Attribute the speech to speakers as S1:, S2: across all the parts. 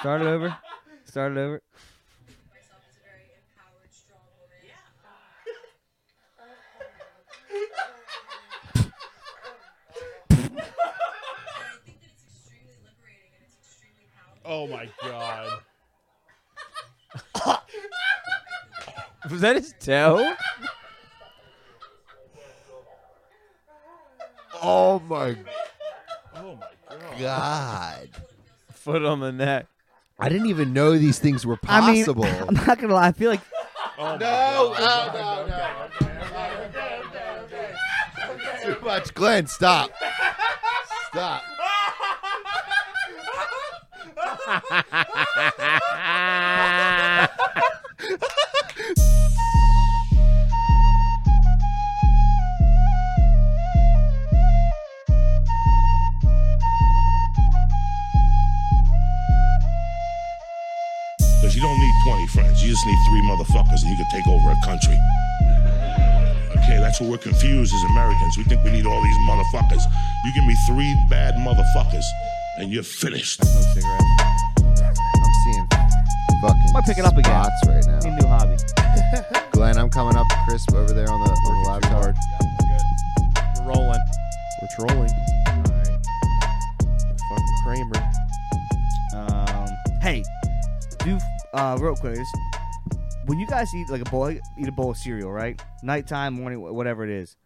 S1: Start it over. Start it over.
S2: myself as a very empowered, strong woman. And I think that it's extremely liberating and it's extremely powerful.
S3: Oh my god.
S1: Was that his toe?
S4: Oh my
S3: Oh my god.
S4: god!
S1: Foot on the neck.
S4: I didn't even know these things were
S5: I mean,
S4: possible.
S5: I'm not gonna lie. I feel like
S3: Oh my
S4: No,
S3: god.
S4: no, no, Too much, Glenn. Stop. Stop.
S6: Because you don't need 20 friends. You just need three motherfuckers and you can take over a country. Okay, that's what we're confused as Americans. We think we need all these motherfuckers. You give me three bad motherfuckers and you're finished.
S1: No cigarette.
S4: I'm seeing fucking
S1: Might pick it up again.
S4: spots right
S1: Need
S4: now.
S1: a new hobby.
S4: Glenn, I'm coming up crisp over there on the, on the laptop.
S3: We're rolling.
S4: We're trolling.
S3: Fucking Kramer.
S5: Um, hey, do uh, real quick. just- When you guys eat like a bowl, eat a bowl of cereal, right? Nighttime, morning, wh- whatever it is.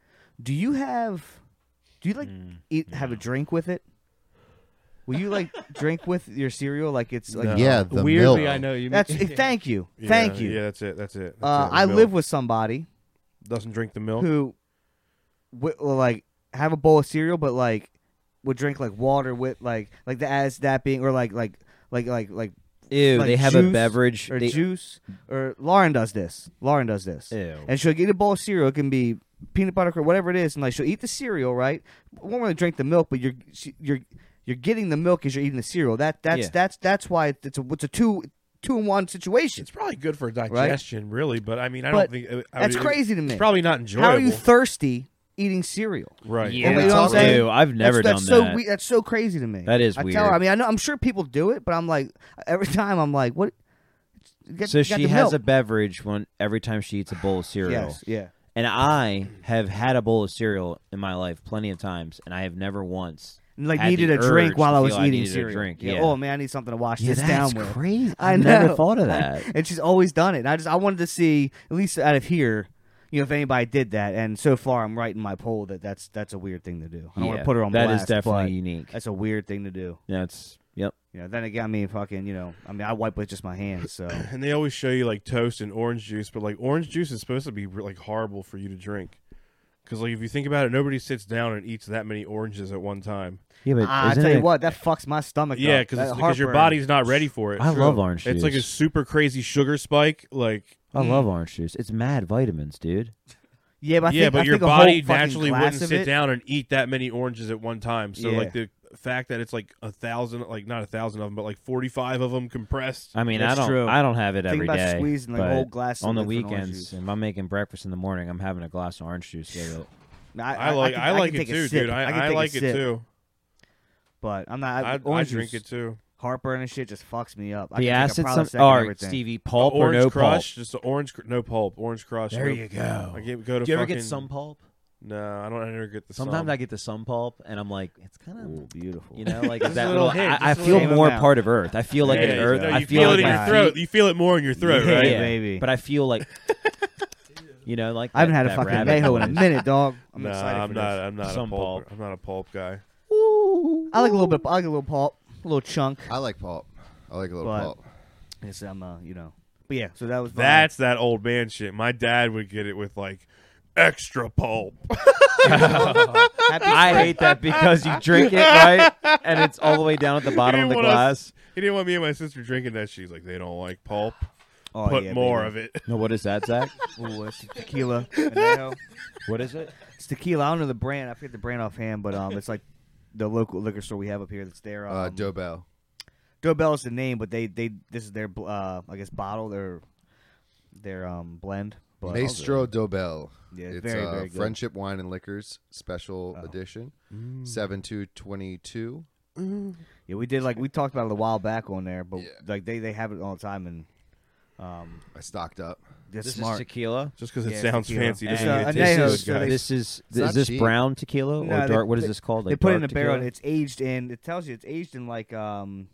S5: Do you have? Do you like
S3: Mm,
S5: eat have a drink with it? Will you like drink with your cereal like it's like
S4: Yeah, the
S1: Weirdly,
S4: milk.
S1: I know you.
S5: that's eh, thank you thank you.
S3: Yeah, that's it. That's it.
S5: uh, I live with somebody
S3: Doesn't drink the milk.
S5: who wi- will like have a bowl of cereal, but like would drink like water with like like the as that being or like like like like like
S1: Ew,
S5: like
S1: they have a
S5: juice
S1: beverage.
S5: or
S1: they,
S5: juice or Lauren does this. Lauren does this.
S1: Ew.
S5: And she'll get a bowl of cereal. It can be peanut butter or whatever it is, and like she'll eat the cereal, right? Won't really drink the milk, but you're she, you're you're getting the milk as you're eating the cereal. That that's
S1: Yeah.
S5: that's that's why it's a it's a two two in one situation.
S3: It's probably good for digestion, really, but I mean, I
S5: But
S3: don't think I
S5: That's
S3: would-
S5: crazy to me.
S3: It's probably not enjoyable.
S5: How are you thirsty eating cereal?
S3: right?
S1: Yeah,
S5: You know what I'm saying?
S1: Ew, I've never
S5: that's, that's
S1: done
S5: so
S1: that.
S5: we- that's so crazy to me.
S1: That is
S5: I
S1: weird.
S5: Tell her, I mean, I know I'm sure people do it, but I'm like every time I'm like, what? You got-
S1: so
S5: you got
S1: she
S5: the
S1: has a
S5: milk.
S1: beverage when every time she eats a bowl of cereal.
S5: yes, yeah.
S1: And I have had a bowl of cereal in my life plenty of times, and I have never once
S5: like
S1: had
S5: needed
S1: the
S5: a drink
S1: urge
S5: while
S1: to
S5: I was
S1: feel
S5: eating
S1: needed a
S5: cereal.
S1: drink,
S5: Yeah,
S1: yeah.
S5: Oh man, I need something to wash
S1: Yeah,
S5: this
S1: that's
S5: down with.
S1: crazy.
S5: I
S1: I, never
S5: know.
S1: thought of that.
S5: and she's always done it. And I just I wanted to see at least out of here, you know, if anybody did that. And so far, I'm right in my poll that that's that's a weird thing to do. I don't want
S1: Yeah,
S5: to put her on
S1: That is
S5: blast,
S1: definitely
S5: but
S1: unique.
S5: That's a weird thing to do.
S1: That's yep.
S5: You know, then again, I mean, fucking, you know, I mean, I wipe with just my hands. So
S3: And they always show you like toast and orange juice, but like orange juice is supposed to be re- like horrible for you to drink. Because like if you think about it, nobody sits down and eats that many oranges at one time.
S1: Yeah, but
S5: Ah, I
S1: isn't
S5: tell you
S1: it-
S5: what, that fucks my stomach.
S3: Yeah,
S5: up.
S3: because
S5: uh, That
S3: because your
S5: heartburn.
S3: body's not ready for it.
S1: I love orange
S3: It's like a
S1: juice.
S3: super crazy sugar spike. Like
S1: I love orange juice. It's mad vitamins, dude.
S5: Yeah, but I
S3: yeah,
S5: think,
S3: but
S5: I
S3: your
S5: think a
S3: body
S5: whole fucking
S3: naturally
S5: glass
S3: wouldn't
S5: of
S3: sit
S5: it-
S3: down and eat that many oranges at one time. So
S5: Yeah.
S3: like the fact that it's like a thousand, like not a thousand of them, but like forty five of them compressed.
S1: I mean,
S5: That's
S1: I don't.
S5: true.
S1: I don't have it
S5: Think
S1: every day.
S5: about squeezing, like, a
S1: but
S5: whole glass of
S1: on the
S5: different orange juice.
S1: weekends. If I'm making breakfast in the morning, I'm having a glass of orange juice with it.
S5: I,
S3: I like
S5: can-
S3: I,
S5: can
S3: like it
S5: take a
S3: too,
S5: sip.
S3: dude. I,
S5: can
S3: I,
S5: take a
S3: like it
S5: sip,
S3: too.
S5: But I'm not.
S3: I, I
S5: orange
S3: drink
S5: juice.
S3: it too.
S5: heartburn and shit just fucks me up. I
S1: The
S5: can
S1: acid,
S5: take a
S1: some
S5: Prilosec and
S1: all right,
S5: everything.
S1: Stevie, pulp or
S3: orange
S1: no
S3: crush, just the orange, cr- no pulp, orange crush.
S1: There
S3: no-
S1: you go.
S3: I get, go to
S1: pulp. Do you ever
S3: fucking,
S1: get some pulp?
S3: No, I don't I never get the.
S1: Sometimes
S3: some.
S1: I get the sun pulp, and I'm like, it's kind of
S5: Ooh, beautiful.
S1: You know, like
S3: Just
S1: is
S3: a
S1: that
S3: little
S1: little?
S3: hint,
S1: I, I
S3: just a
S1: feel
S5: little
S1: more
S5: amount.
S1: part of Earth. I feel like
S3: Yeah,
S1: an
S3: you
S1: Earth.
S3: know,
S1: I
S3: you
S1: feel,
S3: feel
S1: like
S3: it
S1: my
S3: in your
S5: that.
S3: throat. You feel it more in your throat,
S1: Yeah,
S3: right?
S5: Yeah, baby.
S1: But I feel like, you know, like
S5: I haven't
S1: that-
S5: had a
S1: that
S5: fucking
S1: rabbit
S5: Mayho in a
S1: noise.
S5: minute, dog. I'm
S3: no,
S5: excited
S3: I'm
S5: for
S3: not.
S5: this.
S3: I'm not
S1: Some
S3: a pulp.
S1: pulp.
S3: I'm not a pulp guy.
S5: I like a little bit. I like a little pulp, a little chunk.
S4: I like pulp. I like a little
S5: But-
S4: pulp.
S5: Yes, I'm, uh, you know. But yeah, so that was
S3: That's that old man shit. My dad would get it with like extra pulp.
S5: mine. Happy-
S1: I hate that because you drink it right, and it's all the way down at the bottom of
S3: didn't
S1: the
S3: want
S1: glass.
S3: us- He didn't want me and my sister drinking that. She's like, they don't like pulp.
S5: Oh,
S3: Put
S5: yeah,
S3: more
S5: baby.
S3: of it.
S1: No, what is that, Zach?
S5: Ooh, it's tequila. and Mayho.
S1: What is it?
S5: It's tequila. I don't know the brand. I forget the brand offhand, but um, it's like the local liquor store we have up here. That's there. Um,
S4: Uh, Dobell.
S5: Dobell is the name, but they they this is their uh, I guess bottle their their um blend. But
S4: Maestro Dobell.
S5: Yeah,
S4: it's
S5: very,
S4: uh,
S5: very good. Oh. Mm.
S4: Friendship Wine and Liquors Special Edition, seven two twenty two.
S5: Yeah, we did like we talked about it a while back on there, but
S4: Yeah.
S5: like they they have it all the time and um
S4: I stocked up.
S5: they're
S1: This
S5: smart.
S1: is tequila.
S3: Just because it
S5: Yeah,
S3: sounds
S5: tequila.
S3: fancy doesn't
S1: And-
S3: mean it
S5: Uh,
S3: tastes
S5: Añejo,
S3: good,
S5: so
S3: guys.
S5: they-
S1: this is
S4: It's
S1: is
S4: not
S1: this
S4: cheap.
S1: brown tequila or
S5: No, they
S1: dark? what is
S5: put-
S1: this called? Like
S5: they put it in a
S1: dark
S5: barrel. and
S1: tequila?
S5: It's aged in. It tells you it's aged in like um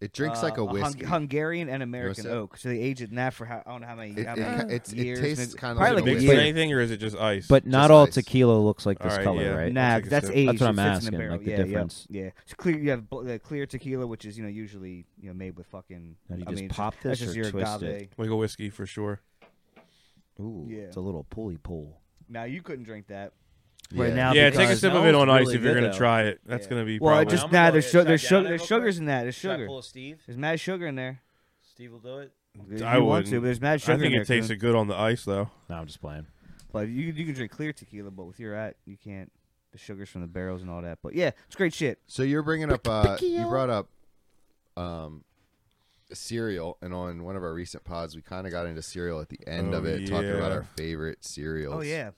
S4: It drinks
S5: uh,
S4: like a
S5: Hung-
S4: whiskey.
S5: Hungarian and American
S4: sip?
S5: oak. So they age it in that for how, I don't know how many.
S4: It-
S5: how
S4: it
S5: many
S4: ki- it's- it
S5: years.
S4: tastes
S5: and it's
S4: kinda
S5: probably
S4: like a
S5: a
S3: Is it mixed
S4: whiskey.
S3: with
S5: year.
S3: anything or is it just ice?
S1: But not
S4: just
S1: all
S4: ice.
S1: tequila looks like this
S3: Alright,
S1: color,
S3: yeah.
S1: right?
S5: Nah,
S3: I'll take a
S5: that's
S3: sip.
S5: aged.
S1: That's what
S5: it
S1: I'm
S5: sits in the
S1: asking,
S5: barrel.
S1: like, the
S5: yeah, yeah,
S1: difference.
S5: Yeah, It's clear. You have bl- the clear tequila, which is you know usually you know made with fucking.
S1: Now, do you
S5: I
S1: just
S5: mean,
S1: pop
S5: that's
S1: this
S5: just
S1: or
S5: your
S1: twist
S5: agave.
S1: it?
S3: like a whiskey for sure.
S1: Ooh,
S5: Yeah.
S1: it's a little pulley pull.
S5: Now you couldn't drink that.
S4: Yeah.
S5: Right now,
S3: yeah,
S5: because
S3: take a sip of
S1: No,
S3: it on
S1: it's
S3: ice
S1: really
S3: if you're
S1: good,
S3: gonna
S1: though.
S3: try it. That's
S5: Yeah.
S3: gonna be
S5: Well, it
S3: probably.
S5: just
S1: I'm
S5: nah.
S1: gonna
S5: There's
S1: go
S5: sugar.
S1: shut
S5: There's
S1: down
S5: sugar.
S1: there
S5: There's
S1: real
S5: sugars
S1: quick?
S5: in that. There's sugar.
S1: Steve?
S5: There's mad sugar in there.
S1: Steve will do it.
S5: If
S3: I
S5: you want
S3: wouldn't.
S5: to, but there's mad sugar
S3: I think
S5: in there,
S3: it tasted good on the ice though.
S1: No, I'm just playing.
S5: But you you can drink clear tequila, but with your at you can't. The sugars from the barrels and all that. But yeah, it's great shit.
S4: So you're bringing up. Uh, you brought up um, cereal, and on one of our recent pods, we kind of got into cereal at the end
S3: Oh,
S4: of it, talking about
S3: yeah.
S4: our favorite cereals.
S5: Oh yeah,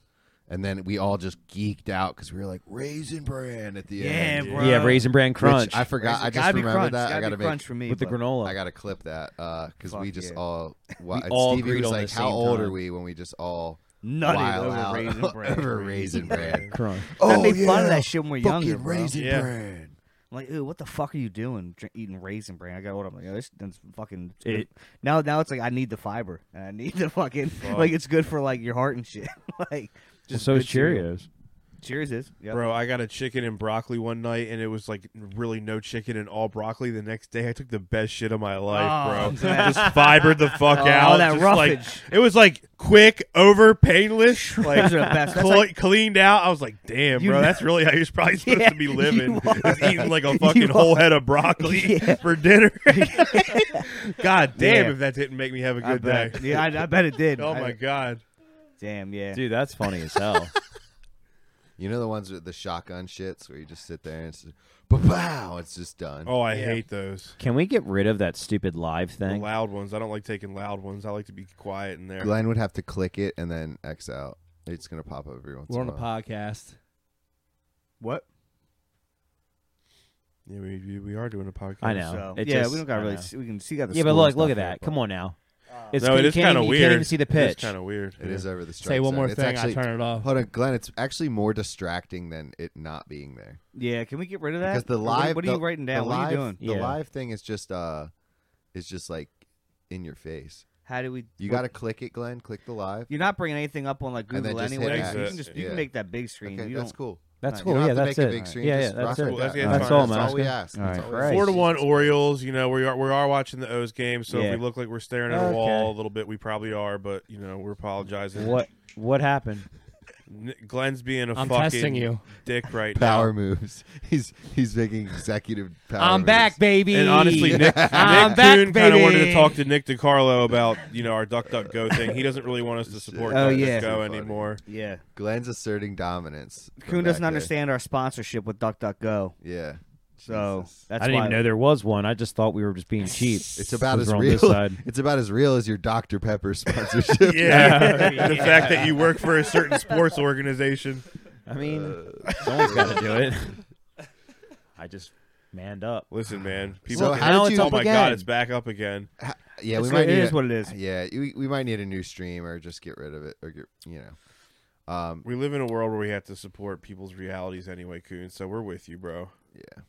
S4: And then we all just geeked out because we were like Raisin Bran at the end.
S5: bro.
S1: Yeah, Raisin Bran
S4: Which
S1: Crunch
S4: I forgot. I
S5: Gotta
S4: just
S5: be
S4: remembered
S5: crunch.
S4: that.
S5: Gotta
S4: I gotta
S5: be
S4: make.
S5: crunch for me
S1: with the
S5: but-
S1: granola.
S4: I gotta clip that because
S5: Fuck
S4: we just
S5: yeah.
S4: all. Wa- and
S1: all
S4: Stevie
S1: agreed
S4: was
S1: on the
S4: like, "How
S1: same
S4: old are
S1: time."
S4: we when we just all
S5: Nutted
S4: wild
S5: over
S4: out
S5: Raisin Bran.
S4: over Raisin Bran?
S1: Crunch.
S5: I made fun of that shit when we were
S4: Oh, fucking
S5: younger, bro.
S4: Raisin
S3: Yeah.
S4: Bran.
S5: I'm like, ooh, what the fuck are you doing? Drink, eating raisin bran? I got what I'm like. Oh, this that's fucking
S1: It-
S5: now. Now it's like I need the fiber and I need the fucking like it's good for like your heart and shit. like just
S1: so
S5: good
S1: is Cheerios.
S5: Cereal. Cheers is yep.
S3: Bro, I got a chicken and broccoli one night, and it was like really no chicken and all broccoli. The next day, I took the best shit of my
S5: Oh,
S3: life,
S5: I'm
S3: bro.
S5: glad.
S3: Just fibered the fuck
S5: Oh,
S3: out.
S5: that
S3: Just, like-
S5: roughage.
S3: it was like quick, over, painless. Like
S5: Those are the best. That's
S3: cle-
S5: like-
S3: cleaned out. I was like, damn,
S5: You
S3: bro,
S5: know-
S3: that's really how you're probably supposed
S5: Yeah,
S3: to be
S5: you
S3: living.
S5: are.
S3: Just eating like a
S5: You
S3: fucking whole
S5: are.
S3: head of broccoli
S5: Yeah.
S3: for dinner. God damn,
S5: Yeah.
S3: if that didn't make me have a
S5: I
S3: good day.
S5: bet. Yeah, I, I bet it did.
S3: Oh
S5: I-
S3: my god.
S5: Damn. Yeah.
S1: Dude, that's funny as hell.
S4: You know the ones with the shotgun shits where you just sit there and it's just, pow, it's just done.
S3: Oh, I hate those.
S1: Can we get rid of that stupid live
S3: The
S1: thing?
S3: loud ones. I don't like taking loud ones. I like to be quiet in there.
S4: Glenn would have to click it and then X out. It's gonna pop up every once
S7: We're
S4: in
S7: on
S4: a
S7: a
S4: while.
S7: podcast.
S5: What?
S3: Yeah, we, we- we are doing a podcast.
S1: I know.
S5: So,
S1: It
S5: yeah,
S1: just-
S5: we don't got
S1: I
S5: really.
S1: know.
S5: See, we can see got the.
S1: Yeah, but
S5: store
S1: look, look
S5: stuff
S1: at
S5: here,
S1: that.
S5: but-
S1: Come on now.
S4: Uh,
S1: It's
S3: no, it
S1: you
S3: is
S1: can't
S3: kind of
S1: even-
S3: weird.
S1: You can't even see the pitch.
S3: It's kind of weird.
S4: It is over the strike.
S7: Say one
S4: zone.
S7: more
S4: It's
S7: thing,
S4: actually-
S7: I turn it off.
S4: Hold on, Glenn. It's actually more distracting than it not being there
S5: Yeah, can we get rid of that?
S4: because the
S5: Or what-
S4: live.
S5: What, are
S4: the-
S5: you writing
S4: the
S5: down? What are you
S4: live-
S5: doing?
S1: Yeah.
S4: The live thing is just uh, is just like in your face.
S5: How do we?
S4: You got to click it, Glenn. Click the live.
S5: You're not bringing anything up on like
S4: And then
S5: Google
S4: just hit
S5: anyway.
S3: X.
S5: so You can just you
S4: Yeah.
S5: can make that big screen.
S4: Okay,
S5: you
S4: that's
S5: don't-
S4: cool.
S1: That's
S5: You
S1: cool.
S4: you don't
S1: yeah,
S4: have to
S1: that's
S4: make
S1: it.
S4: a big screen.
S1: Yeah,
S4: just
S1: yeah, that's
S4: rock Oh,
S1: it.
S4: with
S3: That's
S4: that.
S3: it.
S4: That's
S3: Fine.
S4: all,
S3: That's
S1: all
S4: we
S1: I'm
S4: ask.
S1: asking.
S4: That's
S1: All
S4: all
S1: right,
S4: we ask.
S3: Four to one Orioles. You know, we are we are watching the O's game, so
S5: Yeah.
S3: if we look like we're staring at a
S1: Okay.
S3: wall a little bit, we probably are. But you know, we're apologizing.
S1: What what happened?
S3: N- Glenn's being a
S7: I'm
S3: fucking
S7: testing you.
S3: dick right
S4: Power
S3: now.
S4: moves. He's he's making executive power.
S7: I'm
S4: moves.
S7: back, baby.
S3: And honestly, Nick, Nick
S7: I'm back,
S3: Kuhn kind of wanted to
S7: baby.
S3: talk to Nick DiCarlo about you know our Duck Duck Go thing. He doesn't really want us to support
S5: Oh,
S3: Duck
S5: yeah.
S3: Duck Go
S4: Funny.
S3: anymore.
S5: Yeah.
S4: Glenn's asserting dominance. from
S5: Kuhn
S4: back
S5: doesn't
S4: there.
S5: understand our sponsorship with DuckDuckGo.
S4: Yeah.
S5: So
S4: Jesus.
S5: that's
S1: I didn't
S5: why
S1: even know there was one. I just thought we were just being cheap.
S4: It's about
S1: Those
S4: as
S1: are on
S4: real.
S1: this side.
S4: It's about as real as your Dr Pepper sponsorship.
S3: Yeah, the fact that you work for a certain sports organization.
S1: I mean, someone's got to do it. I just manned up.
S3: Listen, man, people.
S4: So
S3: can-
S4: how
S1: now
S4: did
S1: it's
S4: you?
S1: up
S3: oh my
S1: again.
S3: God, it's back up again.
S4: Ha- yeah,
S5: It's
S4: we
S5: good-
S4: might
S5: it
S4: need
S5: is
S4: a-
S5: what it is.
S4: Yeah, we, we might need a new stream or just get rid of it or get you know. Um,
S3: We live in a world where we have to support people's realities anyway, Coon. So we're with you, bro.
S4: yeah,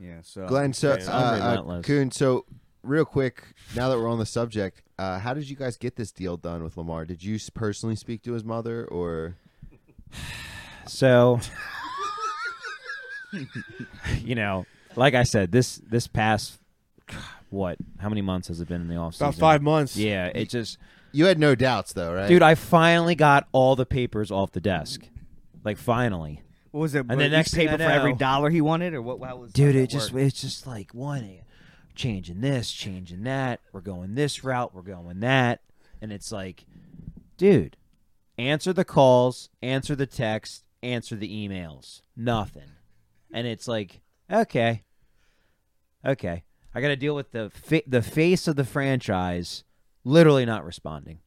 S5: Yeah. So
S4: Glenn. So, uh,
S3: Yeah.
S1: Oh, I'm
S4: uh,
S1: relentless.
S4: Kuhn. So, real quick, now that we're on the subject, uh, how did you guys get this deal done with Lamar? Did you s- personally speak to his mother, or
S1: So, you know, like I said, this this past what? How many months has it been in the offseason?
S3: About five months.
S1: Yeah, it just
S4: you had no doubts though, right?
S1: dude. I finally got all the papers off the desk. Like finally,
S5: what was it?
S1: the
S5: each
S1: next thing
S5: paper
S1: I
S5: for every
S1: know-
S5: dollar he wanted, or what? How was
S1: dude.
S5: how
S1: It
S5: that
S1: just
S5: work?
S1: it's just like one eh, changing this, changing that. We're going this route. We're going that, and it's like, dude, answer the calls, answer the text, answer the emails. Nothing, and it's like, okay, okay. I got to deal with the fa- the face of the franchise literally not responding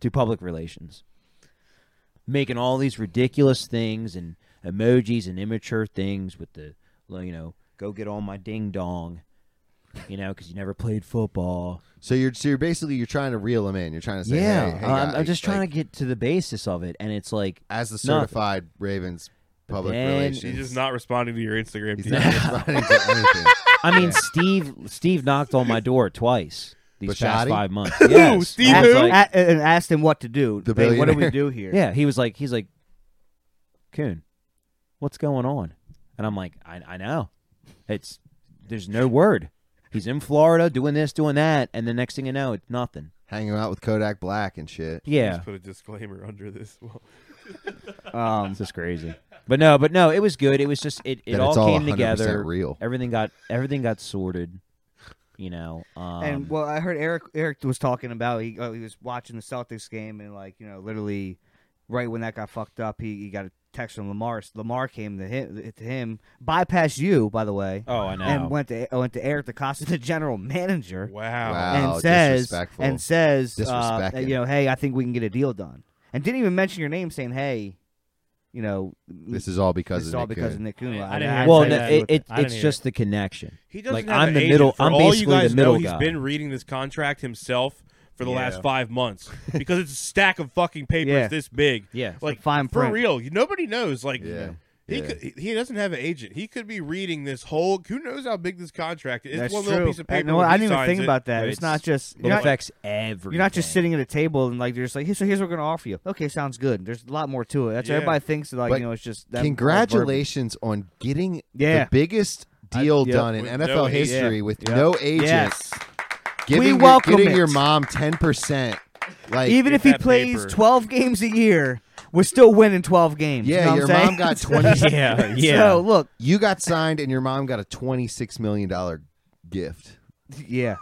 S1: to public relations, making all these ridiculous things and emojis and immature things with the well, you know go get all my ding dong, you know, because you never played football.
S4: So you're so you're basically you're trying to reel them in. You're trying to say,
S1: yeah,
S4: hey, hey,
S1: I'm, I'm
S4: guys,
S1: just trying
S4: like,
S1: to get to the basis of it, and it's like
S4: as the
S1: nothing.
S4: certified Ravens public
S1: then-
S4: relations.
S3: He's just not responding to your Instagram.
S4: He's
S3: DM.
S4: not responding to anything.
S1: I mean, Steve Steve knocked on my door twice these past
S4: Bashotti?
S1: five months. Yes.
S3: Steve
S1: And I was
S3: who?
S1: like-
S5: A- and asked him what to do.
S4: The
S5: Babe, what do
S4: billionaire.
S5: we do here?
S1: yeah, he was like, he's like, Coon, what's going on? And I'm like, I, I know. It's there's no word. He's in Florida doing this, doing that, and the next thing you know, it's nothing.
S4: Hanging out with Kodak Black and shit.
S1: Yeah,
S3: Just put a disclaimer under this. Well,
S5: Um,
S1: this is crazy. But no, but no, it was good. It was just it, it
S4: That
S1: all
S4: it's all
S1: came
S4: 100%
S1: together.
S4: real.
S1: Everything got everything got sorted. You know, um,
S5: and well, I heard Eric Eric was talking about he uh, he was watching the Celtics game and like you know literally right when that got fucked up he, he got a text from Lamar. Lamar came to him to him bypassed you by the way
S1: oh, I know.
S5: and went to went to Eric DaCosta, the general manager.
S3: wow.
S4: Wow.
S5: and
S4: Oh,
S5: says
S4: disrespectful.
S5: and says uh,
S4: Disrespecting.
S5: you know, hey, I think we can get a deal done, and didn't even mention your name, saying, hey, you know,
S4: This is all because of
S5: this is all
S4: Nick
S5: because of
S4: Coon.
S5: Nick Kuhn.
S7: I didn't hear
S1: well,
S7: I
S1: no,
S7: didn't
S1: it,
S7: hear
S1: it,
S7: it. I didn't
S1: it's
S7: hear
S1: just the connection.
S3: He doesn't
S1: like
S3: have
S1: I'm
S3: an
S1: the
S3: agent.
S1: middle.
S3: For
S1: I'm
S3: all
S1: basically
S3: you guys
S1: the middle
S3: know, he's
S1: guy.
S3: been reading this contract himself for the
S1: Yeah.
S3: last five months because it's a stack of fucking papers
S5: Yeah.
S3: this big.
S1: Yeah.
S3: like
S5: fine
S3: for
S5: print.
S3: real, you- nobody knows. Like,
S4: Yeah.
S3: he
S4: Yeah.
S3: could, he- he doesn't have an agent. He could be reading this whole. Who knows how big this contract is? It's
S5: That's
S3: one
S5: true.
S3: little piece of
S5: I,
S3: paper.
S5: know,
S3: when
S5: I
S3: he
S5: didn't even
S3: signs
S5: think
S3: it.
S5: about that. It's,
S1: It's-
S5: not just
S1: It
S5: you're not,
S1: affects everything.
S5: you're not just sitting at a table and like you're just like, hey, so here's what we're gonna offer you. Okay, sounds good. There's a lot more to it. That's what
S3: Yeah.
S5: everybody thinks. Like
S4: But
S5: you know, it's just that
S4: Congratulations on getting
S5: Yeah.
S4: the biggest deal
S5: yep.
S4: done in
S3: With
S4: NFL
S3: no agent.
S4: history with
S5: Yep.
S4: no agent.
S5: Yes.
S4: Giving
S5: We
S4: your,
S5: welcome
S4: getting
S5: it.
S4: your mom ten percent. Like
S5: Even
S3: Get
S5: if he
S3: that
S5: plays
S3: paper.
S5: 12 games a year, we're still winning 12 games. you
S4: yeah,
S5: know what
S4: your
S5: I'm
S4: mom
S5: saying?
S4: got twenty.
S1: Yeah,
S5: So look,
S4: You got signed, and your mom got a twenty-six million dollar gift.
S5: yeah,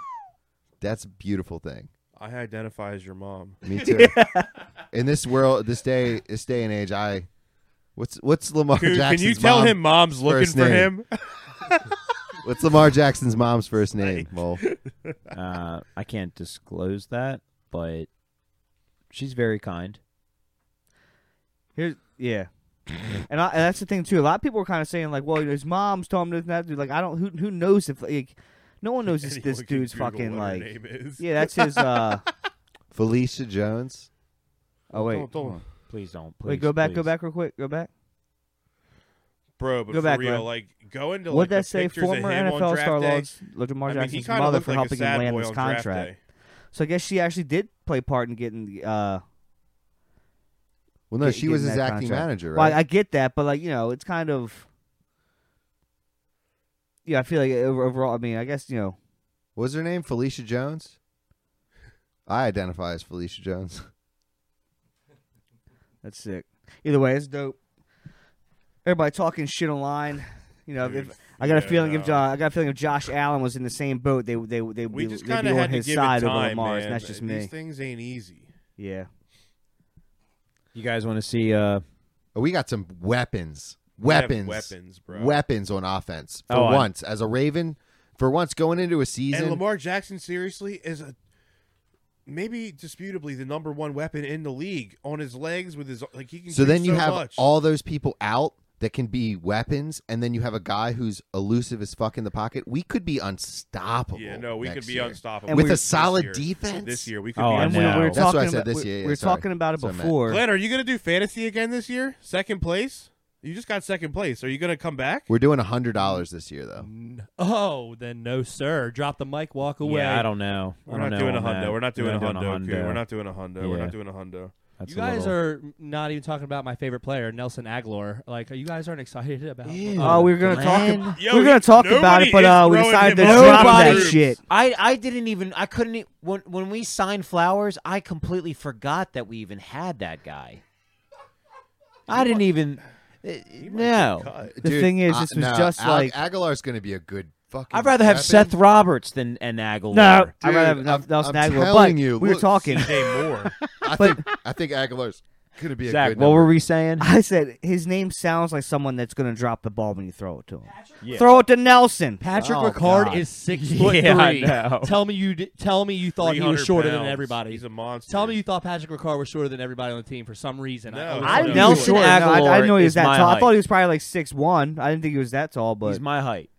S4: That's a beautiful thing.
S3: I identify as your mom.
S4: Me too. In this world, this day, this day and age, I what's what's Lamar
S3: Can, can
S4: Jackson's
S3: you tell
S4: mom-
S3: him mom's looking
S4: first
S3: for
S4: name.
S3: him?
S4: What's Lamar Jackson's mom's first name? Well,
S1: uh, I can't disclose that, but she's very kind.
S5: Here's yeah, and, I, and that's the thing too. A lot of people were kind of saying like, "Well, his mom's told him this and that." Dude, like, I don't. Who who knows if like, no one knows this,
S3: Anyone
S5: this
S3: can
S5: dude's
S3: Google
S5: fucking
S3: what her
S5: like.
S3: name is.
S5: Yeah, that's his. uh
S4: Felicia Jones.
S5: Oh wait,
S3: Don't- don't-
S1: Please don't. Please,
S5: wait, go back, go
S1: please.
S5: back real quick, go back.
S3: bro. But
S5: Go
S3: for
S5: back,
S3: real,
S5: bro.
S3: like go into
S5: What'd
S3: like,
S5: that
S3: the
S5: say?
S3: pictures of
S5: Former
S3: him on
S5: NFL
S3: draft
S5: star
S3: day.
S5: Lodge, Lamar
S3: I mean, he
S5: Jackson's
S3: kind of
S5: mother
S3: looked
S5: for
S3: like a
S5: helping him
S3: sad
S5: land
S3: boy
S5: this
S3: on draft
S5: contract.
S3: day.
S5: So I guess she actually did play part in getting. uh
S4: Well, no,
S5: get-
S4: she was
S5: getting
S4: his
S5: that
S4: acting
S5: contract.
S4: manager,
S5: Well,
S4: right?
S5: I, I get that, but like you know, it's kind of. Yeah, I feel like over- overall. I mean, I guess you know.
S4: What was her name Felicia Jones? I identify as Felicia Jones.
S5: That's sick. Either way, it's dope. Everybody talking shit online. You know,
S3: Dude,
S5: if, I got a
S3: yeah,
S5: feeling if
S3: no.
S5: uh, I got a feeling if Josh Allen was in the same boat, they they they
S3: We
S5: they,
S3: just
S5: they'd
S3: kind
S5: be
S3: of
S5: on
S3: had to
S5: his
S3: give it
S5: side over
S3: time,
S5: Lamar's.
S3: man.
S5: and that's just
S3: These
S5: me.
S3: things ain't easy.
S5: Yeah.
S1: You guys want to see? Uh,
S4: Oh, we got some weapons.
S3: We have
S4: Weapons.
S3: weapons, bro.
S4: Weapons on offense. For
S1: Oh, I-
S4: once, as a Raven, for once going into a season.
S3: And Lamar Jackson, seriously, is a maybe disputably the number one weapon in the league on his legs with his like he can.
S4: so
S3: do
S4: then you have
S3: much.
S4: all those people out that can be weapons, and then you have a guy who's elusive as fuck in the pocket. We could be unstoppable.
S3: Yeah, no, we
S4: next
S3: could be
S4: year.
S3: unstoppable
S5: And
S4: With
S5: we-
S4: a
S3: this
S4: solid
S3: year.
S4: defense.
S3: This year, we could
S1: Oh,
S3: be.
S1: I
S5: And
S1: know.
S5: we, we were
S1: That's
S4: what I
S5: talking
S4: said
S5: about
S4: this
S5: we,
S4: year, yeah,
S5: we were
S4: sorry.
S5: talking about it
S4: That's what I meant.
S5: before.
S3: Glenn, are you gonna do fantasy again this year? Second place. You just got second place. Are you gonna come back?
S4: We're doing hundred dollars this year, though.
S7: Oh, then no, sir. Drop the mic, walk away.
S1: yeah, I don't know. I
S3: We're
S1: don't
S3: not,
S1: know
S3: doing a
S1: on that.
S3: hundo. We're not doing a hundo. Coon.
S1: hundo.
S3: We're not doing a hundo. We're
S1: Yeah.
S3: not doing a hundo.
S1: That's
S7: You
S1: a
S7: guys
S1: little-
S7: are not even talking about my favorite player, Nelson Aguilar. Like, you guys aren't excited about.
S5: Oh, we were gonna
S1: Glenn.
S5: talk.
S3: Yo,
S5: we were gonna talk about
S3: nobody
S5: it, but
S3: is
S5: uh, we
S3: throwing
S5: decided to
S3: him
S1: under
S5: drop
S1: the
S5: that
S1: roof.
S5: shit.
S1: I, I didn't even I couldn't e- when when we signed flowers I completely forgot that we even had that guy. I didn't even uh, no.
S5: The thing is, this was just
S4: Al-
S5: like-
S4: Aguilar's going to be a good fucking.
S1: I'd rather have
S4: weapon.
S1: Seth Roberts than an Aguilar.
S5: No, I'd
S4: Dude,
S5: rather have
S4: I'm-
S5: Nelson
S4: I'm
S5: Aguilar. But
S4: telling you,
S5: we were
S4: look,
S5: talking.
S3: Jay Moore.
S4: I think I think Aguilar's Could it be a
S1: Zach,
S4: good
S1: what
S4: number?
S1: were we saying?
S5: I said his name sounds like someone that's gonna drop the ball when you throw it to him.
S1: Yeah.
S5: Throw it to Nelson.
S7: Patrick
S1: Oh,
S7: Ricard
S1: God.
S7: is six
S1: Yeah,
S7: foot
S1: I
S7: three.
S1: know.
S7: Tell me you d- tell me you thought he
S3: 300
S7: was shorter than
S3: pounds.
S7: everybody.
S3: He's a monster.
S7: Tell me you thought Patrick Ricard was shorter than everybody on the team for some reason.
S3: No.
S7: always
S3: I
S7: thought he was
S1: Nelson
S7: shorter.
S5: No, I- I,
S1: Aguilar
S5: didn't know he was
S1: is
S5: that
S1: my
S5: tall. I
S1: height.
S5: thought he was probably like six one. I didn't think he was that tall, but
S1: He's my height.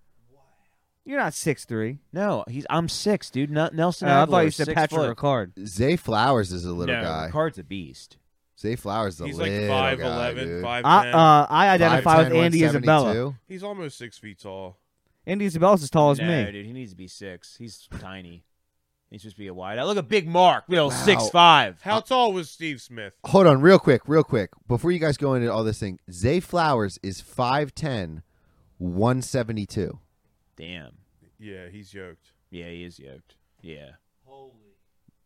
S5: you're not six three. Uh,
S1: No, he's I'm six, dude. N- Nelson.
S5: I
S1: Aguilar
S5: thought you
S1: is
S5: said
S1: six
S5: Patrick
S1: foot.
S5: Ricard.
S4: Zay Flowers is a little
S3: No,
S4: guy.
S1: Ricard's a beast.
S4: Zay Flowers is a
S3: He's like
S4: little guy.
S3: 5'11",
S4: dude.
S3: 5'10".
S5: I uh, I
S4: 5'10",
S5: identify with Andy Isabella.
S4: 172.
S3: He's almost six feet tall.
S5: Andy Isabella's as tall as
S1: no,
S5: me.
S1: dude. He needs to be six. He's tiny. He's supposed to be a wide. Look at Big Mark. You know,
S4: Wow.
S1: six five.
S3: How tall was Steve Smith?
S4: Hold on, real quick, real quick. Before you guys go into all this thing, Zay Flowers is 5'10", 172.
S1: Damn.
S3: Yeah, he's yoked.
S1: Yeah, he is yoked. Yeah.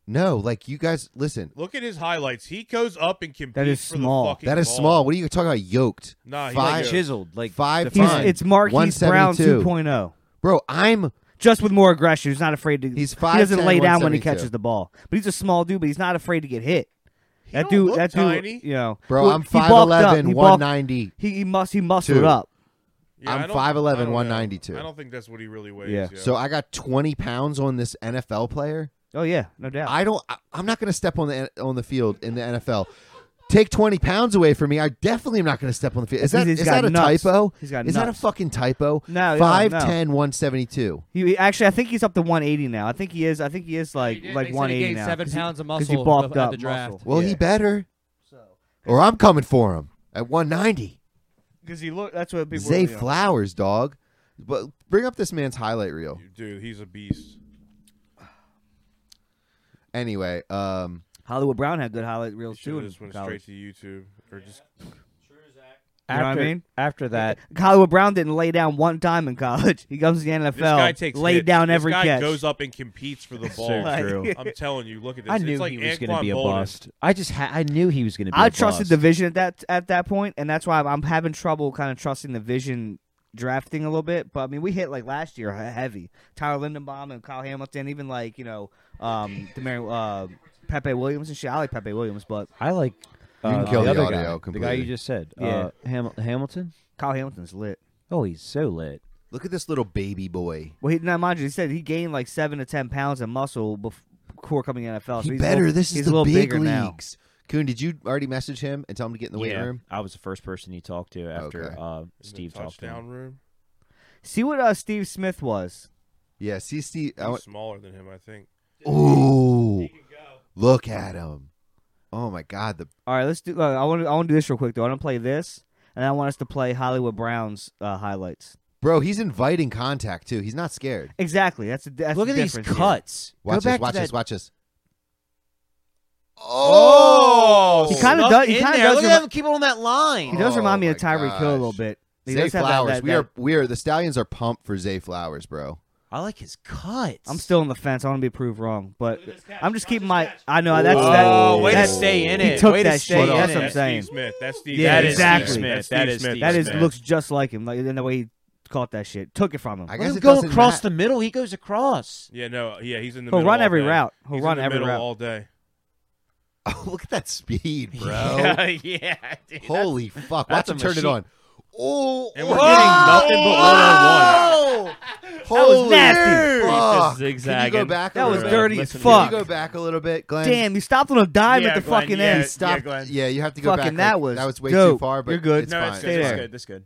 S4: No, like you guys, listen.
S3: Look at his highlights. He goes up and competes
S5: That is
S3: for
S5: small.
S3: the fucking
S4: That is
S3: ball.
S4: small. What are you talking about? Yoked.
S3: Nah, he's
S1: Like
S3: Five-
S1: chiseled, like
S4: five
S1: defined.
S5: He's,
S4: fine.
S5: it's Marquise Brown
S4: 172.
S5: 2.0.
S4: Bro, I'm
S5: Just with more aggression. He's not afraid to.
S4: He's
S5: He doesn't
S4: 5'10",
S5: lay down when he
S4: 172.
S5: catches the ball. But he's a small dude. But he's not afraid to get hit. that
S3: don't
S5: dude.
S3: look
S5: that
S3: tiny.
S5: dude. You know,
S4: bro,
S5: Well,
S4: I'm
S5: he bulked up.
S4: 5'11",
S5: He bulked-
S4: 190.
S5: He, he must. He muscled
S4: Two.
S5: up.
S3: Yeah,
S4: I'm
S3: I don't-
S4: 5'11",
S3: I don't know.
S4: 192.
S3: I don't think that's what he really weighs.
S5: Yeah.
S3: Yeah.
S4: So I got 20 pounds on this NFL player.
S5: Oh yeah, no doubt.
S4: I don't. I, I'm not going to step on the on the field in the NFL. Take 20 pounds away from me. I definitely am not going to step on the field. Is that
S5: He's- he's
S4: is
S5: got
S4: that a
S5: nuts.
S4: typo?
S5: He's got
S4: is that a
S5: nuts.
S4: fucking typo?
S5: No, no,
S4: 5'10",
S5: no.
S4: 172.
S5: He- he, actually, I think he's up to 180 now. I think he is. I think he is like
S7: He did. They
S5: like
S7: said he
S5: 180
S7: gained
S5: now.
S7: seven
S5: 'cause he-
S7: pounds of
S5: 'cause
S7: muscle
S5: he bulked
S7: at
S5: up
S7: the draft.
S5: muscle.
S4: Well, he better. Or I'm coming for him at 190.
S5: Because he look. That's what people.
S4: Zay
S5: you know.
S4: Flowers, dog. But bring up this man's highlight reel.
S3: Dude, he's a beast.
S4: Anyway, um,
S5: Hollywood Brown had good highlight reels too.
S3: Should
S5: in
S3: just went
S5: college.
S3: straight to YouTube or just
S5: You know what I
S1: after,
S5: mean?
S1: After that,
S5: Hollywood Brown didn't lay down one time in college. He comes to the NFL.
S3: This guy takes
S5: laid
S3: hits.
S5: down
S3: This
S5: every
S3: guy
S5: catch.
S3: goes up and competes for the ball.
S5: Like- true.
S3: I'm telling you, look at this.
S1: I
S3: It's
S1: knew
S3: like
S1: he was
S3: going to
S1: be a bust. I just ha- I knew he was going to be.
S5: I
S1: a
S5: trusted
S1: bust.
S5: the vision at that at that point, and that's why I'm, I'm having trouble kind of trusting the vision drafting a little bit. But I mean, we hit like last year he- heavy. Tyler Lindenbaum and Kyle Hamilton, even like you know, um, Demary, uh, Pepe Williams and shit. I like Pepe Williams, but
S1: I like.
S4: You can
S1: uh,
S4: kill
S1: the,
S4: the
S1: other
S4: audio
S1: guy, the guy
S4: completely.
S1: you just said,
S5: Yeah.
S1: uh, Ham- Hamilton.
S5: Kyle Hamilton's lit.
S1: Oh, he's so lit.
S4: look at this little baby boy.
S5: Well, he, now mind you, he said he gained like seven to ten pounds of muscle bef- before coming to the NFL. so
S4: He
S5: Oh, he's a
S4: better.
S5: little-
S4: this
S5: he's
S4: is
S5: a
S4: the
S5: little
S4: big
S5: bigger now.
S4: leagues. Coon, did you already message him and tell him to get in the weight room?
S1: I was the first person he talked to after
S4: Okay.
S1: uh, Steve talked to
S3: touchdown
S1: him.
S3: room.
S5: See what uh, Steve Smith was.
S4: Yeah, see Steve. I
S3: He's
S4: want,
S3: smaller than him, I think.
S4: ooh, look at him. Oh my God, the
S5: All right, let's do. Uh, I want to. I want to do this real quick though. I want to play this, and I want us to play Hollywood Brown's uh, highlights.
S4: bro. He's inviting contact too. He's not scared.
S5: Exactly. That's, the- that's
S1: Look
S5: the
S1: at these
S5: difference here.
S1: cuts. Go back
S4: Watch this.
S1: to
S4: Watch
S1: that-
S4: this. Watch this.
S1: Oh,
S5: He kinda
S1: snuck
S5: does- he
S1: in
S5: kinda
S1: there.
S5: does
S1: Look
S5: remi-
S1: at him keep it on that
S5: He
S1: line.
S5: does
S4: Oh
S5: remind me
S4: my
S5: of Tyreek Hill a little
S4: gosh.
S5: bit. He
S4: Zay
S5: does have that-
S4: Flowers.
S5: that-
S4: we are
S5: that-
S4: we are the Stallions are pumped for Zay Flowers, bro.
S1: I like his cuts.
S5: I'm still on the fence. I want to be proved wrong, but I'm just keeping my. I know uh, that's
S1: Whoa,
S5: that.
S4: Oh,
S1: way to
S5: that's-
S1: stay in
S5: he
S1: it.
S5: took
S1: Way to
S5: that
S1: stay
S5: shit.
S1: in
S5: That's
S1: it.
S5: what I'm
S3: That's
S5: saying.
S3: Steve Smith. That's Steve.
S5: Yeah,
S3: Smith.
S5: exactly.
S3: Steve Smith.
S1: That is Steve
S5: That is
S1: Smith.
S5: looks just like him. Like in the way he caught that shit, took it from him.
S4: I
S1: Let
S4: guess
S1: him
S4: it
S1: go
S4: doesn't
S1: across
S4: ma-
S1: the middle. He goes across.
S3: Yeah, no, yeah, he's in the.
S5: He'll
S3: middle
S5: run
S3: all
S5: every
S3: day.
S5: route. He'll
S3: He's
S5: run
S3: in the
S5: every
S3: middle
S5: route.
S3: all day.
S4: Oh, look at that speed, bro.
S1: yeah. Dude, that's-
S4: Holy fuck! Watch
S1: that's
S4: him
S1: a
S4: turn it
S1: machine.
S4: on. Oh,
S3: And we're getting nothing but one-on-one.
S4: Holy
S5: nasty.
S4: fuck.
S7: He's just
S4: Can you go
S7: zigzagging.
S4: back?
S5: That
S4: a
S5: was
S4: little bit?
S5: dirty as
S7: Listen to
S4: Can
S5: fuck.
S4: you go back a little bit, Glenn?
S5: Damn, you stopped on a dime
S3: Yeah,
S5: at the
S3: Glenn,
S5: fucking
S3: yeah,
S5: end.
S3: yeah,
S4: Stop.
S3: Glenn.
S4: Yeah, you have to go back.
S5: Fucking that
S4: like,
S5: was
S4: that was way
S5: dope.
S4: too far. But
S5: You're good.
S4: It's
S3: No,
S4: fine.
S3: that's
S5: Stay
S3: good. That's
S5: there.
S3: good. That's good.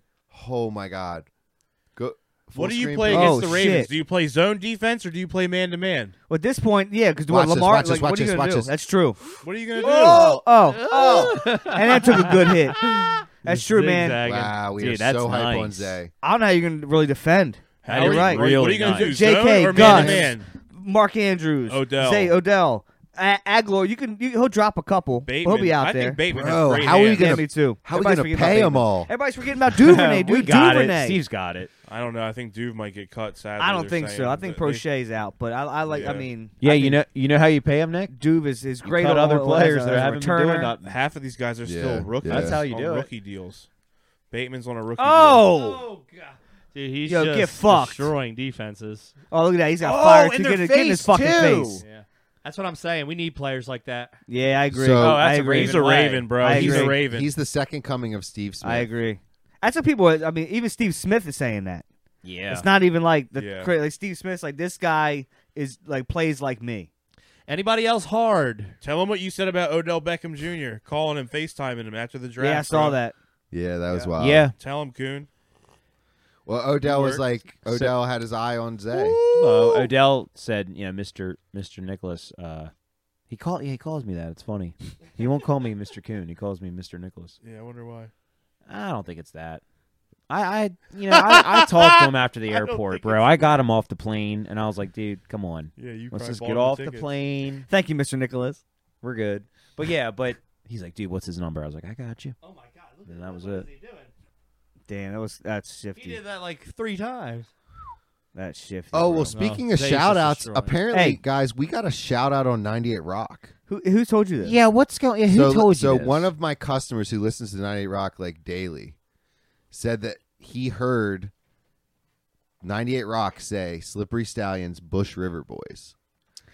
S4: Oh my god. Go. full
S3: What do you
S4: screen,
S3: play
S4: please.
S5: Oh,
S3: against the Ravens?
S5: shit.
S3: Do you play zone defense or do you play man to man?
S5: Well, at this point, yeah, because
S4: Watch
S5: what
S4: this,
S5: Lamar,
S4: watch this,
S5: like, what
S4: watch
S5: are you
S4: this,
S5: gonna
S4: watch
S5: do?
S4: this.
S5: That's true.
S3: What are you gonna
S5: Oh, oh, oh, and that took a good hit. That's true, man.
S7: Zigzag.
S4: Wow, we
S1: Dude,
S4: are
S1: that's
S4: so hype on
S1: nice.
S4: Zay.
S5: I don't know how you're gonna really defend.
S3: do?
S5: You're right.
S3: What are you gonna do?
S1: Really
S5: J.K.
S3: Zone or
S5: Gus,
S3: man to man?
S5: Mark Andrews,
S3: Odell.
S5: Zay Odell, A- Aguilar. You can you, he'll drop a couple. but
S3: Bateman.
S5: He'll be out
S3: I
S5: there.
S3: think Bateman has
S4: Bro,
S3: great
S4: how are you
S3: hands.
S5: yeah,
S4: gonna-
S5: me too.
S4: how we
S5: Everybody's
S4: gonna
S5: forgetting about
S4: pay 'em
S5: Bateman.
S4: all?
S5: Everybody's forgetting about Duvernay, dude.
S1: we got
S5: Duvernay.
S1: it. Steve's got it.
S3: I don't know. I think Duve might get cut. Sadly,
S5: I don't
S3: they're
S5: think
S3: saying,
S5: so. I think
S3: but they-
S5: Prochet's out, but I, I like. I
S3: Yeah.
S5: mean,
S1: Yeah,
S5: I
S1: you
S5: think
S1: know, you know how you pay him, Nick.
S5: Duve is, is great.
S1: cut
S5: on-
S1: other
S5: on-
S1: players
S5: as a-
S1: that
S5: as a
S1: haven't been
S5: returner.
S1: doing nothing.
S3: Uh, half of these guys are
S4: Yeah,
S3: still rookies.
S4: yeah. That's
S1: how you
S3: on
S1: do it.
S3: Rookie deals. Bateman's on a rookie.
S5: Oh,
S7: Dude, he's
S5: Yo,
S7: just
S5: get fucked.
S7: destroying defenses.
S5: oh, look at that! He's got
S1: Oh,
S5: fire.
S1: in
S5: too.
S1: their
S5: Get, it- get in his
S1: face,
S5: fucking
S1: too.
S5: face.
S7: Yeah. That's what I'm saying. We need players like that.
S5: Yeah, I agree.
S4: So- Oh,
S5: I
S1: that's a
S5: agree.
S1: Raven
S3: He's a
S1: way.
S3: Raven, bro.
S5: I
S3: He's a
S5: agree.
S3: Raven.
S4: He's the second coming of Steve Smith.
S5: I agree. That's what people. I mean, even Steve Smith is saying that.
S1: Yeah.
S5: It's not even like the
S3: Yeah.
S5: cra- like Steve Smith's like this guy is like plays like me.
S7: Anybody else hard?
S3: Tell him what you said about Odell Beckham Jr. Calling him, FaceTiming him after the draft.
S5: Yeah, I saw
S3: bro.
S5: that.
S4: Yeah, that was wild.
S1: yeah.
S3: Tell him, Coon.
S4: Well, Odell was
S3: Works.
S4: like Odell had his eye on Zay.
S1: Oh, Odell said, you know, Mister Mister Nicholas. Uh, he call yeah, he calls me that. It's funny. He won't call me Mister Coon. He calls me Mister Nicholas.
S3: Yeah, I wonder why.
S1: I don't think it's that. I, I you know, I, I talked to him after the
S3: I don't
S1: airport,
S3: think
S1: bro.
S3: it's
S1: I got him off the plane, and I was like, dude, come on,
S3: Yeah, you.
S1: let's
S3: probably
S1: just
S3: bought
S1: get
S3: him
S1: off the
S3: tickets.
S1: plane.
S5: Thank you, Mr. Nicholas.
S1: We're good. But yeah, but he's like, dude, what's his number? I was like, I got you.
S7: Oh my god! Look
S1: And that was it.
S7: he doing?
S5: Damn, that was that's
S7: He
S5: shifty.
S7: did that like three times.
S5: That's shifty.
S4: Oh
S5: bro.
S4: well, speaking
S7: No,
S4: of
S7: Zay's just
S4: shout outs,
S7: destroying.
S4: apparently
S5: Hey.
S4: guys, we got a shout out on 98 Rock.
S5: who who told you this?
S1: Yeah, what's going? Who
S4: so,
S1: told you?
S4: so
S1: this?
S4: one of my customers who listens to 98 Rock like daily said that he heard 98 Rock say Slippery Stallions Bush River Boys.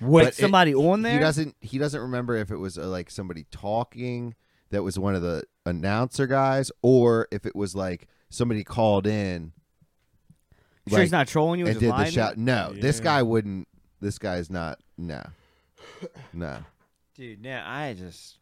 S5: Wait,
S4: but it-
S5: somebody on there?
S4: He doesn't he doesn't remember if it was uh, like somebody talking that was one of the announcer guys or if it was like somebody called in
S5: sure,
S4: like,
S5: he's not trolling you.
S4: and
S5: and
S4: did
S5: just
S4: the
S5: lying
S4: shout. No, this
S3: Yeah.
S4: guy wouldn't. This guy's not. No, no.
S1: dude. Now I just.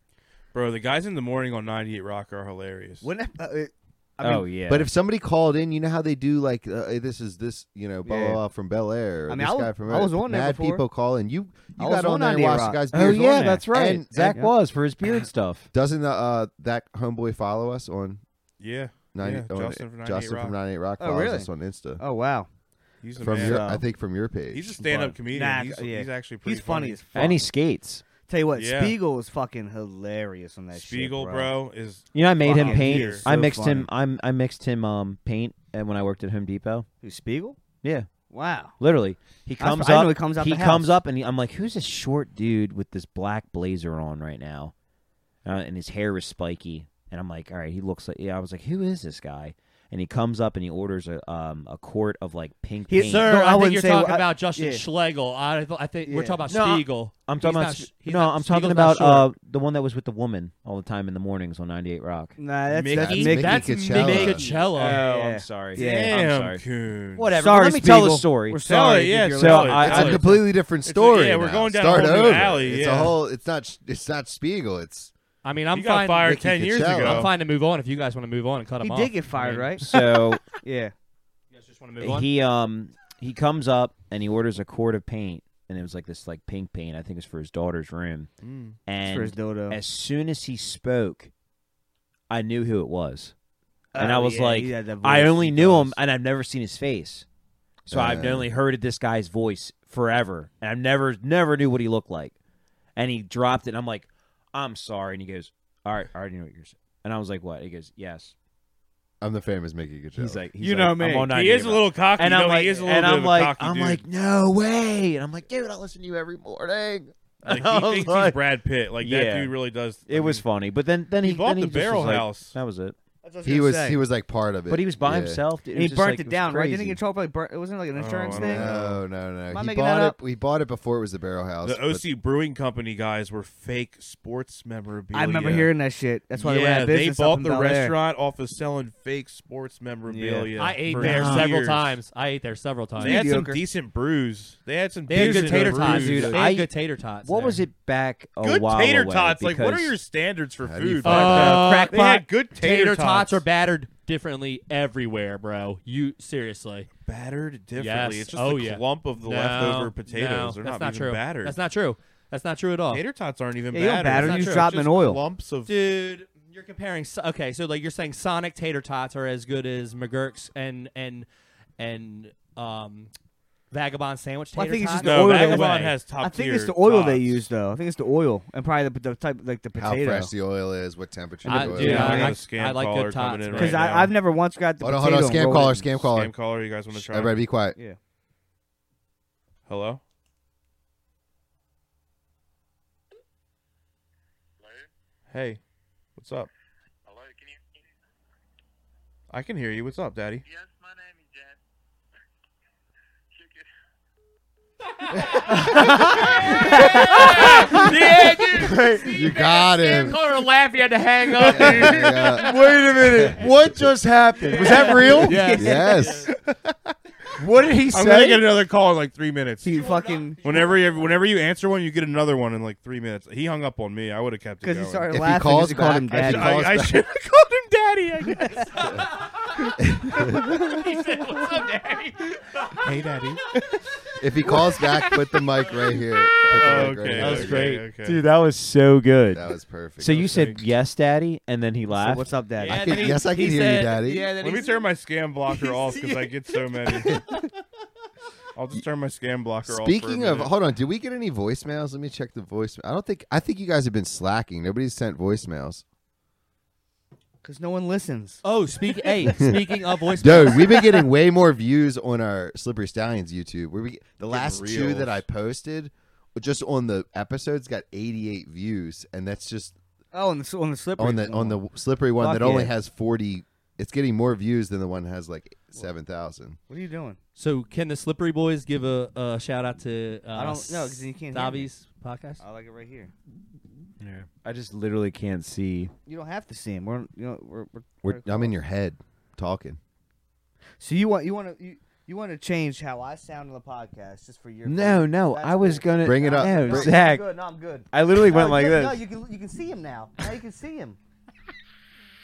S3: bro. The guys in the morning on 98 Rock are hilarious.
S5: When, uh, it- I mean,
S1: oh yeah,
S4: But if somebody called in, you know how they do like uh, hey, this is this you know blah blah,
S5: Yeah.
S4: blah from Bel Air. Or
S5: I mean,
S4: this
S5: I was-
S4: guy from
S5: I was on there
S4: mad
S5: before.
S4: people call in. You
S5: I
S4: you
S5: was
S4: got
S5: on
S4: on there and
S5: 98
S4: watched
S5: Rock.
S4: the guys.
S1: oh
S4: beers
S1: yeah,
S4: on there.
S1: that's right.
S4: And
S1: Zach
S4: and
S1: was for his beard stuff.
S4: doesn't the, uh, that homeboy follow us on
S3: yeah,
S4: 90,
S3: Yeah,
S4: on-
S3: Justin from 98
S4: oh, Justin
S3: Rock.
S4: from 98 Rock
S5: Oh,
S4: follows
S5: really?
S4: us on Insta
S5: oh wow,
S3: he's the
S4: from
S3: man.
S4: your
S5: So-
S4: I think from your page.
S3: he's a stand-up comedian.
S5: Nah,
S3: he's,
S5: yeah.
S3: he's actually pretty.
S5: he's funny, as fuck.
S1: And he skates.
S5: Tell you what,
S3: Yeah.
S5: Spiegel is fucking hilarious on that shit,
S3: Spiegel, bro. is
S1: You know, I made him
S5: Fucking
S1: paint.
S3: weird.
S1: I
S5: So
S1: mixed
S5: funny.
S1: him. I'm, I mixed him um paint, and when I worked at Home Depot,
S5: Who, Spiegel?
S1: yeah,
S5: Wow.
S1: literally, he
S5: That's
S1: comes
S5: what- I
S1: up.
S5: know he comes out
S1: he
S5: the house.
S1: comes up, and he, I'm like, "Who's this short dude with this black blazer on right now?" Uh, and his hair is spiky, and I'm like, "All right, he looks like." Yeah, I was like, "Who is this guy?" And he comes up and he orders a um a quart of like pink
S5: He-
S1: paint.
S5: No,
S7: Sir,
S5: I
S7: I, think
S5: wouldn't
S7: you're
S5: say-
S7: talking
S5: I-
S7: about Justin
S5: yeah.
S7: Schlegel. I, th- I think we're
S5: Yeah.
S7: talking about
S1: No, I-
S7: Spiegel.
S1: I'm
S7: He's
S1: talking
S7: not
S1: about
S7: sh-
S1: Sp-
S7: he's
S1: no,
S7: not-
S1: I'm
S7: Spiegel's
S1: talking
S7: not
S1: about uh the one that was with the woman all the time in the mornings on 98 Rock.
S5: Nah, that's
S3: Mickey?
S5: that's
S4: Mickey
S5: Mickey.
S7: That's Mickey
S4: Coachella.
S1: Oh,
S7: Coachella.
S1: I'm
S5: yeah.
S1: sorry.
S5: Yeah.
S1: I'm
S3: damn
S1: sorry.
S3: coon.
S1: Whatever.
S5: Sorry,
S1: let me tell the
S5: Spiegel.
S1: story.
S5: We're
S3: Tell
S5: sorry.
S3: it, yeah,
S5: if you're
S1: so
S3: tell it.
S1: I-
S3: It's
S4: It's
S1: I-
S4: a
S3: like-
S4: completely different
S3: a-
S4: story.
S3: yeah, we're
S4: now.
S3: going down a
S4: Start
S3: whole new
S4: over.
S3: alley,
S4: It's a
S3: yeah.
S4: whole. It's not. sh- It's not Spiegel. It's
S7: I mean, I'm
S3: he
S7: fine.
S3: got fired
S4: Mickey
S3: ten years
S4: Coachella.
S3: ago.
S7: I'm fine to move on if you guys want to move on and cut him
S5: he
S7: off.
S5: did get fired, right?
S1: so
S5: Yeah.
S7: You guys just want to move on.
S1: he um he comes up and he orders a quart of paint and it was like this like pink paint i think it was for his daughter's room
S3: Mm.
S5: It's for his
S1: and
S5: dildo.
S1: as soon as he spoke i knew who it was and i
S5: Oh,
S1: was
S5: yeah,
S1: like
S5: he had that
S1: i
S5: voice,
S1: only
S5: he
S1: knew him
S5: does.
S1: and i've never seen his face so i've
S4: Uh.
S1: only heard this guy's voice forever and i've never never knew what he looked like and he dropped it and i'm like i'm sorry and he goes all right i already know what you're saying and i was like what he goes yes
S4: I'm the famous Mickey Coachella.
S1: he's like he's
S5: You
S1: like,
S5: know
S1: I'm
S5: me.
S1: on
S3: He
S1: 98
S3: is a
S1: Rock."
S3: little cocky.
S1: and
S3: you
S1: I'm
S3: know,
S1: like,
S3: he is a little
S1: and
S3: bit
S1: I'm
S3: of a
S1: like,
S3: cocky
S1: I'm
S3: dude.
S1: like, no way. And I'm like, dude, I listen to you every morning.
S3: Like,
S1: I
S3: he
S1: was
S3: thinks he's
S1: like-
S3: Brad Pitt. Like that
S1: Yeah.
S3: dude really does. I
S1: It was
S3: mean,
S1: funny, but then then
S3: He
S1: he,
S3: bought
S1: then
S3: the
S1: just was
S3: Barrel
S1: like-
S3: House.
S1: that was it.
S4: he was he was like part of it,
S1: But he was by
S4: Yeah.
S1: himself. dude. It
S5: And he
S1: was just,
S5: burnt
S1: like,
S5: it down,
S1: was
S5: right? Didn't
S1: crazy.
S5: he get trouble? Like, burnt, it wasn't like an
S3: Oh,
S5: insurance
S3: I don't
S5: thing.
S4: No, no,
S5: Am
S4: no.
S5: I
S4: He
S5: making
S4: bought
S5: that
S4: it.
S5: up?
S4: We bought it before it was the Barrel House.
S3: The
S4: but-
S3: OC Brewing Company guys were fake sports memorabilia.
S5: I remember hearing that shit. That's why they went out
S3: yeah,
S5: of
S3: they
S5: business. up
S3: bought
S5: in
S3: the
S5: Bel Air.
S3: restaurant off of selling fake sports memorabilia.
S7: I ate
S3: for
S7: there several
S3: years.
S7: times. I ate there several times.
S3: They had some
S5: Mediocre.
S3: decent brews. They had some
S7: They had
S3: decent
S7: good tater
S3: brews.
S7: tots.
S1: Dude,
S7: They
S1: I-
S7: had good tater tots.
S1: What
S7: there.
S1: was it back a
S3: Good
S1: while
S3: tater
S1: away?
S3: tots. Like, what are
S1: Because-
S3: your standards for
S4: How do you
S3: food?
S4: fuck
S3: Like,
S7: Uh,
S3: they had
S7: crackpot
S3: good
S7: Tater, tots
S3: tots
S7: are battered differently everywhere, bro. You seriously?
S3: battered differently.
S7: Yes.
S3: It's just
S7: Oh,
S3: a
S7: yeah.
S3: clump of the
S7: No,
S3: leftover potatoes.
S7: no,
S3: They're
S7: that's
S3: not, even
S7: true.
S3: battered.
S7: That's not true. That's not true at all,
S3: tater tots aren't even
S5: Yeah, you don't
S3: battered.
S5: batter,
S3: That's
S7: you
S3: not true.
S5: drop
S3: It's
S5: them in
S3: just
S5: oil.
S3: Clumps of
S7: dude. You're comparing. so- Okay, so like you're saying, Sonic tater tots are as good as McGurk's and and and um, Vagabond sandwich
S5: Well, I
S7: tater
S5: think it's
S7: tots.
S5: just
S3: no,
S5: oil
S3: Vagabond
S5: they-
S3: has top
S5: I think
S3: tier
S5: it's the oil
S3: tots.
S5: they use, though. I think it's the oil and probably the, the type, like the
S4: how
S5: potato.
S4: fresh the oil is, what temperature
S7: I-
S4: the oil
S7: dude,
S4: is.
S3: Yeah,
S7: I-
S3: we got
S7: I-
S3: a scam
S7: I like
S3: caller
S7: good
S3: coming in
S7: tots,
S5: Because
S3: right now.
S5: I, I've never once grabbed the
S4: Hold on,
S5: potato.
S4: hold on.
S5: and
S4: Scam
S5: rolled
S4: caller,
S5: it.
S4: scam caller.
S3: Scam caller, you guys want to try?
S4: Everybody, be quiet.
S5: Yeah.
S3: Hello. Hey, what's up?
S8: Hello, can you hear me?
S3: I can hear you. What's up, Daddy?
S8: Yes, my name is Jen. Chicken.
S9: yeah, dude.
S4: you got
S9: Sam
S4: him.
S9: called her a laugh. You had to hang up, dude.
S4: Yeah.
S10: Wait a minute. What just happened? Was that real?
S4: Yes.
S10: What did he
S3: I'm gonna
S10: say?
S3: get another call in like three minutes.
S5: He fucking
S3: Whenever you whenever you answer one, you get another one in like three minutes. He hung up on me. I would have kept it
S5: because
S3: going.
S4: If
S5: he started
S4: he
S5: laughing. 'cause
S4: calls
S5: he called
S4: back,
S5: him
S4: I should-
S5: daddy.
S4: calls
S3: I, I
S4: back.
S3: should have called him daddy. I guess.
S9: He said, What's up, Daddy?
S3: hey, daddy.
S4: If he calls back, put the mic right here. Put the mic right
S3: okay,
S4: here.
S1: That was
S3: okay,
S1: great.
S3: Okay.
S1: Dude, that was so good.
S4: That was perfect.
S1: so you said
S3: thanks.
S1: yes, daddy, and then he
S5: So
S1: laughed.
S5: what's up, daddy?
S4: can-
S9: then
S4: yes, I can
S9: he
S4: hear you,
S9: said-
S4: Daddy.
S9: Yeah, then he
S3: Let me
S9: said-
S3: turn my scam blocker off because I get so many. I'll just turn my scam blocker off. for a
S4: Speaking of,
S3: minute.
S4: hold on. Did we get any voicemails? Let me check the voicemail. I don't think. I think you guys have been slacking. Nobody's sent voicemails.
S5: Because no one listens.
S7: Oh, speak. Hey, speaking of voice,
S4: Dude, we've been getting way more views on our Slippery Stallions YouTube. Where we the last two
S3: reels.
S4: that I posted, just on the episodes, got 88 views, and that's just
S5: Oh, on the s- on the slippery
S4: on the on the slippery one
S5: Fuck
S4: that only
S5: yeah.
S4: has 40. It's getting more views than the one that has like 7,000.
S5: What are you doing?
S7: so can the Slippery Boys give a, a shout out to? Uh,
S5: I don't- no, 'cause then you can't hear me.
S7: Davi's podcast.
S5: I like it right here.
S1: I just literally can't see.
S5: You don't have to see him. We're you know we're, we're,
S4: We're, I'm in your head talking.
S5: So you want you want to you, you want to change how I sound on the podcast just for your
S1: No,
S5: sake.
S1: no,
S5: That's
S1: I was
S5: good.
S1: gonna
S4: Bring it up.
S1: No,
S4: Bring-
S5: No,
S1: Zach,
S5: I'm good. No, I'm good.
S1: I literally went
S5: No,
S1: like
S5: no,
S1: this.
S5: No, you can you can see him now. Now you can see him.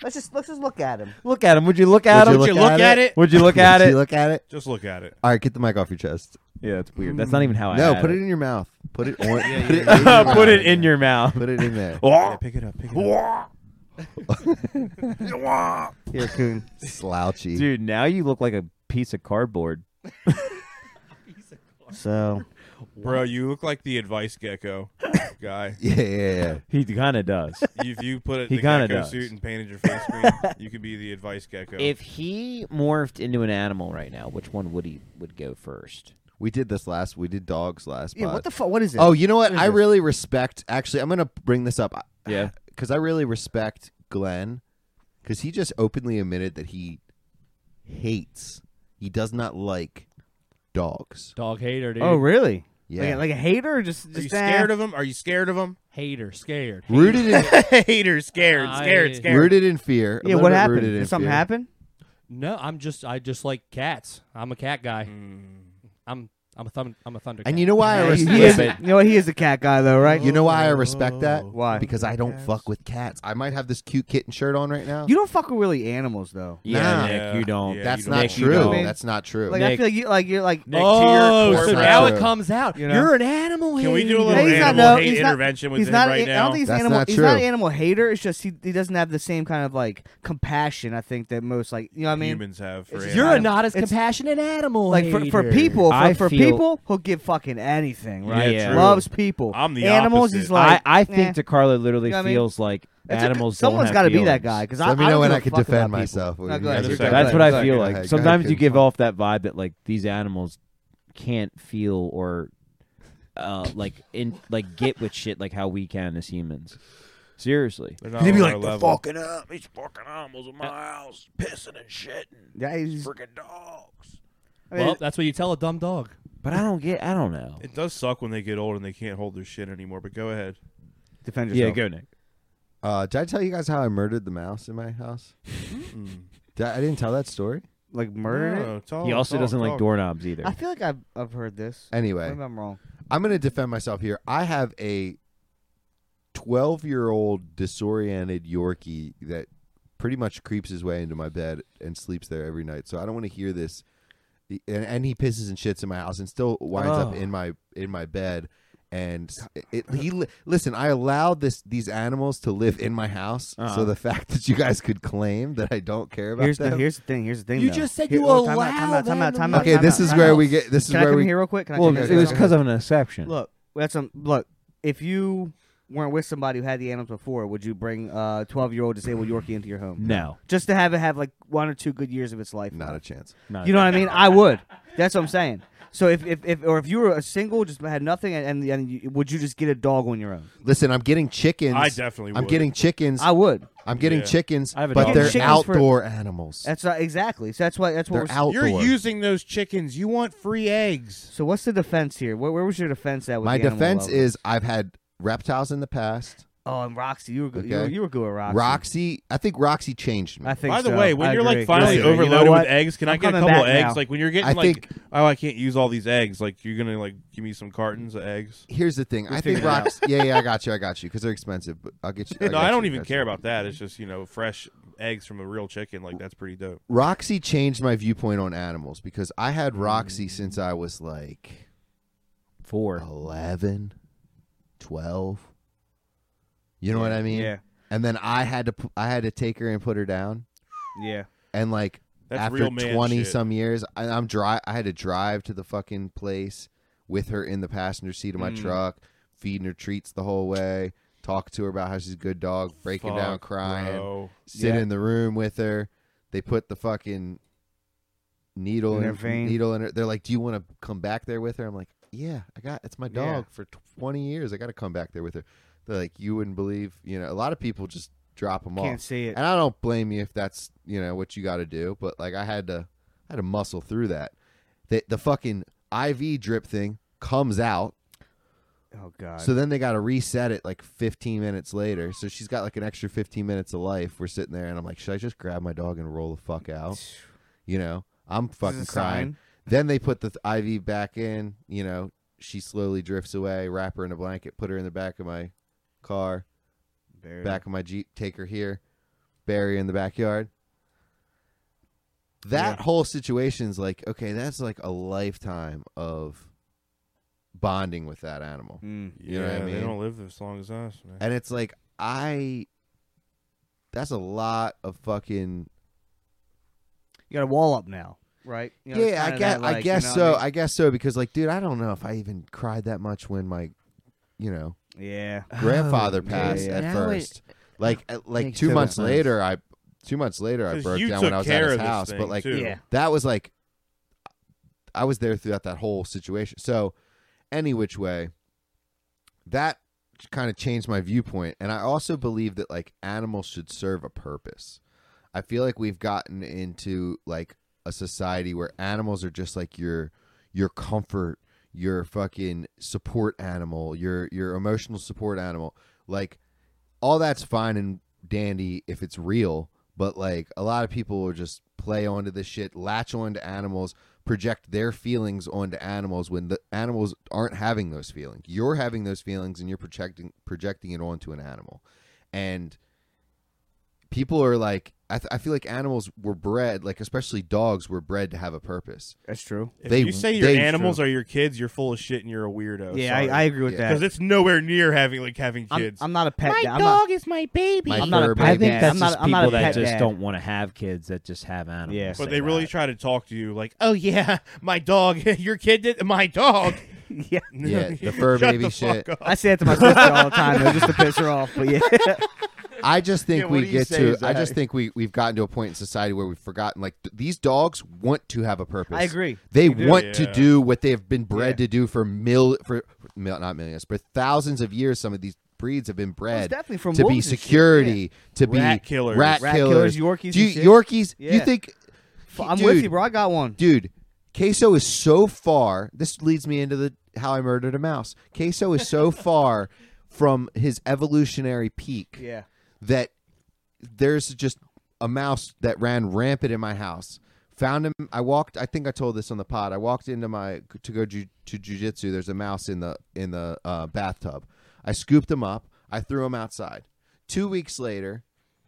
S5: Let's just let's just look at him.
S1: Look at him. Would you look at
S4: Would
S1: him?
S4: you look at it?
S1: Would you look at
S4: Did
S1: it?
S4: you look at it.
S3: just look at it.
S4: All right, get the mic off your chest.
S1: yeah, that's weird.
S5: Mm.
S1: That's not even how I.
S4: no,
S1: had
S4: put it. in your mouth. Put it on. put, it in your
S1: put it
S4: mouth.
S1: in Oh. your mouth.
S4: Put it in there.
S3: Yeah, pick it up. Pick it up.
S5: Here, Coon.
S4: Slouchy.
S1: Dude, now you look like a piece of cardboard.
S5: so
S3: Bro, you look like the advice gecko guy.
S4: Yeah, yeah, yeah.
S1: He kind of does.
S3: If you put it
S1: He
S3: the
S1: kinda
S3: gecko
S1: does.
S3: suit and painted your face green, you could be the advice gecko.
S1: if he morphed into an animal right now, which one would he would go first?
S4: We did this last. We did dogs last.
S5: yeah, what
S4: pod.
S5: the fuck? What is it?
S4: Oh, you know what?
S5: What is
S4: I
S5: this?
S4: really respect. Actually, I'm gonna bring this up.
S1: Yeah.
S4: because I really respect Glenn because he just openly admitted that he hates. He does not like dogs.
S7: Dog hater, dude.
S5: oh really?
S4: Yeah.
S5: Like, a- like a hater? Or just
S3: Are you
S5: just
S3: scared of him? Are you scared of him?
S7: hater, scared.
S4: Rooted in
S3: Hater, scared,
S7: I-
S3: scared, scared.
S4: rooted in fear. A
S5: Yeah.
S4: little
S5: What
S4: bit
S5: happened?
S4: rooted in
S5: Did something
S4: fear.
S5: happen?
S7: No, I'm just I just like cats. I'm a cat guy. I'm I'm a thun- I'm a thunder.
S4: And
S7: cat.
S4: you know why I
S5: Yeah, he-
S4: respect
S5: he is, you know what? He is a cat guy though, right?
S4: You know why I respect that?
S5: Why?
S4: Because I don't fuck with cats. I might have this cute kitten shirt on right now.
S5: you don't fuck with really animals though.
S1: Yeah,
S4: Nah.
S1: Nick, you don't.
S3: Yeah,
S4: That's
S3: you
S4: not
S3: don't.
S1: Nick, you
S4: true.
S1: don't.
S4: That's not true.
S5: Like I
S1: Nick.
S5: feel like you like you're like
S3: Nick,
S7: oh,
S3: to your
S7: so
S4: corpse.
S7: now
S4: Yeah.
S7: it comes out.
S5: You know?
S7: You're an animal.
S3: Can we do a
S7: hater.
S3: little
S5: he's not-
S3: animal
S5: no,
S3: hate
S5: he's not-
S3: intervention with
S5: he's
S3: him
S5: not.
S3: right
S5: I
S3: now?
S5: don't think he's
S4: That's
S5: animal.
S4: not
S5: He's not an
S4: true.
S5: animal hater. It's just he, he doesn't have the same kind of like compassion. I think that most like you know what I mean.
S3: humans have for
S5: It's just
S3: animals.
S7: You're a not as
S5: It's-
S7: compassionate animal.
S5: Like for, for
S7: hater.
S5: people, for,
S1: I
S5: for
S1: feel-
S5: people, he'll give fucking anything. Right?
S1: Yeah.
S3: true.
S5: Loves people.
S3: I'm the
S5: animals.
S3: opposite.
S5: He's like
S1: I, I think
S5: eh.
S1: DiCarlo literally
S5: You know what I mean?
S1: feels like
S5: It's okay.
S1: animals. don't
S5: Someone's
S1: have
S5: gotta be
S1: feelings.
S5: that guy because I
S4: Let me know
S5: I don't
S4: when
S5: give
S4: I
S5: a
S4: could
S5: fuck about
S4: defend
S5: people.
S4: myself. when
S5: No,
S4: you
S5: go ahead.
S4: guys are
S3: That's
S4: talking
S1: That's
S4: about
S1: what
S4: it.
S1: I
S5: Go
S1: feel
S4: Go
S1: like.
S4: ahead. Go
S1: Sometimes
S4: ahead,
S1: you
S4: Kim.
S1: give off that vibe that like these animals can't feel or uh like in like get with shit like how we can as humans. Seriously.
S3: They're not on our level.
S8: up. These fucking animals in my house, pissing and shitting.
S5: Yeah, he's-
S8: Freaking dogs.
S5: I mean,
S7: Well, that's what you tell a dumb dog.
S1: But I don't get I don't know.
S3: It does suck when they get old and they can't hold their shit anymore. But go ahead.
S5: defend
S1: Yeah,
S5: yourself.
S1: go Nick.
S4: Uh, did I tell you guys how I murdered the mouse in my house? Did I, I didn't tell that story.
S5: Like murder.
S3: No, talk,
S1: He also
S3: talk,
S1: doesn't like
S3: talk.
S1: doorknobs either.
S5: I feel like I've I've heard this.
S4: Anyway,
S5: Maybe I'm wrong.
S4: I'm going to defend myself here. I have a 12 year old disoriented Yorkie that pretty much creeps his way into my bed and sleeps there every night. So I don't want to hear this. The- And, and he pisses and shits in my house and still winds
S1: Oh.
S4: up in my in my bed. And it, it- he li- listen. I allowed this these animals to live in my house.
S1: Uh-huh.
S4: So the fact that you guys could claim that I don't care about
S5: Here's
S4: them.
S5: the here's the thing. Here's the thing.
S7: You
S5: though.
S7: just said
S5: Here-
S7: you
S5: oh, time out,
S7: allow
S5: time out, time out,
S7: them
S5: time
S7: to
S5: out,
S4: okay,
S5: time
S4: this
S5: out,
S4: is
S5: time
S4: where
S5: out.
S4: we get. This is
S5: Can I
S4: where
S5: come
S4: we.
S5: here real quick? Can I
S1: well,
S5: check
S1: it
S5: in?
S1: was because of an exception.
S5: Look, that's a look. If you weren't with somebody who had the animals before, would you bring a twelve-year-old disabled Yorkie into your home
S1: no.
S5: just to have it have like one or two good years of its life?
S4: Not a chance.
S1: Not
S5: You know what I mean? I would. That's what I'm saying. So if, if, if or if you were a single, just had nothing, and and, and you, would you just get a dog on your own?
S4: Listen, I'm getting chickens.
S3: I definitely
S4: I'm
S3: would.
S4: getting chickens.
S5: I would.
S4: I'm getting
S3: Yeah.
S4: chickens,
S1: I have a
S4: but
S1: dog.
S4: they're
S5: Chickens for-
S4: outdoor animals.
S5: That's not, exactly. So that's why that's what.
S4: they're
S5: We're, s-
S4: outdoor.
S11: You're using those chickens. You want free eggs.
S5: so what's the defense here? Where, where was your defense at? With
S4: My
S5: the animal
S4: defense
S5: lover?
S4: is I've had reptiles in the past.
S5: Oh, and Roxy, you were good. You, were,
S4: Okay.
S5: you were good with Roxy.
S4: Roxy, I think Roxy changed me.
S5: I think.
S3: By the
S5: so.
S3: way, when
S5: I
S3: you're
S5: agree.
S3: like finally
S5: Listen, you know
S3: overloaded
S5: what?
S3: with eggs, can i
S5: I'm
S3: get a
S5: coming
S3: couple
S5: back
S3: eggs?
S5: now.
S3: Like when you're getting
S4: I
S3: like,
S4: think-
S3: oh, I can't use all these eggs. Like you're gonna like give me some cartons of eggs.
S4: Here's the thing. I think
S3: figuring it
S4: Roxy. yeah, yeah, I got you. I got you because they're expensive, but I'll get you.
S3: no,
S4: got
S3: I don't
S4: you,
S3: even
S4: got
S3: care
S4: you.
S3: about that. It's just you know fresh eggs from a real chicken. Like that's pretty dope.
S4: Roxy changed my viewpoint on animals because I had Roxy since I was like
S1: Four.
S4: 11, 12. You know what I mean?
S5: Yeah.
S4: And then I had to pu- I had to take her and put her down.
S5: Yeah.
S4: And like
S3: That's
S4: after
S3: real man
S4: 20
S3: shit.
S4: some years, I, I'm dry I had to drive to the fucking place with her in the passenger seat of my
S3: Hmm.
S4: truck, feeding her treats the whole way, talk to her about how she's a good dog, breaking down
S3: Fuck,
S4: crying
S3: bro.
S4: sit
S5: Yeah.
S4: in the room with her. They put the fucking needle
S5: In
S4: in,
S5: her vein.
S4: needle in her. They're like, "Do you want to come back there with her?" I'm like, "Yeah, I got it's my
S5: Yeah.
S4: dog for 20 years. I got to come back there with her." They're like, "You wouldn't believe, you know, a lot of people just drop them
S5: Can't
S4: off."
S5: see it.
S4: And I don't blame you if that's, you know, what you got to do, but like I had to I had to muscle through that. The the fucking IV drip thing comes out
S5: Oh God.
S4: so then they got to reset it like 15 minutes later. So she's got like an extra 15 minutes of life. We're sitting there, and I'm like, should I just grab my dog and roll the fuck out? You know, I'm fucking
S5: is a
S4: crying.
S5: sign.
S4: Then they put the th- IV back in. You know, she slowly drifts away. Wrap her in a blanket. Put her in the back of my car,
S5: Very-
S4: back of my jeep. Take her here. Bury her in the backyard. That whole situation's like okay, that's like a lifetime of bonding with that animal.
S5: Mm.
S4: You know what I
S3: they
S4: mean?
S3: don't live as long as us, man.
S4: And it's like I that's a lot of fucking
S5: You got a wall up now, right? You know, it's
S4: Yeah, I
S5: kinda
S4: guess
S5: that, like,
S4: I
S5: you
S4: guess
S5: know
S4: so.
S5: what
S4: I guess so because like dude, I don't know if I even cried that much when my you know,
S5: mean? Oh, yeah.
S4: grandfather
S1: yeah,
S4: passed
S1: yeah.
S4: at
S1: Now
S4: first. like uh, like
S1: makes
S4: 2
S1: so much
S4: months
S1: sense.
S4: later I 2 months later I
S3: 'Cause
S4: broke
S3: you
S4: down
S3: took
S4: when I was at
S3: care
S4: his
S3: of this
S4: house, but
S3: thing,
S4: like
S3: too.
S5: Yeah.
S4: that was like I was there throughout that whole situation. So any which way that kind of changed my viewpoint and I also believe that like animals should serve a purpose. I feel like we've gotten into like a society where animals are just like your your comfort, your fucking support animal, your your emotional support animal. Like all that's fine and dandy if it's real, but like a lot of people will just play onto this shit, latch onto animals, project their feelings onto animals when the animals aren't having those feelings. You're having those feelings and you're projecting projecting it onto an animal. And people are like I, th- I feel like animals were bred like especially dogs were bred to have a purpose
S5: That's true.
S3: If
S4: they-
S3: you say your
S4: they-
S3: animals are your kids, you're full of shit and you're a weirdo.
S5: yeah, I, I agree with
S4: Yeah.
S5: that.
S3: because it's nowhere near having like having
S5: I'm,
S3: kids.
S5: I'm not a pet
S11: My
S5: dad. I'm not,
S11: dog is my baby.
S4: My
S5: I'm not a
S4: fur
S5: pet
S4: baby.
S1: I think
S5: dad.
S1: that's
S5: I'm
S1: just
S5: not, I'm
S1: people
S5: not a
S1: that
S5: pet
S1: just
S5: dad.
S1: don't want to have kids that just have animals.
S5: Yeah.
S1: say
S3: but they really
S1: that.
S3: try to talk to you like,
S11: oh yeah, my dog. Your kid did my dog.
S5: Yeah.
S4: Yeah, the fur
S3: Shut
S4: baby
S3: the fuck
S4: shit.
S3: up.
S5: I say that to my sister all the time, though, just to piss her off. But yeah,
S4: i just think
S11: Yeah, what do
S4: we
S11: you
S4: get
S11: say
S4: to
S11: is
S4: i
S11: that?
S4: just think we, we've gotten to a point in society where we've forgotten like th- these dogs want to have a purpose
S5: I agree.
S4: they
S5: do.
S4: want to
S3: Yeah.
S4: do what they've been bred
S5: Yeah.
S4: to do for mil for mil, not millions for thousands of years some of these breeds have been bred
S5: definitely from
S4: to be
S5: wolves and shit,
S4: security to be
S3: Rat killers.
S4: rat,
S5: Rat
S4: killers,
S5: killers, Yorkies
S4: do you,
S5: and shit.
S4: yorkies you
S5: Yeah.
S4: think
S5: I'm with
S4: dude,
S5: you, bro. I got one.
S4: dude queso is so far this leads me into the how i murdered a mouse queso is so far from his evolutionary peak
S5: Yeah,
S4: that there's just a mouse that ran rampant in my house found him i walked i think i told this on the pod i walked into my to go ju- to jujitsu there's a mouse in the in the uh, bathtub i scooped him up i threw him outside two weeks later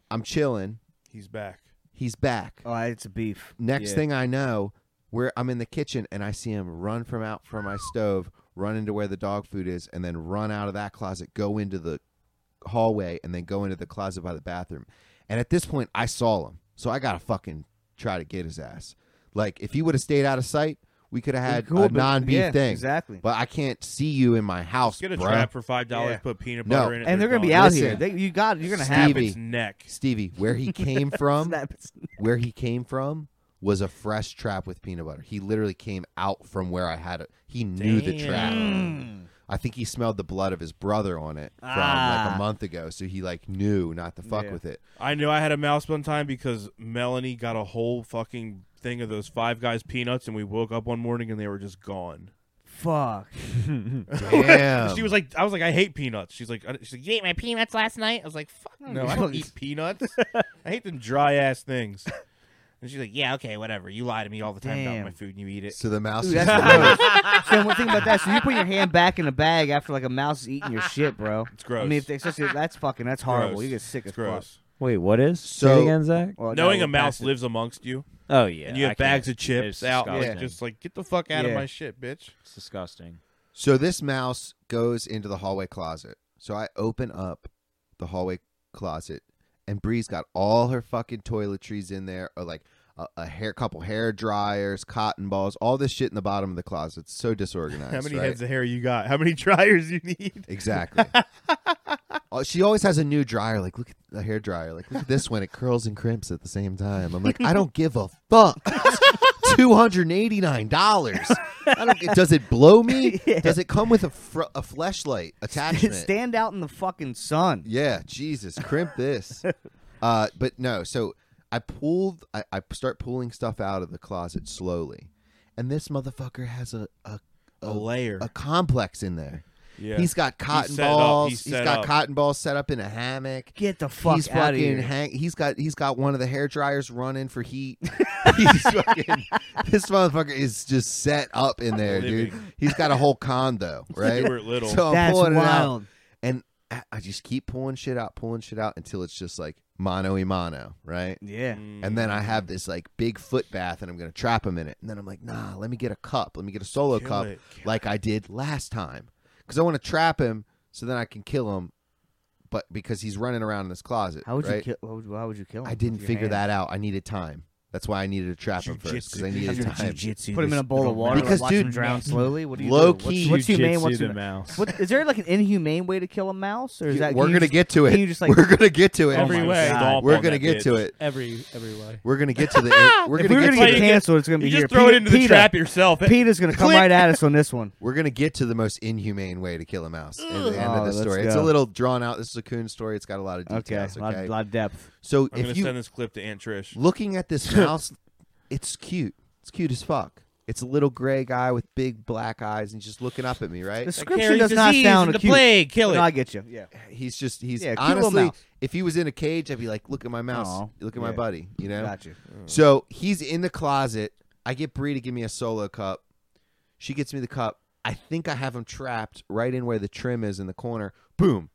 S4: i'm chilling
S3: He's back.
S4: he's back
S5: oh, it's a beef.
S4: Next
S5: Yeah.
S4: thing I know, where I'm in the kitchen and I see him run from out from my stove, run into where the dog food is, and then run out of that closet, go into the hallway, and then go into the closet by the bathroom. And at this point, I saw him, so I gotta fucking try to get his ass. Like if he would have stayed out of sight, we could have had
S5: cool,
S4: a
S5: but-
S4: non-beef
S5: yeah,
S4: thing.
S5: exactly.
S4: But I can't see you in my house,
S3: Let's get a
S4: bruh.
S3: trap for five dollars.
S5: Yeah.
S3: Put peanut
S4: No.
S3: butter in it.
S5: And they're gonna be
S3: gone.
S5: out
S4: Listen.
S5: here. They, you got. You're gonna
S3: Snap
S5: have
S4: Stevie.
S3: its neck.
S4: Stevie, where he came from,
S5: Snap it.
S4: where he came from was a fresh trap with peanut butter. He literally came out from where I had it. He knew the trap.
S5: Damn.
S4: I think he smelled the blood of his brother on it from like
S3: Ah.
S4: a month ago, so he like knew not to fuck
S3: Yeah.
S4: with it.
S3: I knew I had a mouse one time because Melanie got a whole fucking thing of those Five Guys peanuts, and we woke up one morning and they were just gone.
S5: Fuck.
S4: Damn.
S5: Um,
S3: she was like, "I was like, I hate peanuts." She's like, I- "She's like,
S11: You ate my peanuts last night? I was like, fuck
S5: Hmm.
S3: no, I don't eat peanuts. I hate them dry ass things." And she's like, "Yeah, okay, whatever. You lie to me all the time
S5: Damn.
S3: about my food, and you eat it."
S4: So the mouse
S5: Dude, that's gross. so one thing about that, so you put your hand back in the bag after like a mouse is eating your shit, bro. It's
S3: gross.
S5: I mean, if they, especially if that's fucking that's horrible. You get sick as
S3: gross.
S1: Wait, what is? Say it
S3: So-
S1: again, Zach?
S5: Well,
S3: Knowing
S5: no,
S3: a mouse
S5: that's it.
S3: lives amongst you.
S1: Oh, yeah,
S3: and you
S1: I
S3: have bags
S1: can't-
S3: of chips
S1: it's
S3: out, like,
S1: disgusting.
S3: just like get the fuck out of
S1: Yeah.
S3: my shit, bitch.
S1: It's disgusting.
S4: So this mouse goes into the hallway closet. So I open up the hallway closet, and Bree's got all her fucking toiletries in there, or like a, a hair, couple hair dryers, cotton balls, all this shit in the bottom of the closet. It's so disorganized.
S3: How many
S4: right?
S3: heads of hair you got? How many dryers you need?
S4: Exactly. Oh, she always has a new dryer. Like, look at the hair dryer. Like, look at this one. It curls and crimps at the same time. I'm like, I don't give a fuck. Two hundred eighty nine dollars. I don't. get- Does it blow me? Does it come with a fr- a flashlight attachment?
S5: Stand out in the fucking sun.
S4: Yeah, Jesus, crimp this. uh, but no, so I pulled. I, I start pulling stuff out of the closet slowly, and this motherfucker has a a, a,
S3: layer,
S4: a complex in there.
S3: Yeah.
S4: He's got
S3: He's
S4: cotton
S3: set up.
S4: balls.
S3: He's
S4: he's
S3: set
S4: got
S3: up.
S4: cotton balls set up in a hammock.
S5: Get the fuck
S4: he's
S5: outta
S4: fucking
S5: here.
S4: Hang, he's got he's got one of the hair dryers running for heat. he's fucking, this motherfucker is just set up in there, dude.
S3: Living.
S4: He's got a whole condo, right?
S3: Stuart Little.
S4: So I'm
S5: That's
S4: pulling it out,
S5: wild.
S4: and I, I just keep pulling shit out, pulling shit out until it's just like mono y mono, right?
S5: Yeah.
S3: Mm.
S4: And then I have this like big foot bath, and I'm gonna trap him in it. And then I'm like, nah, let me get a cup. Let me get a solo
S3: Kill
S4: cup,
S3: it,
S4: like I did last time, because I want to trap him so then I can kill him. But because he's running around in this closet,
S5: How would
S4: right?
S5: you kill? Why would, why would you kill him?
S4: I didn't
S5: with your
S4: figure
S5: hand?
S4: that out. I needed time. That's why I needed to trap him first because I
S5: Jujitsu.
S4: needed
S5: How do you
S4: time.
S5: jujitsu Put him in a bowl of water, like,
S4: Because
S5: watch
S4: dude,
S5: him drown slowly? What do you
S4: low
S5: do? What's-
S4: key,
S5: what's humane,
S4: jujitsu
S5: what's the-
S1: mouse.
S5: What, is there like an inhumane way to kill a mouse, or is that
S4: We're
S5: can you
S4: gonna
S5: just-
S4: get to
S5: Can
S4: it.
S5: you just like Oh
S4: We're gonna get to it.
S7: Every way.
S4: We're gonna get to it.
S7: Every every way.
S4: We're gonna get to the. We're
S5: If
S4: gonna
S5: we were
S4: get
S5: gonna
S4: to
S5: get
S4: the-
S5: canceled, it's gonna be
S7: you
S5: here.
S7: just throw it
S5: Peter-
S7: into the
S5: Peter-
S7: trap yourself.
S5: Peter's gonna come
S7: Click.
S5: right at us on this one.
S4: We're gonna get to the most inhumane way to kill a mouse at the end
S5: Oh,
S4: of the
S5: let's
S4: story. It's a
S5: go.
S4: little drawn out. This is a coon story. It's got a lot of
S5: Okay,
S4: details.
S5: a
S4: Okay,
S5: lot, lot of depth.
S4: So
S3: I'm gonna
S4: if you
S3: send this clip to Aunt Trish.
S4: looking at this mouse, it's cute. It's cute as fuck. It's a little gray guy with big black eyes, and he's just looking up at me. Right?
S5: Description
S7: carries
S5: does not
S7: disease
S5: sound
S7: and the
S5: acute.
S7: plague, kill it.
S5: No, I get you. Yeah.
S4: He's just he's
S5: Yeah, cute little
S4: honestly.
S5: mouse.
S4: If he was in a cage, I'd be like, "Look at my mouse.
S5: Aw,
S4: Look at my
S5: yeah.
S4: buddy." You know.
S5: Got you.
S3: Hmm.
S4: So he's in the closet. I get Bree to give me a solo cup. She gets me the cup. I think I have him trapped right in where the trim is in the corner. Boom.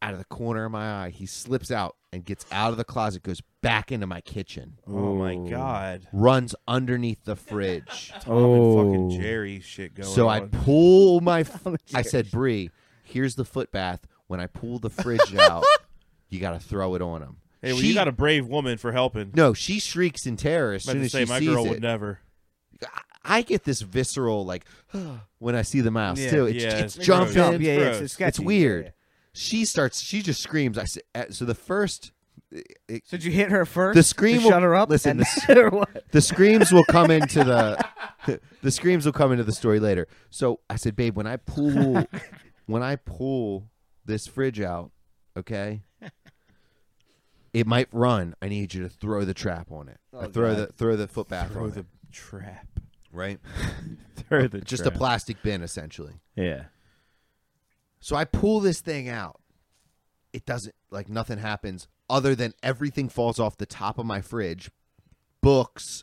S4: Out of the corner of my eye, he slips out and gets out of the closet, goes back into my kitchen,
S3: Oh my god.
S4: runs underneath the fridge.
S3: Tom and fucking Jerry shit going
S4: so
S3: on.
S4: I pull my. f- I said, Bree, here's the foot bath. When I pull the fridge out, you got to throw it on him.
S3: Hey, well, you got a brave woman for helping.
S4: No, she shrieks in terror as
S3: I'm
S4: soon
S3: about to
S4: as
S3: say
S4: she
S3: my
S4: sees
S3: girl
S4: it.
S3: would never.
S4: I get this visceral like when I see the mouse
S5: Yeah.
S4: too. It's,
S3: Yeah,
S4: it's
S3: it's
S4: jumping.
S3: gross.
S5: Yeah, yeah, it's,
S3: Gross.
S5: it's, sketchy.
S4: It's weird. She starts. She just screams. I said. uh, So the first, it- it-
S5: So did you hit her first?
S4: The scream
S5: to
S4: will-
S5: shut her up.
S4: listen,
S5: and
S4: the
S5: then- or what?
S4: the screams will come into the, the screams will come into the story later. So I said, babe, when I pull, when I pull this fridge out, okay, it might run. I need you to throw the trap on it. Or
S5: Oh,
S4: throw
S5: God.
S4: the throw the foot bath
S3: Throw
S4: on
S3: the
S4: it,
S3: trap.
S4: right?
S1: They're the
S4: Just a
S1: trap.
S4: plastic bin, essentially.
S1: Yeah.
S4: So I pull this thing out. It doesn't like nothing happens other than everything falls off the top of my fridge. Books,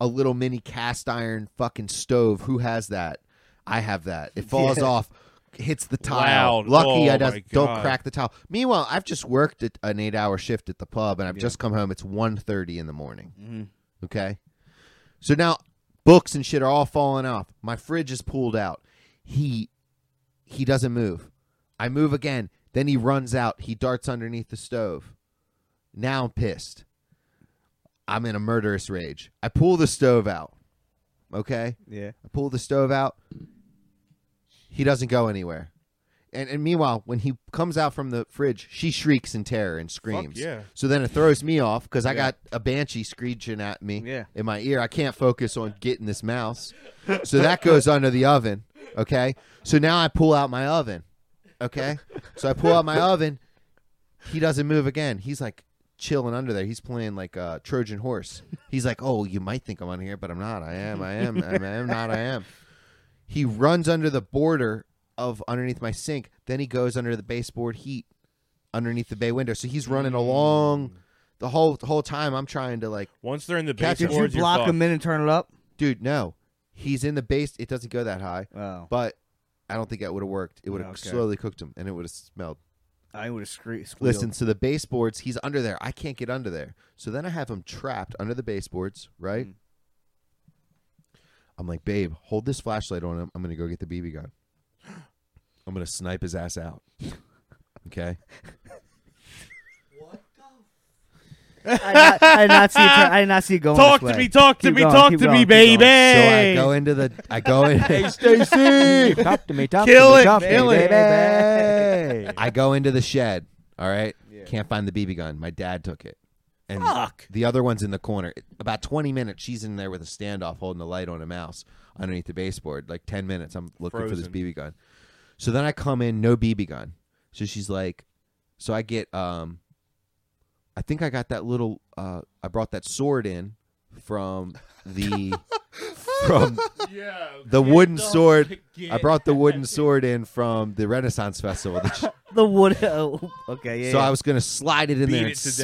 S4: a little mini cast iron fucking stove. Who has that? I have that. It falls off, hits the tile.
S3: Loud.
S4: Lucky
S3: Oh,
S4: I just
S3: my
S4: don't
S3: God.
S4: crack the tile. Meanwhile, I've just worked at an eight hour shift at the pub and I've just come home. It's 1.30 in the morning.
S3: Mm-hmm.
S4: Okay. So now books and shit are all falling off. My fridge is pulled out. He he doesn't move. I move again. Then he runs out. He darts underneath the stove. Now I'm pissed. I'm in a murderous rage. I pull the stove out. Okay?
S5: Yeah.
S4: I pull the stove out. He doesn't go anywhere. And, and meanwhile, when he comes out from the fridge, she shrieks in terror and screams.
S3: yeah.
S4: So then it throws me off because I
S3: Yeah.
S4: got a banshee screeching at me
S3: Yeah.
S4: in my ear. I can't focus on getting this mouse. So that goes under the oven. Okay. So now I pull out my oven. Okay. So I pull out my oven. He doesn't move again. He's like chilling under there. He's playing like uh, Trojan horse. He's like, oh, you might think I'm under here, but I'm not. I am. I am. I am, I am not. I am. He runs under the border of underneath my sink. Then he goes under the baseboard heat underneath the bay window. So he's running along the whole the whole time. I'm trying to like
S3: once they're in the
S4: Catch
S5: Did you
S4: boards, you're
S5: block
S4: fucked.
S5: him in and turn it up?
S4: dude, no, he's in the base. It doesn't go that high.
S5: Oh,
S4: But I don't think that would have worked. It would have
S5: Okay.
S4: slowly cooked him, and it would have smelled.
S5: I would have screamed.
S4: Listen, so the baseboards, he's under there. I can't get under there. So then I have him trapped under the baseboards, right? I'm like, babe, hold this flashlight on him. I'm going to go get the BB gun. I'm going to snipe his ass out. Okay?
S5: I, not, I did not see. It, turn- I did not see it going.
S3: Talk
S5: this
S3: to
S5: way.
S3: me, talk to
S5: Keep
S3: me,
S5: going,
S3: talk
S5: keep
S3: to
S5: going,
S3: me,
S5: keep going.
S3: baby.
S4: So I go into the, I go in.
S1: Hey, Stacy! Talk to me, talk to
S4: Kill
S1: me,
S4: it,
S1: talk
S4: kill
S1: to me,
S4: it.
S1: baby.
S4: I go into the shed. All right. Can't find the BB gun. My dad took it. And
S1: Fuck.
S4: the other one's in the corner. About 20 minutes, she's in there with a standoff holding the light on a mouse underneath the baseboard. Like 10 minutes, I'm looking for this
S3: Frozen.
S4: BB gun. So then I come in, no BB gun. So she's like, so I get, um, I think I got that little, uh, I brought that sword in from the, from the wooden sword. I brought the wooden sword in from the Renaissance Festival that she-
S5: The wood. oh, okay. Yeah.
S4: so
S5: yeah.
S4: I was gonna slide it in
S5: Beat
S4: there and
S5: it to death.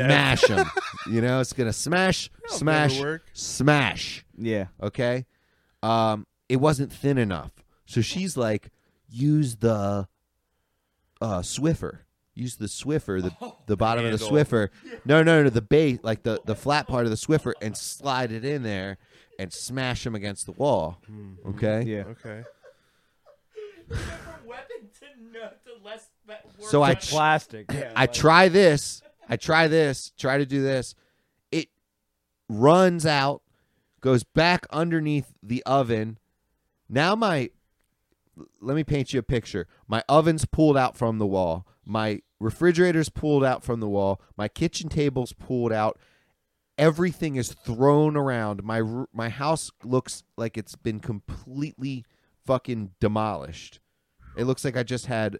S4: smash him. you know, it's gonna smash,
S5: That'll
S4: smash,
S5: never work.
S4: smash.
S5: Yeah.
S4: Okay. Um, it wasn't thin enough, so she's like, use the uh Swiffer. Use the Swiffer, the
S5: Oh,
S4: the bottom of the
S3: handle.
S4: Swiffer. No, no, no, the base, like the the flat part of the Swiffer, and slide it in there and smash him against the wall.
S5: Hmm.
S4: Okay.
S5: Yeah.
S3: Okay.
S9: Weapon to no to less that work.
S4: So I
S9: than-
S4: tr- I try this. I try this. Try to do this. It runs out, goes back underneath the oven. Now my let me paint you a picture. My oven's pulled out from the wall. My refrigerator's pulled out from the wall. My kitchen table's pulled out. Everything is thrown around. My r- my house looks like it's been completely fucking demolished. It looks like I just had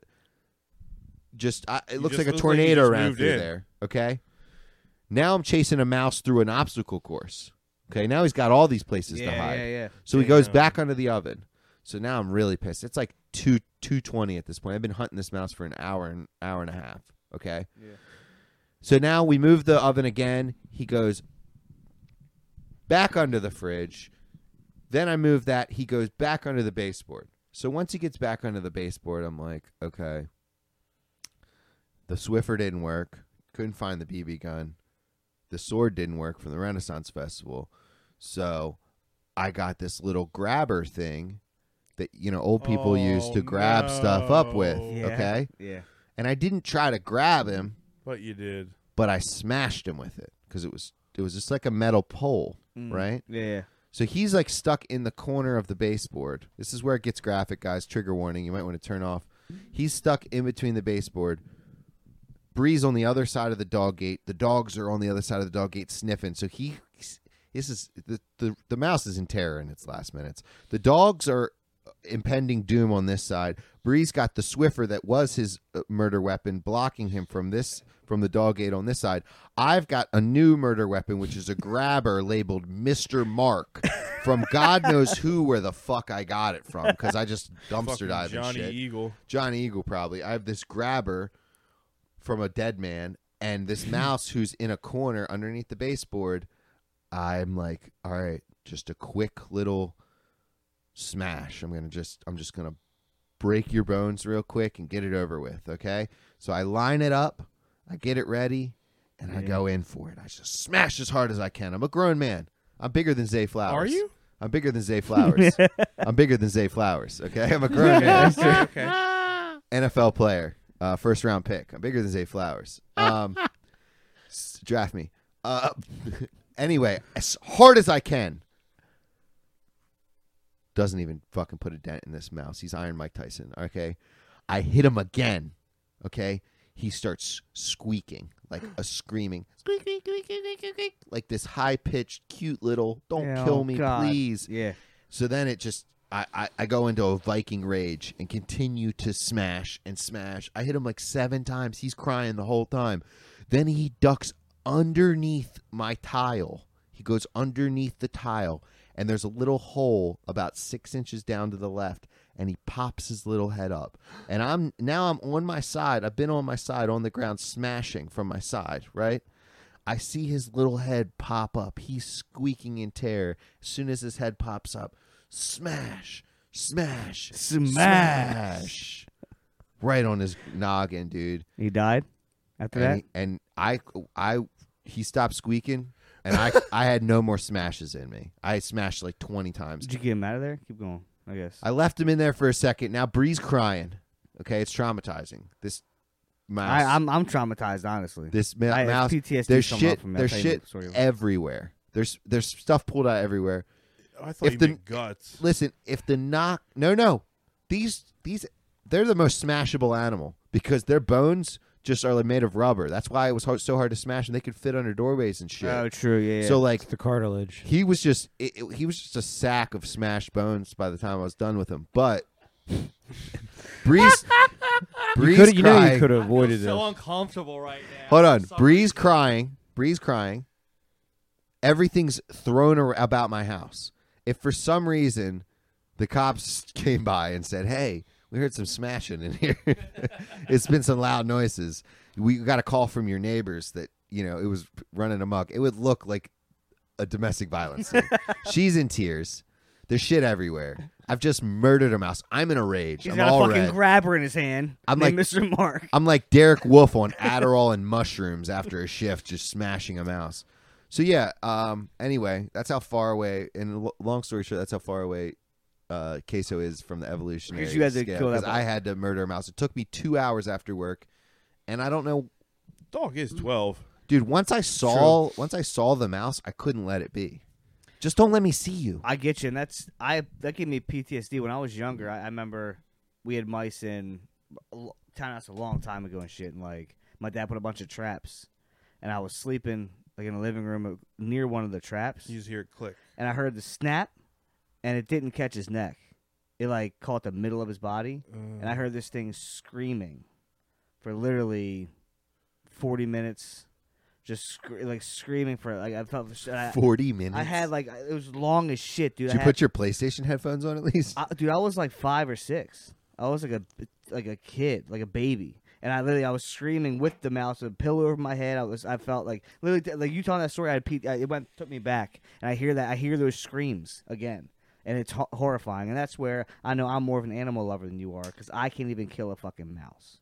S4: just I, it
S3: You
S4: looks
S3: just
S4: like a
S3: look like you
S4: tornado
S3: just
S4: ran
S3: moved
S4: through
S3: in.
S4: there. Okay. Now I'm chasing a mouse through an obstacle course. Okay. Now he's got all these places to
S5: Yeah,
S4: hide.
S5: yeah, yeah.
S4: So he goes
S3: Damn.
S4: back under the oven. So now I'm really pissed. It's like two two twenty at this point. I've been hunting this mouse for an hour and hour and a half. Okay.
S5: Yeah.
S4: So now we move the oven again. He goes back under the fridge. Then I move that. He goes back under the baseboard. So once he gets back under the baseboard, I'm like, okay. The Swiffer didn't work. Couldn't find the BB gun. The sword didn't work from the Renaissance Festival. So I got this little grabber thing that, you know, old people use to grab stuff up with.
S3: no.
S4: Okay.
S5: Yeah.
S4: And I didn't try to grab him
S3: But you did.
S4: but I smashed him with it because it was it was just like a metal pole,
S5: Mm,
S4: right?
S5: yeah.
S4: So he's like stuck in the corner of the baseboard. This is where it gets graphic, guys. Trigger warning. You might want to turn off. He's stuck in between the baseboard. Bree's on the other side of the dog gate. The dogs are on the other side of the dog gate sniffing. So he, this is the the, the mouse is in terror in its last minutes. The dogs are impending doom on this side. Bree's got the Swiffer that was his uh, murder weapon blocking him from this from the dog gate on this side. I've got a new murder weapon which is a grabber labeled Mr. Mark from God knows who where the fuck I got it from cuz I just dumpster
S3: Fucking
S4: diving
S3: Johnny
S4: shit.
S3: Eagle.
S4: Johnny Eagle probably. I have this grabber from a dead man and this mouse who's in a corner underneath the baseboard. I'm like, all right, just a quick little smash. I'm gonna just I'm just gonna break your bones real quick and get it over with. Okay. So I line it up, I get it ready, and I go in for it. I just smash as hard as I can. I'm a grown man. I'm bigger than Zay Flowers.
S3: Are you?
S4: I'm bigger than Zay Flowers. I'm bigger than Zay Flowers. Okay. I'm a grown man.
S3: Okay, okay.
S4: NFL player, uh, first round pick. I'm bigger than Zay Flowers. Um, s- draft me. Uh, anyway, as hard as I can. Doesn't even fucking put a dent in this mouse. He's Iron Mike Tyson. Okay. I hit him again. Okay. He starts squeaking, like a screaming, squeak, squeak, squeak, squeak, squeak, squeak, like this high pitched, cute little, don't
S5: Yeah, oh
S4: kill me,
S5: God.
S4: please.
S5: Yeah.
S4: So then it just, I, I, I go into a Viking rage and continue to smash and smash. I hit him like seven times. He's crying the whole time. Then he ducks underneath my tile. He goes underneath the tile, and there's a little hole about six inches down to the left, and he pops his little head up. And I'm now I'm on my side. I've been on my side on the ground, smashing from my side, right? I see his little head pop up. He's squeaking in terror. As soon as his head pops up, smash, smash,
S5: Smash.
S4: smash. right on his noggin, dude.
S5: He died after
S4: and
S5: that.
S4: he- and I, I, he stopped squeaking, and I, I had no more smashes in me. I smashed like twenty times.
S5: Did you get him out of there? Keep going. I guess.
S4: I left him in there for a second. Now Bree's crying. Okay, it's traumatizing. This mouse.
S5: I, I'm I'm traumatized, honestly.
S4: This ma-
S5: I have
S4: mouse.
S5: PTSD
S4: There's
S5: coming up
S4: shit.
S5: from that.
S4: There's
S5: I'll tell you
S4: shit
S5: the story.
S4: everywhere. There's there's stuff pulled out everywhere.
S3: I thought you meant guts.
S4: Listen, if the knock, no, no, these these they're the most smashable animal because their bones just are like made of rubber. That's why it was hard, so hard to smash, and they could fit under doorways and shit.
S5: Oh, true, yeah, yeah.
S4: So like
S1: the cartilage.
S4: He was just it, it- he was just a sack of smashed bones by the time I was done with him. But Breeze, Breeze
S1: coulda- you know you
S4: crying-
S1: coulda avoided
S7: so uncomfortable right now.
S4: Hold on. Bree's crying. Bree's crying. Everything's thrown ar- about my house. If for some reason the cops came by and said, hey, we heard some smashing in here, it's been some loud noises. We got a call from your neighbors that, you know, it was running amok. It would look like a domestic violence scene. She's in tears. There's shit everywhere. I've just murdered a mouse. I'm in a rage.
S5: He's
S4: I'm
S5: got a
S4: all
S5: fucking
S4: red.
S5: grabber in his hand.
S4: I'm
S5: named
S4: like-
S5: Mr. Mark.
S4: I'm like Derek Wolf on Adderall and mushrooms after a shift, just smashing a mouse. So yeah. Um. Anyway, that's how far away. And lo- long story short, that's how far away uh, queso is from the evolutionary.
S5: Because you had to
S4: scale,
S5: kill that
S4: 'cause I had to murder a mouse. It took me two hours after work, and I don't know,
S3: Dog is twelve.
S4: dude. Once I saw, once I saw the mouse, I couldn't let it be. Just don't let me see you.
S5: I get you, and that's I that gave me PTSD when I was younger. I, I remember we had mice in a lo- townhouse a long time ago and shit, and like my dad put a bunch of traps, and I was sleeping like in the living room of- near one of the traps,
S3: You just hear it click.
S5: and I heard the snap, and it didn't catch his neck. It like caught the middle of his body, and I
S4: Mm.
S5: heard this thing screaming for literally forty minutes, just scr- like screaming for like I felt I,
S4: 40 minutes?
S5: I had like it was long as shit, dude.
S4: Did
S5: I
S4: you
S5: had-
S4: put your PlayStation headphones on at least?
S5: I, dude, I was like five or six. I was like a like a kid, like a baby, and I literally I was screaming with the mouse, with a pillow over my head. I was I felt like literally th- like you telling that story. I, had P- I it went took me back, and I hear that I hear those screams again, and it's ho- horrifying. And that's where I know I'm more of an animal lover than you are because I can't even kill a fucking mouse.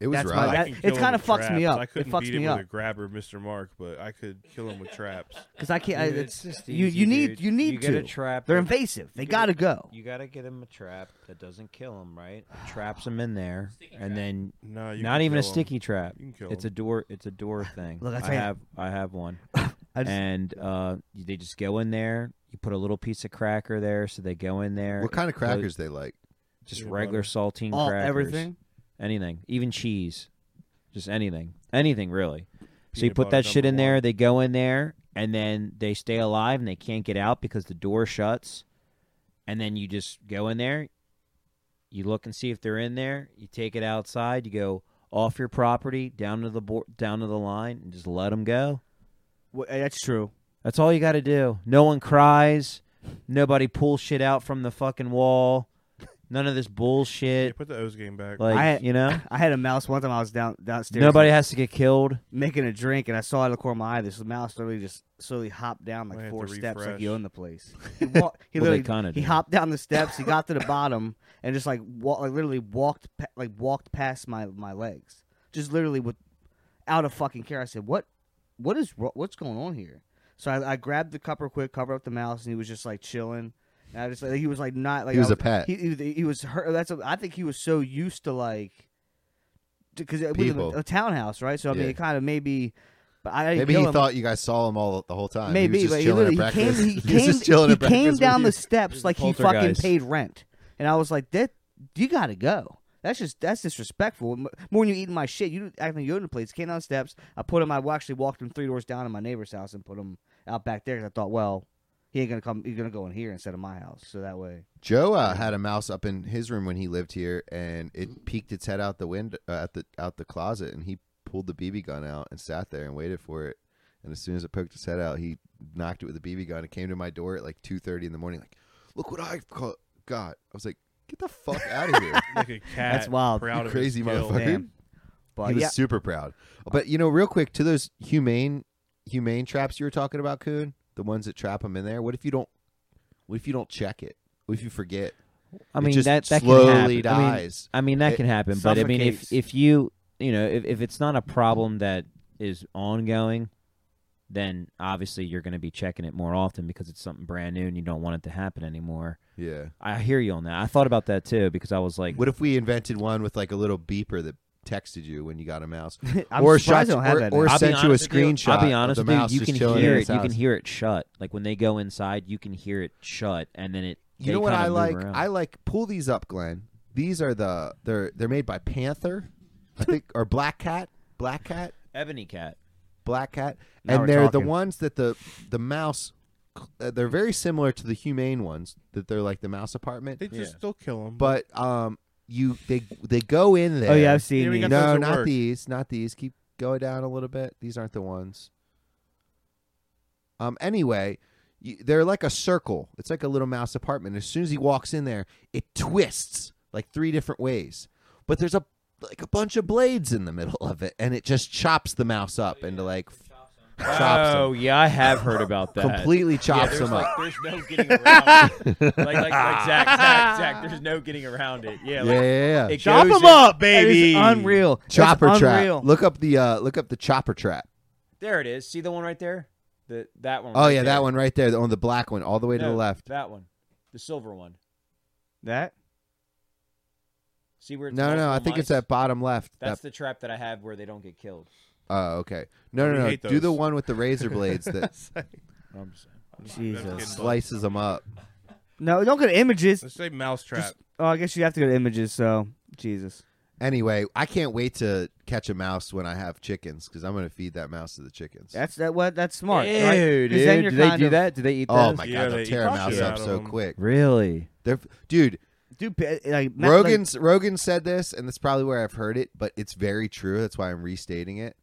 S4: It was
S5: that's
S4: rough.
S5: my,
S3: I
S5: that,
S3: can
S5: it
S3: kill him
S5: kind of
S3: with
S5: fucks me
S3: traps.
S5: up.
S3: I
S5: It
S3: couldn't
S5: fucks
S3: beat
S5: me
S3: him
S5: up
S3: with a grabber, Mr. Mark, but I could kill him with traps.
S5: because I can't. I,
S1: Dude,
S5: it's,
S1: it's just
S5: you
S1: easy,
S5: you need
S1: dude.
S5: you need
S1: You
S5: to
S1: get a trap
S5: They're
S1: that-
S5: invasive. They
S1: you get a-
S5: gotta go.
S1: You gotta get him a trap that doesn't kill him, right? Traps him in there, and then
S3: No, Uh, you
S1: not
S3: can
S1: even a
S3: kill 'em.
S1: sticky trap.
S3: You can kill
S1: It's
S3: 'em.
S1: a door. It's a door thing.
S5: Look, I tell ya.
S1: have I have one,
S5: I just-
S1: and uh, they just go in there. You put a little piece of cracker there, so they go in there.
S4: What kind of
S1: It goes-
S4: crackers they like?
S1: Just
S3: Yeah,
S1: regular saltine
S5: All-
S1: crackers.
S5: everything?
S1: Anything, even cheese, just anything, anything really. so you
S3: Peanut
S1: put that
S3: butter
S1: shit
S3: number
S1: in there.
S3: one.
S1: They go in there, and then they stay alive, and they can't get out because the door shuts. And then you just go in there. You look and see if they're in there. You take it outside. You go off your property down to the board, down to the line, and just let them go.
S5: Well, eh, that's true.
S1: That's all you got to do. No one cries. Nobody pulls shit out from the fucking wall. None of this
S3: Yeah,
S1: bullshit.
S3: put the O's game back.
S1: Like
S5: I had-
S1: you know,
S5: I had a mouse one time. I was down downstairs.
S1: nobody has to get killed.
S5: making a drink, and I saw out of the corner of my eye this mouse literally just slowly hopped down
S3: Might
S5: like
S3: have
S5: four
S3: to
S5: steps, like
S3: refresh.
S5: he owned the place. He, wa- he
S1: Well, they
S5: literally
S1: kinda
S5: he
S1: do.
S5: hopped down the steps. He got to the bottom and just like wa- like literally walked pa- like walked past my my legs, just literally with out of fucking care. I said, "What? What is wro- what's going on here?" So I, I grabbed the cup real quick, covered up the mouse, and he was just like chilling. And I just like he was like not like
S4: He
S5: I
S4: was a pet.
S5: He, he, he was hurt. That's a, I think he was so used to like because it was
S4: People.
S5: a, a townhouse, right? So I mean,
S4: Yeah.
S5: it kind of maybe. But I didn't
S4: Maybe
S5: kill
S4: he
S5: him.
S4: thought you guys saw him all the whole time.
S5: maybe,
S4: he was
S5: but
S4: just
S5: he
S4: chilling
S5: literally
S4: at
S5: he came.
S4: breakfast.
S5: He
S4: was
S5: came,
S4: just chilling
S5: he
S4: at breakfast
S5: came
S4: with
S5: down
S4: you.
S5: the steps like he fucking
S1: poltergeist.
S5: paid rent, and I was like, "That you got to go." That's just that's disrespectful. M- More than you eating my shit, you acting you own the place. Came down the steps. I put him. I actually walked him three doors down to my neighbor's house and put him out back there 'cause I thought, well, he ain't gonna come. He's gonna go in here instead of my house. So that way,
S4: Joe uh, had a mouse up in his room when he lived here, and it peeked its head out the window, uh, out the out the closet, and he pulled the BB gun out and sat there and waited for it. And as soon as it poked its head out, he knocked it with the BB gun. It came to my door at like two thirty in the morning, like, "Look what I ca- got!" I was like, "Get the fuck out of here!"
S3: Like a cat
S5: That's wild.
S3: proud
S4: You
S3: of his
S4: crazy
S3: skill.
S4: motherfucker.
S5: Damn. But
S4: he was
S5: yeah.
S4: super proud. But you know, real quick to those humane humane traps you were talking about, Coon, the ones that trap them in there. What if you don't? What if you don't check it? What if you forget?
S1: I
S4: It
S1: mean
S4: just
S1: that that
S4: slowly
S1: can happen. I mean-
S4: dies.
S1: I mean, that
S4: It
S1: can happen, but I mean if
S5: suffocates.
S1: if you you know if, if it's not a problem that is ongoing, then obviously you're going to be checking it more often because it's something brand new and you don't want it to happen anymore.
S4: Yeah.
S1: I hear you on that. I thought about that too because I was like,
S4: What if we invented one with like a little beeper that texted you when you got a mouse,
S5: I'm
S4: or
S5: surprised
S4: shot,
S5: they don't have
S4: or,
S5: that
S4: or
S5: now.
S1: I'll be
S4: sent you a
S1: honest with
S4: screenshot?
S1: I'll be honest with
S4: of the
S1: you,
S4: mouse
S1: you
S4: just
S1: can
S4: chilling
S1: hear
S4: in
S1: it.
S4: its
S1: You can
S4: house.
S1: hear it shut. Like when they go inside, you can hear it shut, and then it.
S4: You
S1: they
S4: know what
S1: kinda
S4: I
S1: move
S4: like?
S1: around.
S4: I like pull these up, Glenn. These are the they're they're made by Panther, I think, or Black Cat, Black Cat,
S1: Ebony Cat.
S4: Black Cat,
S5: Now we're
S4: and they're the
S5: talking.
S4: ones that the the mouse. Uh, they're very similar to the humane ones that they're like the mouse apartment,
S3: They just still kill him.
S4: but um, you they they go in there.
S5: Oh yeah, I've seen
S3: Yeah, we
S5: these.
S3: got
S4: No,
S3: those at
S4: not
S3: work.
S4: these. Not these. Keep going down a little bit. These aren't the ones. Um. Anyway, you, they're like a circle. It's like a little mouse apartment. As soon as he walks in there, it twists like three different ways. But there's a like a bunch of blades in the middle of it, and it just chops the mouse up into like chops him.
S1: Oh yeah, I have heard about that.
S4: completely chops
S7: there's
S4: him
S7: like,
S4: up.
S7: There's no getting around it. Like, like, like Zach, Zach, Zach, there's no getting around it. Yeah.
S4: yeah,
S7: Like,
S4: yeah, yeah.
S7: it
S3: Chop
S7: goes
S3: him
S7: in-
S5: That
S3: up, baby.
S5: is unreal. That's
S4: chopper
S5: unreal.
S4: trap. Look up the uh, look up the chopper trap.
S1: There it is. See the one right there? The that one.
S4: Oh
S1: right
S4: yeah,
S1: there.
S4: that one right there, the, on the black one, all the way to the
S1: No,
S4: left.
S1: That one. The silver one.
S5: That
S1: See where it's
S4: No, no, I
S1: multiple
S4: think it's
S1: mice?
S4: that bottom left.
S1: That's
S4: that,
S1: the trap that I have where they don't get killed.
S4: oh, okay. No,
S3: We
S4: no, no.
S3: hate
S4: Do the
S3: those.
S4: one with the razor blades that
S1: I'm just saying.
S5: Jesus.
S4: slices them up.
S5: No, don't go to images.
S3: Let's say mousetrap.
S5: Just- oh, I guess you have to go to images. So Jesus.
S4: Anyway, I can't wait to catch a mouse when I have chickens because I'm going to feed that mouse to the chickens.
S5: That's that. What? That's smart.
S1: Ew,
S5: right? 'Cause then
S1: dude,
S5: you're
S1: do they
S5: kind
S1: do
S5: of-
S1: that? Do they eat
S4: oh
S1: those?
S4: my god,
S3: Yeah, they
S4: they'll
S3: eat
S4: tear a
S3: the
S4: mouse
S3: shit
S4: up
S3: out of
S4: so
S3: them.
S4: quick.
S1: Really?
S4: They're, dude,
S5: Dude, pa- like ma- like-
S4: Rogan's Rogan said this, and that's probably where I've heard it, but it's very true. That's why I'm restating it.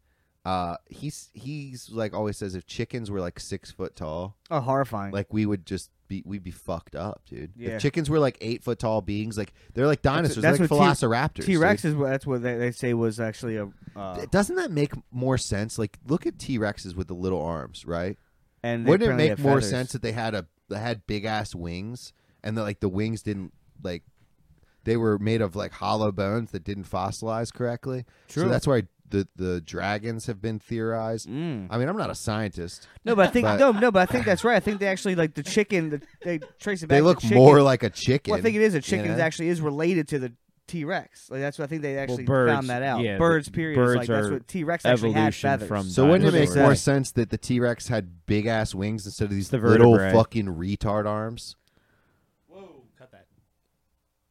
S4: Uh, he's he's like always says if chickens were like six foot tall,
S5: oh, horrifying.
S4: like we would just be we'd be fucked up, dude.
S5: Yeah.
S4: If chickens were like eight foot tall beings, like they're like dinosaurs,
S5: that's
S4: they're like
S5: what T-
S4: velociraptors.
S5: T Rex
S4: dude.
S5: is what that's what they, they say was actually a uh,
S4: Th- Doesn't that make more sense? Like, look at T Rexes with the little arms, right?
S5: and they
S4: Wouldn't it
S5: apparently
S4: make
S5: have
S4: more
S5: feathers.
S4: sense that they had a they had big ass wings and that like the wings didn't like they were made of like hollow bones that didn't fossilize correctly? True. So that's why the the dragons have been theorized.
S5: Mm.
S4: I mean, I'm not a scientist.
S5: No, but I think
S4: But-
S5: no, no, but I think that's right. I think they actually like the chicken. The, they trace it back.
S4: They
S5: to
S4: look
S5: chicken.
S4: more like a chicken.
S5: Well, I think it is a
S4: you
S5: chicken.
S4: know?
S5: that actually is related to the T Rex. Like that's what I think they actually
S1: birds,
S5: found that out.
S1: yeah, but
S5: birds, period. is,
S1: birds
S5: like that's
S1: are
S5: what T Rex actually had
S1: evolution
S5: feathers.
S1: from-
S4: So wouldn't it
S5: That's
S4: make
S5: what they
S4: more
S5: say.
S4: sense that the T Rex had big ass wings instead of these
S1: the
S4: little
S1: vertebrae.
S4: fucking retard arms?
S7: Whoa, cut that.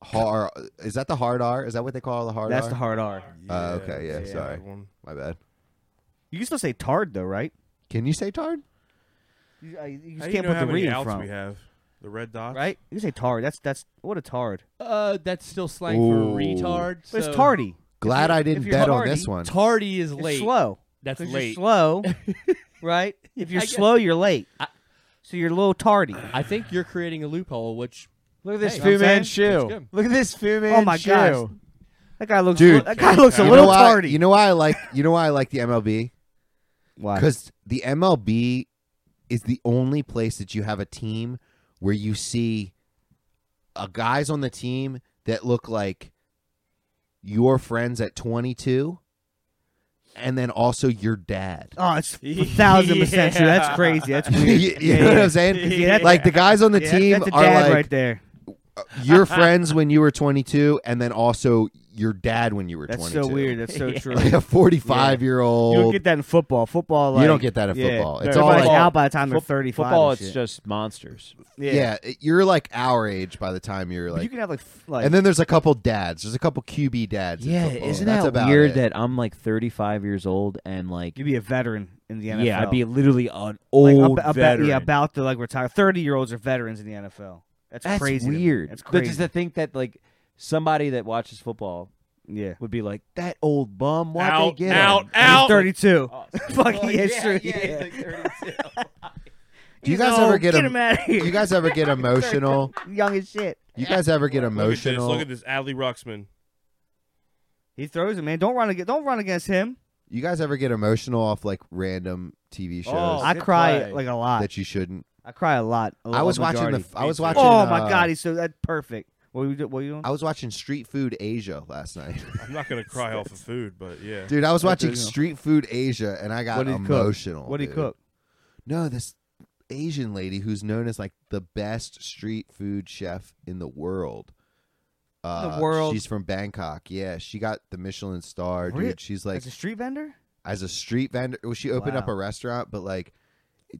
S4: Har is that the hard R? Is that what they call the hard
S5: That's
S4: R?
S5: the hard R.
S4: Uh, okay, yeah,
S3: that's a
S4: sorry.
S3: bad one.
S4: My bad.
S5: You can still say tard though, right?
S4: Can you say tard?
S5: You, I- you
S3: How
S5: just
S3: do you
S5: can't
S3: know
S5: put
S3: how
S5: the
S3: many
S5: re in
S3: outs we
S5: front,
S3: have? The red dots,
S5: right? You can say tard. That's that's what a tard.
S7: Uh, that's still slang
S4: Ooh.
S7: for retard.
S5: But
S7: so-
S5: it's tardy.
S4: Glad
S5: you're-
S4: I
S5: if
S4: didn't
S5: you're
S4: bet on
S5: tardy,
S4: this one.
S7: Tardy is
S5: It's
S7: late.
S5: slow.
S7: That's
S5: 'Cause
S7: late.
S5: You're slow, right? If you're
S7: I guess-
S5: slow, you're late. So you're a little tardy.
S7: I think you're creating a loophole, which
S10: Look at this
S7: Hey,
S10: Fu
S7: you know what I'm
S10: Man
S7: saying? That's
S10: shoe.
S7: good.
S10: Look at this Fu Man
S5: my
S10: shoe.
S5: gosh. That guy looks.
S4: Dude,
S5: that guy looks a
S4: you
S5: little
S4: know why,
S5: tardy.
S4: You know why I like you know why I like the MLB?
S5: why?
S4: Because the MLB is the only place that you have a team where you see a guys on the team that look like your friends at 22 and then also your dad.
S5: Oh, it's a thousand percent true. That's crazy. That's
S4: you
S5: weird.
S4: you know what I'm saying?
S5: Yeah, that's-
S4: Like the guys on the
S5: yeah,
S4: team
S5: that's a
S4: are
S5: dad
S4: like
S5: right there.
S4: your friends when you were 22 and then also your dad when you were
S5: That's
S4: 22.
S5: so weird. That's so true.
S4: Like a 45 year old.
S5: You don't get that in football. Football.
S4: You
S5: Like,
S4: don't get that in football. It's all
S5: everybody's
S4: like-
S5: out by the time they're
S1: Foot-
S5: thirty-five.
S1: Football,
S5: and
S1: it's
S5: shit.
S1: just monsters.
S5: Yeah.
S4: it- you're like our age by the time you're like.
S5: you can have like f- like.
S4: and then there's a couple dads. There's a couple QB dads. in
S1: Yeah,
S4: football.
S1: isn't
S4: That's
S1: that
S4: about
S1: weird
S4: it.
S1: that I'm like 35 years old and like
S5: you'd be a veteran in the NFL.
S1: yeah, I'd be literally an
S5: like,
S1: old
S5: ab- about,
S1: veteran.
S5: Yeah, about to like retire. Thirty-year-olds are veterans in the NFL. That's,
S1: That's
S5: crazy. to me.
S1: weird.
S5: That's
S1: But
S5: crazy.
S1: just to think that like somebody that watches football
S5: yeah.
S1: would be like that old bum. Why
S3: Out,
S1: they get
S3: out,
S1: him?
S5: He's
S3: out.
S5: thirty-two.
S1: Oh,
S5: Fucking
S1: well, yeah,
S5: history.
S1: yeah, he's like
S4: Do you guys
S5: old.
S4: ever get,
S5: Get
S4: em-
S5: him outta here.
S4: Do you guys ever get emotional?
S5: Young as shit.
S4: You guys ever get
S3: Look at this.
S4: emotional?
S3: Look at this. Adley Ruxman.
S5: He throws it, man. Don't run against. Don't run against him.
S4: You guys ever get emotional off like random TV shows
S1: Oh,
S5: I
S1: good
S5: cry
S1: play.
S5: like a lot.
S4: that you shouldn't?
S5: I cry a lot. A
S4: I was
S5: lot
S4: watching the.
S5: majority.
S4: I was
S3: Me too.
S4: watching.
S5: Oh my
S4: uh,
S5: god, he's so that's perfect. What you do- what you doing?
S4: I was watching Street Food Asia last night.
S3: I'm not gonna cry off of food, but yeah.
S4: Dude, I was
S5: What
S4: watching
S5: did he cook?
S4: Street Food Asia and I got
S5: What did he cook?
S4: emotional.
S5: What do you
S4: dude.
S5: cook?
S4: No, this Asian lady who's known as like the best street food chef in the world. Uh,
S5: world?
S4: She's from Bangkok. Yeah, she got the Michelin star,
S5: Really?
S4: dude. She's like
S5: As a street vendor?
S4: as a street vendor. Well, she opened up
S5: Wow.
S4: a restaurant, but like,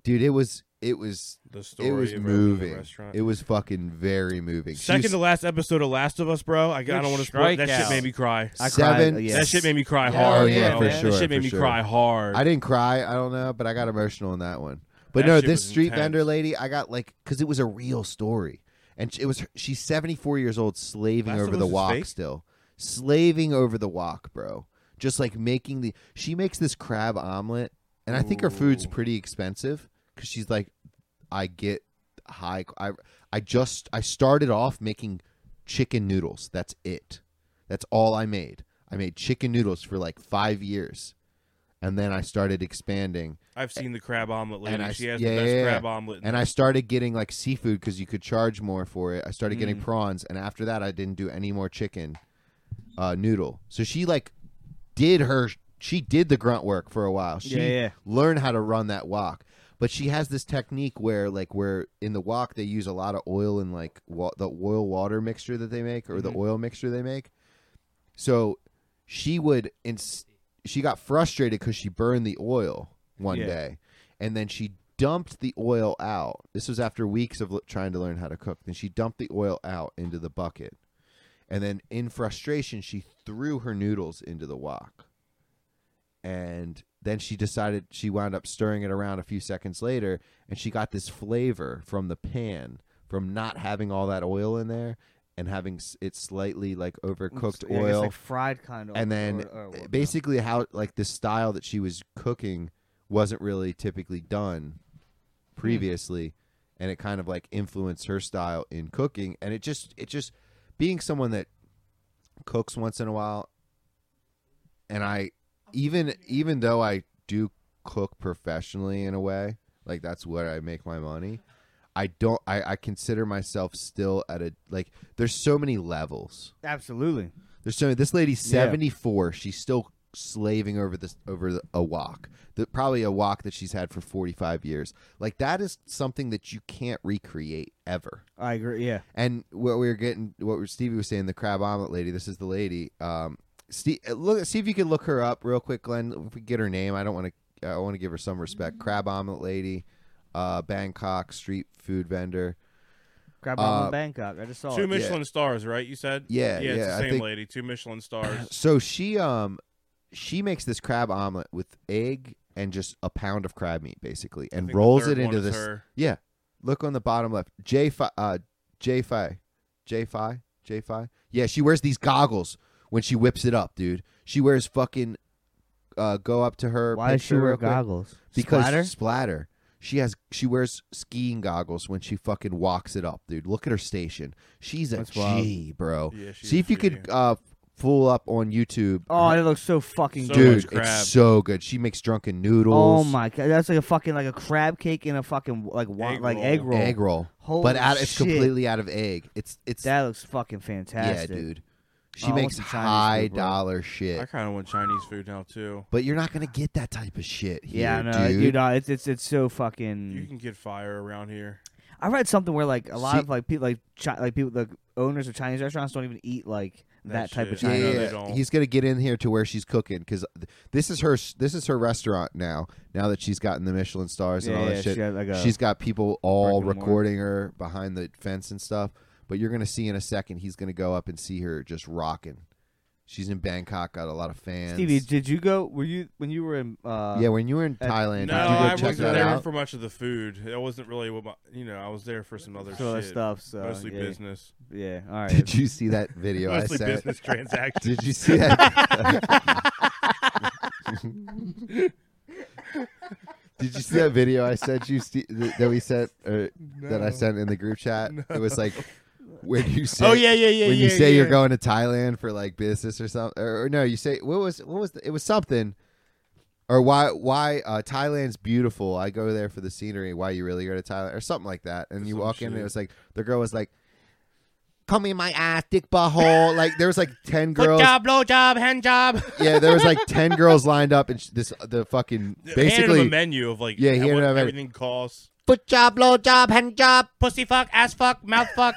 S4: dude, it was it was
S3: The story
S4: it was
S3: of opening the
S4: moving.
S3: restaurant.
S4: It was fucking very moving. She
S3: Second
S4: was
S3: to last episode of Last of Us, bro. I, I don't want to spoil. That shit
S1: Strikeout.
S3: made me cry.
S5: I
S4: seven.
S5: cried, yeah.
S3: That shit made me cry
S1: Yeah.
S3: hard.
S1: Oh, yeah,
S3: bro.
S1: for
S3: That
S4: sure,
S3: shit made
S4: for
S3: me
S4: sure.
S3: cry hard.
S4: I didn't cry. I don't know, but I got emotional in that one. But
S3: That
S4: no,
S3: shit
S4: this
S3: was
S4: street
S3: intense.
S4: vendor lady, I got like because it was a real story, and she- it was her- she's seventy four years old, slaving
S3: Last of
S4: over
S3: Us
S4: the
S3: is
S4: walk
S3: fake?
S4: still, slaving over the walk, bro. Just like making the she makes this crab omelet, and I think her food's
S3: Ooh.
S4: pretty expensive because she's like, I get high. I I just I started off making chicken noodles. That's it. That's all I made. I made chicken noodles for like five years, and then I started expanding
S3: I've seen the crab omelet lady.
S4: and I
S3: she has
S4: yeah,
S3: the best
S4: yeah, yeah.
S3: crab omelet.
S4: And I started getting like seafood because you could charge more for it. I started
S5: Mm.
S4: getting prawns, and after that, I didn't do any more chicken uh, noodle. So she like did her she did the grunt work for a while. She
S5: Yeah, yeah.
S4: learned how to run that wok. But she has this technique where, like, where in the wok they use a lot of oil and like wa- the oil water mixture that they make, or
S5: Mm-hmm.
S4: the oil mixture they make. So she would ins- she got frustrated because she burned the oil one
S5: Yeah.
S4: day and then she dumped the oil out this was after weeks of l- trying to learn how to cook then she dumped the oil out into the bucket and then in frustration she threw her noodles into the wok and then she decided she wound up stirring it around a few seconds later and she got this flavor from the pan from not having all that oil in there and having s- it slightly like overcooked
S5: Yeah, I guess,
S4: oil
S5: like fried kind of
S4: and then
S5: or- or
S4: uh,
S5: whatnot.
S4: basically how like the style that she was cooking wasn't really typically done previously and it kind of like influenced her style in cooking and it just it just being someone that cooks once in a while and I even even though I do cook professionally in a way, like that's where I make my money. I don't I, I consider myself still at a like there's so many levels.
S5: Absolutely.
S4: There's so this lady's
S5: Yeah.
S4: 74. She's still slaving over this over the, a walk. The, probably a walk that she's had for 45 years. Like that is something that you can't recreate ever.
S5: I agree. Yeah.
S4: And what we were getting, what Stevie was saying, the crab omelet lady. This is the lady. Um, Steve, look, see if you can look her up real quick, Glenn. If we get her name, I don't want to. I want to give her some respect. Crab omelet lady, uh, Bangkok street food vendor.
S5: Grab
S4: Uh,
S5: one in Bangkok. I just saw
S3: Two
S5: it.
S3: Michelin stars, right? You said.
S4: oh, Yeah,
S3: yeah. It's
S4: yeah,
S3: the
S4: I
S3: same
S4: think-
S3: lady. Two Michelin stars.
S4: So she um, she makes this crab omelet with egg and just a pound of crab meat, basically,
S3: I
S4: and
S3: think the
S4: rolls
S3: third
S4: it
S3: one
S4: into
S3: is
S4: this.
S3: her.
S4: Yeah. Look on the bottom left. J Fi uh J Fi. J Fi. J Fi. Yeah, she wears these goggles when she whips it up, dude. She wears fucking uh go up to her.
S5: Why does she
S4: picture
S5: wear
S4: real quick.
S5: goggles?
S4: Because
S5: Splatter?
S4: splatter. She has she wears skiing goggles when she fucking walks it up, dude. Look at her station. She's a
S5: That's
S4: G,
S5: wild.
S4: bro.
S3: Yeah, she's
S4: Oh, See
S3: a
S4: if you
S3: G.
S4: could uh fool up on YouTube.
S5: Oh, that looks so fucking
S3: So
S5: good.
S4: dude,
S3: much crab.
S4: it's so good. She makes drunken noodles.
S5: Oh my god, that's like a fucking like a crab cake and a fucking like wa-
S3: Egg
S5: like
S3: roll.
S5: egg roll.
S4: Egg roll.
S5: Holy
S4: but out, it's
S5: shit.
S4: completely out of egg. It's it's
S5: That looks fucking fantastic.
S4: Yeah, dude. She
S5: Oh, I want
S4: makes
S5: some Chinese
S4: high
S5: food, bro.
S4: dollar
S3: I
S4: shit.
S3: kind of want Chinese food now too.
S4: But you're not gonna get that type of shit here,
S5: Yeah, I know,
S4: dude.
S5: dude. uh, it's it's it's so
S3: You
S4: Mm.
S5: fucking.
S3: can get fire around here.
S5: I read something where like a lot
S4: See-
S5: of like people like chi- like people like owners of Chinese restaurants don't even eat like that, type of
S4: Yeah, yeah,
S5: Chinese.
S4: yeah. He's gonna get in here to where she's cooking because this is her this is her restaurant now. Now that she's gotten the Michelin stars and
S5: Yeah,
S4: all that
S5: yeah,
S4: shit,
S5: she had, like, a-
S4: she's got people all
S5: Parking lot.
S4: recording her behind the fence and stuff. But you're gonna see in a second, he's gonna go up and see her just rocking. She's in Bangkok, got a lot of fans.
S5: Stevie, did you go? Were you when you were in? Uh,
S4: Yeah, when you were in Thailand,
S3: No,
S4: Did you go
S3: I
S4: check
S3: wasn't
S4: that
S3: there
S4: out?
S3: for much of the food. That wasn't really what my, you know. I was there for some other
S5: Some other
S3: shit,
S5: stuff, so,
S3: mostly
S5: yeah.
S3: business.
S5: Yeah, all right.
S4: Did you see that video I
S3: Mostly
S4: sent?
S3: business transactions.
S4: Did you see that? Did you see that video I sent you Ste- th- that we sent or that I
S3: No.
S4: sent in the group chat? It was like when you say
S3: Oh, yeah, yeah, yeah,
S4: when you
S3: yeah,
S4: say you're
S3: yeah.
S4: going to Thailand for like business or something or, or no you say what was what was the, it was something or why why uh, Thailand's beautiful I go there for the scenery why you really go to Thailand or something like that and you
S3: Some
S4: walk in and
S3: shit.
S4: it was like the girl was like come in my ass dick butthole like there was like ten girls
S11: job, blow job, hand job.
S4: yeah, there was like ten girls lined up, and sh- this the fucking
S3: Basically, handed him
S4: basically
S3: a menu of like
S4: yeah, he
S3: what
S4: ended up
S3: everything costs.
S11: Foot job, blow job, hand job, pussy fuck, ass fuck, mouth fuck.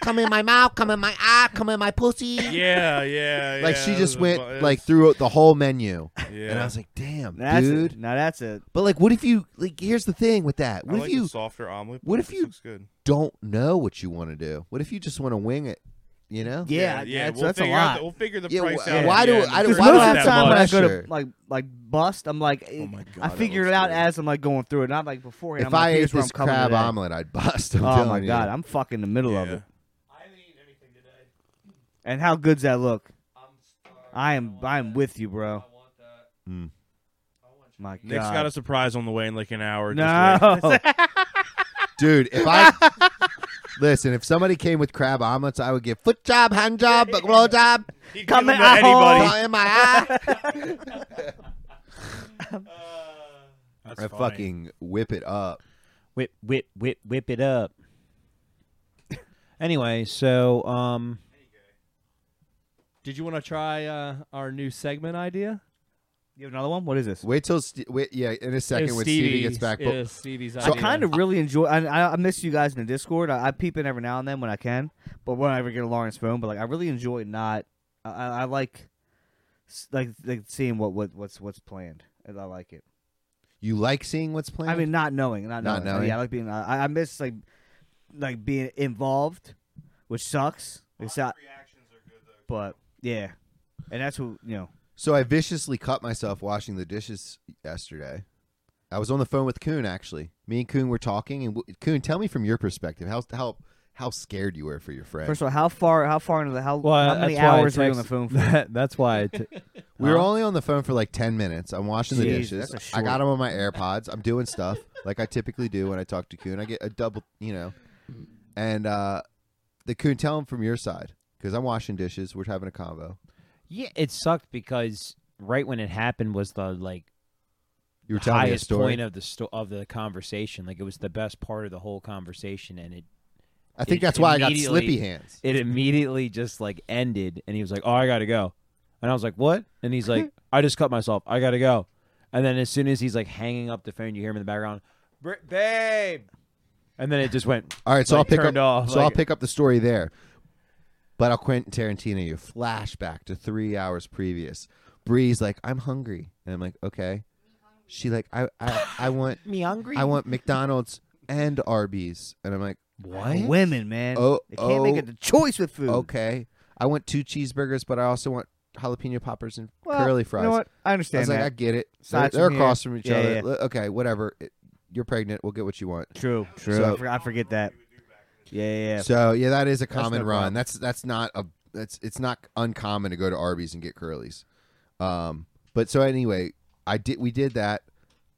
S4: come in my mouth, come in my eye, come in my pussy.
S3: Yeah, yeah.
S4: Like
S3: yeah,
S4: she
S3: that was
S4: just
S3: a
S4: went
S3: bu-
S4: like through the whole menu,
S3: Yeah.
S4: and I was like, damn,
S5: that's
S4: dude.
S5: It. Now that's it.
S4: But like, what if you like? Here's the thing with that.
S3: I
S4: What if
S3: like the
S4: you
S3: softer omelet?
S4: what
S3: but
S4: if
S3: this
S4: you-
S3: looks good?
S4: don't know what you want to do? What if you just want to wing it? You know?
S5: Yeah,
S3: yeah.
S5: that's,
S3: we'll
S5: that's a
S3: figure out
S5: lot.
S3: the- we'll figure the
S4: Yeah,
S3: price
S4: wh-
S3: out.
S4: why
S3: at
S4: do-
S3: the
S4: I
S3: end.
S4: don't-
S5: Because
S4: why
S5: most
S4: I
S5: of the
S4: have
S5: time
S4: that
S5: when I
S4: much?
S5: go
S4: Sure.
S5: to like like bust, I'm like, eh,
S3: Oh my God,
S5: I
S3: that
S5: figure it
S3: looks
S5: out
S3: good.
S5: as I'm like going through it. Not like before.
S4: if
S5: And I'm like,
S4: I ate
S5: here's where
S4: this
S5: I'm coming
S4: crab
S5: today.
S4: omelet, I'd bust. I'm
S5: oh my
S4: telling you.
S5: god, I'm fucking in the middle of
S3: Yeah.
S5: it. And how good's that look? I am I am with you, bro.
S4: Mm.
S5: My God.
S3: Nick's got a surprise on the way in like an hour. just wait.
S5: no.
S4: dude. If I listen, if somebody came with crab omelets, I would give foot job, hand job, blow job.
S3: He'd
S5: Come
S3: give
S5: in
S3: them to
S5: our home.
S3: anybody.
S4: in my eye.
S3: That's
S4: I
S3: funny.
S4: fucking whip it up.
S1: Whip, whip, whip, whip it up. anyway, so um,
S7: Did you want to try uh, our new segment idea?
S5: you have another one? What is this?
S4: Wait till Ste- wait, yeah, in a
S7: It
S4: second
S7: was
S4: when Stevie gets
S7: Stevie's-
S4: back.
S7: it
S4: But
S7: was Stevie's
S5: I
S7: idea.
S5: kind of really enjoy. I, I I miss you guys in the Discord. I, I peep in every now and then when I can, but when I ever get a Lawrence phone. But like, I really enjoy not. I, I I like, s- like, like seeing what, what what's what's planned. And I like it.
S4: you like seeing what's playing?
S5: I mean, not knowing, not
S4: Not
S5: knowing.
S4: knowing.
S5: Yeah, I like being. I, I miss like, like being involved, which sucks. It's not, but yeah, and that's what you know.
S4: so I viciously cut myself washing the dishes yesterday. I was on the phone with Coon actually. Me and Coon were talking, and w- Coon, tell me from your perspective how how how scared you were for your friend.
S5: First of all, how far? How far into the how? how many
S1: that's why I
S5: hours were you on
S1: text-
S5: the phone for?
S1: That, that's why I t-
S4: we were
S1: Huh?
S4: only on the phone for like ten minutes. I'm washing the
S5: Jeez,
S4: dishes.
S5: that's a
S4: I got
S5: short-
S4: them on my AirPods. I'm doing stuff like I typically do when I talk to Coon. I get a double, you know, and uh the Coon, tell him from your side because I'm washing dishes. We're having a convo.
S1: yeah, it sucked because right when it happened was the like
S4: You were telling me a
S1: highest
S4: story.
S1: point of the sto- of the conversation. Like it was the best part of the whole conversation, and it
S4: I think
S1: it
S4: that's why I got
S1: immediately-
S4: slippy hands.
S1: it immediately just like ended and he was like oh i gotta go and i was like what and he's like i just cut myself i gotta go and then as soon as he's like hanging up the phone you hear him in the background "Br- babe and then it just went
S4: All right, so
S1: like,
S4: I'll pick up.
S1: turned off
S4: so
S1: like,
S4: I'll pick up the story there. But I'll Quentin Tarantino you flashback to three hours previous. Bree's like, I'm hungry, and I'm like, okay. She like, I I, I want
S11: Me hungry.
S4: I want McDonald's and Arby's, and I'm like,
S1: what
S5: Women, man.
S4: Oh,
S5: they can't make
S4: oh,
S5: it the choice with food.
S4: okay, I want two cheeseburgers, but I also want jalapeno poppers and
S5: Well,
S4: curly fries.
S5: You know what?
S4: I
S5: I
S4: was
S5: understand
S4: like,
S5: that.
S4: I get it. They're,
S5: Sides
S4: they're
S5: from here.
S4: across from each
S5: Yeah,
S4: other.
S5: yeah.
S4: L- Okay, whatever. It- you're pregnant. We'll get what you want.
S5: True, true.
S4: So-
S5: I, forget, I forget that. Yeah, yeah, yeah.
S4: So yeah, that is a
S5: no
S4: common run.
S5: problem.
S4: That's that's not a that's it's not uncommon to go to Arby's and get curlies. Um, but so anyway, I did we did that.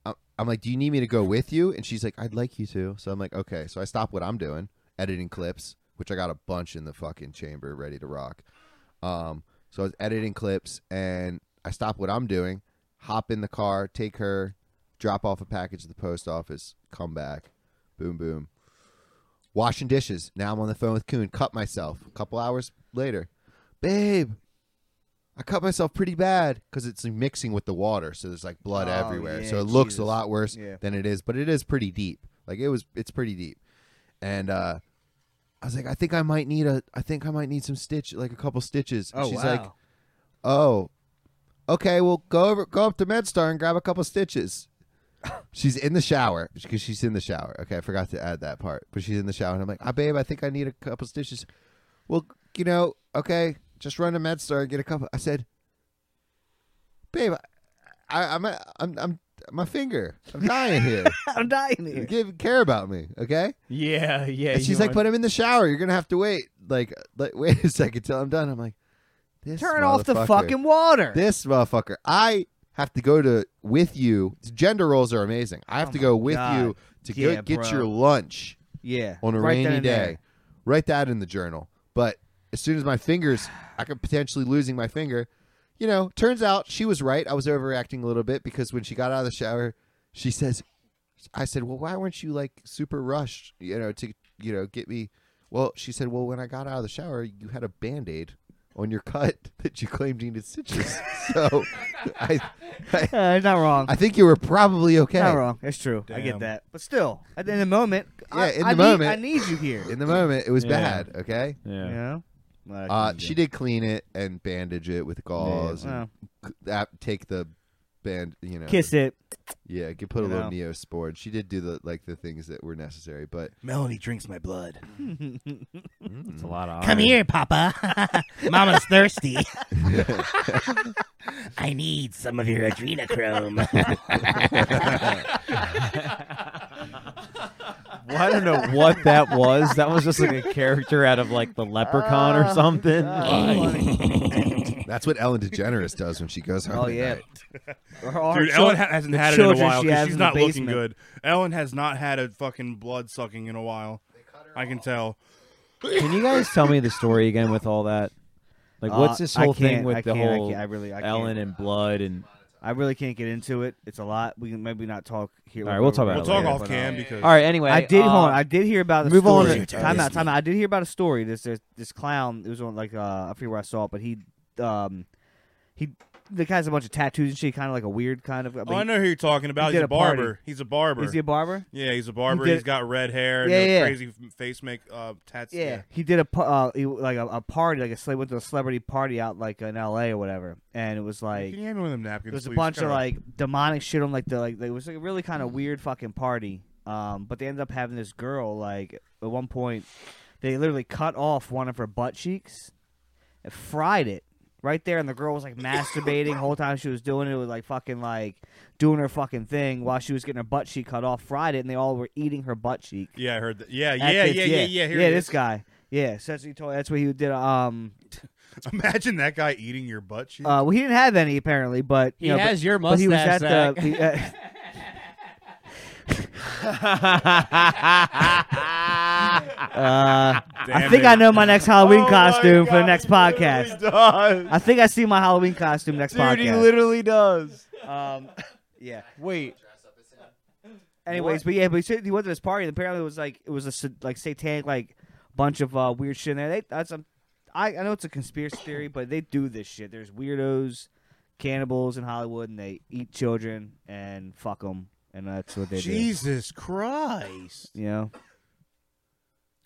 S4: I- I'm like, do you need me to go with you? And she's like, I'd like you to. So I'm like, okay. So I stopped what I'm doing, editing clips, which I got a bunch in the fucking chamber ready to rock. Um, so I was editing clips, and I stop what I'm doing, hop in the car, take her, drop off a package at the post office, come back, boom, boom washing dishes. Now I'm on the phone with Coon. Cut myself. A couple hours later, babe, I cut myself pretty bad because it's mixing with the water, so there's like blood
S5: Oh,
S4: everywhere.
S5: yeah,
S4: so it looks a
S5: Jesus.
S4: lot worse
S5: Yeah.
S4: than it is, but it is pretty deep. Like it was, it's pretty deep. And uh, I was like, I think I might need a, I think I might need some stitch, like a couple stitches. And
S5: Oh,
S4: she's
S5: wow.
S4: like, oh, okay, well, go over, go up to MedStar and grab a couple stitches. she's in the shower because she's in the shower. Okay, I forgot to add that part, but she's in the shower, and I'm like, ah, babe, I think I need a couple stitches. Well, you know, okay, just run to MedStar and get a couple. I said, babe, I, I, I'm, I'm, I'm, my finger, I'm dying here.
S5: I'm dying here.
S4: Give care about me, okay?
S7: Yeah, yeah.
S4: And she's
S7: you
S4: like,
S7: want-
S4: put him in the shower. You're gonna have to wait. Like, like wait a second till I'm done. I'm like, this
S5: Turn off the
S4: motherfucker.
S5: fucking water.
S4: This motherfucker. I have to go to with you. Gender roles are amazing. I have
S5: Oh
S4: to
S5: my
S4: go with
S5: God.
S4: you to go
S5: Yeah,
S4: get
S5: bro.
S4: your lunch
S5: Yeah.
S4: on a
S5: right then
S4: rainy
S5: and
S4: day.
S5: there.
S4: Write that in the journal. But as soon as my fingers, I could potentially losing my finger. You know, turns out she was right. I was overreacting a little bit because when she got out of the shower, she says, "I said, well, why weren't you like super rushed? You know, to you know get me." Well, she said, "Well, when I got out of the shower, you had a band aid." On your cut that you claimed needed stitches, so I, I,
S5: Uh, it's not wrong.
S4: I think you were probably okay.
S5: Not wrong. That's true. I
S3: Damn.
S5: get that. But still, at- in the moment, I,
S4: Yeah, in
S5: I
S4: the
S5: need-
S4: moment.
S5: I need you here.
S4: In the moment, it was
S7: Yeah.
S4: bad. Okay,
S5: You
S7: yeah.
S5: know? Well,
S4: Uh,
S5: that's
S4: she
S5: easy.
S4: did clean it and bandage it with gauze.
S5: Yeah,
S4: and c- ap- take the band, you know.
S5: Kiss it.
S4: Yeah, get put a
S5: you
S4: little
S5: know.
S4: neosporin. She did do the like the things that were necessary, but
S10: Melanie drinks my blood.
S1: It's a lot of
S11: Come
S1: iron.
S11: here, Papa. Mama's thirsty. I need some of your adrenochrome.
S1: Well, I don't know what that was. That was just like a character out of like the Leprechaun
S5: Ah,
S1: or something.
S4: that's what Ellen DeGeneres does when she goes home.
S5: Oh
S4: at
S5: yeah.
S4: night.
S5: Her arm-
S3: Dude,
S5: so-
S3: Ellen ha- hasn't
S5: the
S3: had it in a
S5: children
S3: while
S5: she
S3: 'cause
S5: has
S3: she's
S5: in the
S3: not looking
S5: basement.
S3: good. Ellen has not had a fucking blood sucking in a while. I can tell.
S1: Can you guys tell me the story again with all that? Like, what's
S5: Uh,
S1: this
S5: I
S1: whole thing
S5: can't-
S1: with
S5: I
S1: the
S5: can't, I
S1: whole
S5: can't- I really- I
S1: Ellen
S5: can't.
S1: and blood and?
S5: I really can't get into it. It's a lot. We can maybe not talk here.
S1: All right, we'll talk about
S3: We'll
S1: it
S3: talk
S5: uh,
S1: later.
S3: off cam because
S1: All right. Anyway,
S5: I did.
S1: uh,
S5: hold on. I did hear about the
S1: move on
S5: story.
S1: to-
S5: Time out. Time out. I did hear about a story. This this, this clown. It was on like uh, I forget where I saw it, but he um he the guy's a bunch of tattoos and shit. Kind of like a weird kind of. but
S3: Oh, I
S5: he-
S3: know who you're talking about.
S5: he
S3: he's
S5: did
S3: a
S5: a party.
S3: barber. He's a barber.
S5: Is he a barber?
S3: yeah, he's a barber.
S5: He did-
S3: he's got red hair. and
S5: Yeah,
S3: those
S5: yeah.
S3: Crazy f- face make uh, tats.
S5: Yeah, he did a pu- uh, he, like a, a party, like a cele- went to a celebrity party out like in L.A. or whatever, and it was like
S3: Can you hand me one of them napkins?
S5: it was a
S3: please? Mm.
S5: bunch of
S3: Kinda-
S5: like demonic shit on like the like it was like a really kind of weird fucking party. Um, but they ended up having this girl like at one point they literally cut off one of her butt cheeks and fried it right there, and the girl was like masturbating whole time she was doing it, was like fucking like doing her fucking thing while she was getting her butt cheek cut off, fried it, and they all were eating her butt cheek.
S3: Yeah, I heard that. Yeah,
S5: At
S3: yeah,
S5: this-
S3: yeah, yeah, yeah. Here
S5: yeah.
S3: it
S5: This
S3: is.
S5: guy. Yeah, so that's what he told. That's what he did. Um,
S3: Imagine that guy eating your butt cheek.
S5: uh, well, he didn't have any apparently, but
S7: He
S5: you know, but-
S7: has your
S5: but he was
S7: mustache,
S5: at the.
S7: Zach.
S5: he- uh, uh, I
S3: Damn
S5: think
S3: it.
S5: I know my next Halloween
S10: Oh my
S5: costume for the
S10: God,
S5: next
S10: he literally
S5: podcast.
S10: does.
S5: I think I see my Halloween costume next
S10: Dude, he
S5: podcast.
S10: literally does.
S5: um, yeah.
S10: Wait.
S5: Anyways, but yeah, but he, said he went to this party and apparently it was like it was a sa- like satanic like bunch of uh, weird shit in there. They that's um, I I know it's a conspiracy theory, but they do this shit. There's weirdos, cannibals in Hollywood, and they eat children and fuck them, and that's what they
S3: Jesus Christ.
S5: do. You know,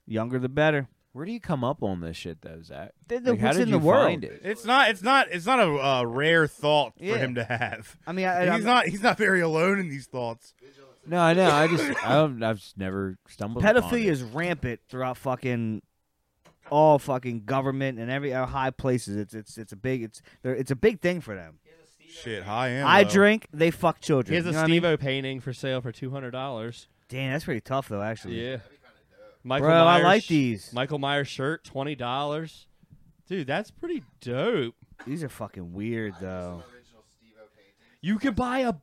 S5: younger the better.
S1: Where do you come up on this shit though, Zach?
S5: They're the-
S1: Like, how
S5: what's
S1: did
S5: in
S1: you
S5: the world?
S1: find it?
S3: It's not. It's not. It's not a uh, rare thought for
S5: Yeah.
S3: him to have.
S5: I mean, I,
S3: And
S5: I'm-
S3: he's not. He's not very alone in these thoughts.
S1: No, I know. I just I don't, I've just never stumbled. upon
S5: pedophilia
S1: it.
S5: is rampant throughout fucking all fucking government and every uh, high places. It's it's it's a big it's they're- it's a big thing for them.
S3: Shit, high and
S5: I
S3: low.
S5: drink, they fuck
S7: He
S5: children.
S7: has
S5: You
S7: a
S5: know what I
S7: Steve
S5: mean?
S7: O painting for sale for two hundred dollars.
S5: Damn, that's pretty tough though, actually.
S7: Yeah. Michael
S5: Bro, I
S7: Myers-
S5: like these.
S7: Michael Myers shirt, twenty dollars. Dude, that's pretty dope.
S5: These are fucking weird though.
S7: You can buy a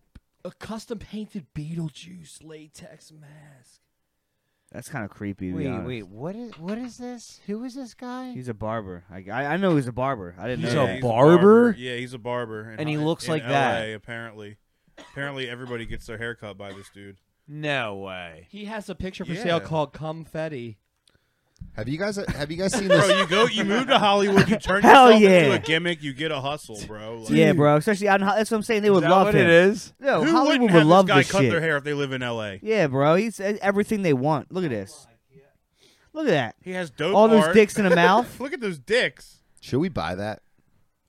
S7: a custom painted Beetlejuice latex mask.
S5: That's kind of creepy. to be
S1: Wait,
S5: honest.
S1: wait. What is what is this? Who is this guy?
S5: He's a barber. I, I, I know he's a barber. I didn't
S1: He's
S5: know.
S1: a
S3: Yeah,
S5: that.
S1: barber?
S3: Yeah, he's a barber, in
S1: And he
S3: Hi-
S1: looks
S3: in
S1: like
S3: LA,
S1: that.
S3: Apparently, apparently everybody gets their hair cut by this dude.
S1: No way.
S7: He has a picture for
S3: Yeah.
S7: sale called Confetti.
S4: Have you guys have you guys seen
S3: Bro,
S4: this?
S3: Oh, you go. You move to Hollywood. You turn
S5: Hell
S3: yourself
S5: yeah.
S3: into a gimmick. You get a hustle, bro. Like,
S5: yeah, bro. Especially on, that's what I'm saying. They would love him.
S1: is?
S5: No,
S3: Who
S5: Hollywood
S3: wouldn't
S5: would
S3: have
S5: love
S3: this guy cut
S5: shit.
S3: their hair if they live in L.A.?
S5: e-, Yeah, bro. He's uh, everything they want. Look at this. Look at that.
S3: He has dope.
S5: All those
S3: art.
S5: dicks in a mouth.
S3: Look at those dicks.
S4: Should we buy that?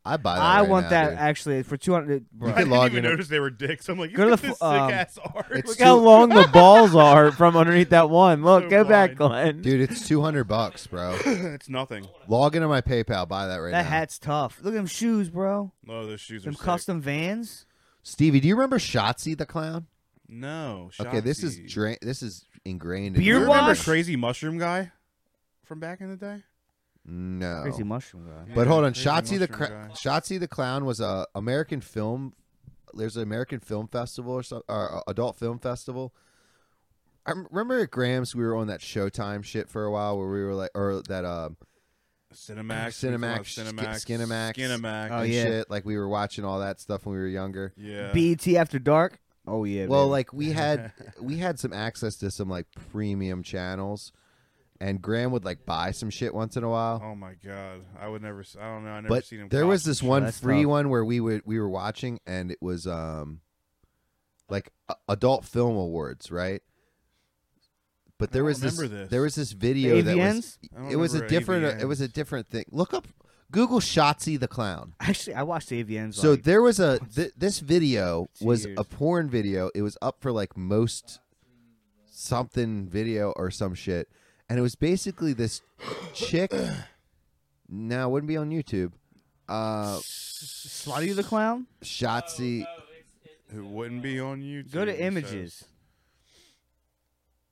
S4: I buy that.
S5: I
S4: right
S5: want
S4: now,
S5: that
S4: dude.
S5: actually for two hundred.
S4: You can log in.
S3: Notice they were dicks. I'm like,
S5: Go to
S3: look
S5: the
S3: at this
S5: f- um,
S3: sick ass art.
S4: It's
S1: Look how
S4: too-
S1: long the balls are from underneath that one. Look,
S3: Oh
S1: go back, Glenn.
S4: Dude, it's 200 bucks, bro.
S3: it's nothing.
S4: Log into my PayPal, buy that right
S5: That
S4: now.
S5: hat's tough. Look at them shoes, bro.
S3: No, Oh, those shoes are
S5: Them
S3: sick.
S5: custom Vans.
S4: Stevie, do you remember Shotzi the clown?
S3: No.
S4: Okay, this is
S3: Shotzi.
S4: dra- this is ingrained
S3: Do you
S4: in
S5: Beer
S4: me.
S3: remember
S5: wash?
S3: Crazy Mushroom Guy from back in the day?
S4: No.
S5: Crazy mushroom guy.
S4: But
S3: Yeah,
S4: hold on,
S3: Crazy
S4: Shotzi the
S3: Mushroom
S4: cra-
S3: Guy.
S4: Shotzi the clown was a American film. There's an American film festival or, some, or uh, adult film festival. I rem- remember at Graham's we were on that Showtime shit for a while where we were like, or that um
S3: Cinemax.
S4: Cinemax,
S3: we talked about
S4: Sk- Skinemax.
S3: Skinemax.
S5: Oh,
S4: and
S5: yeah.
S4: shit. Like we were watching all that stuff when we were younger.
S3: yeah.
S5: BET E After Dark. Oh yeah.
S4: Well,
S5: baby.
S4: like we had we had some access to some like premium channels, and Graham would like buy some shit once in a while.
S3: Oh my god, I would never. s- I don't know. I never
S4: but
S3: seen him.
S4: there was
S3: cosplay.
S4: this one
S5: That's
S4: free
S5: tough.
S4: one where we would we were watching, and it was um like a- adult film awards, right? But there
S3: don't
S4: was this,
S3: remember this.
S4: there was this video that was
S3: I don't
S4: it was a
S3: remember
S4: different uh, it was a
S3: AVNs.
S4: different thing. Look up Google Shotzi the clown.
S5: actually, I watched the AVNs.
S4: So
S5: like,
S4: there was a th- this video
S5: Two
S4: was
S5: years.
S4: a porn video. It was up for like most something video or some shit, and it was basically this chick. No, it wouldn't be on YouTube. Uh,
S5: Slutty the Clown.
S4: Shotzi.
S3: Oh, Who wouldn't be on YouTube?
S5: Go
S3: it
S5: to
S3: says.
S5: images.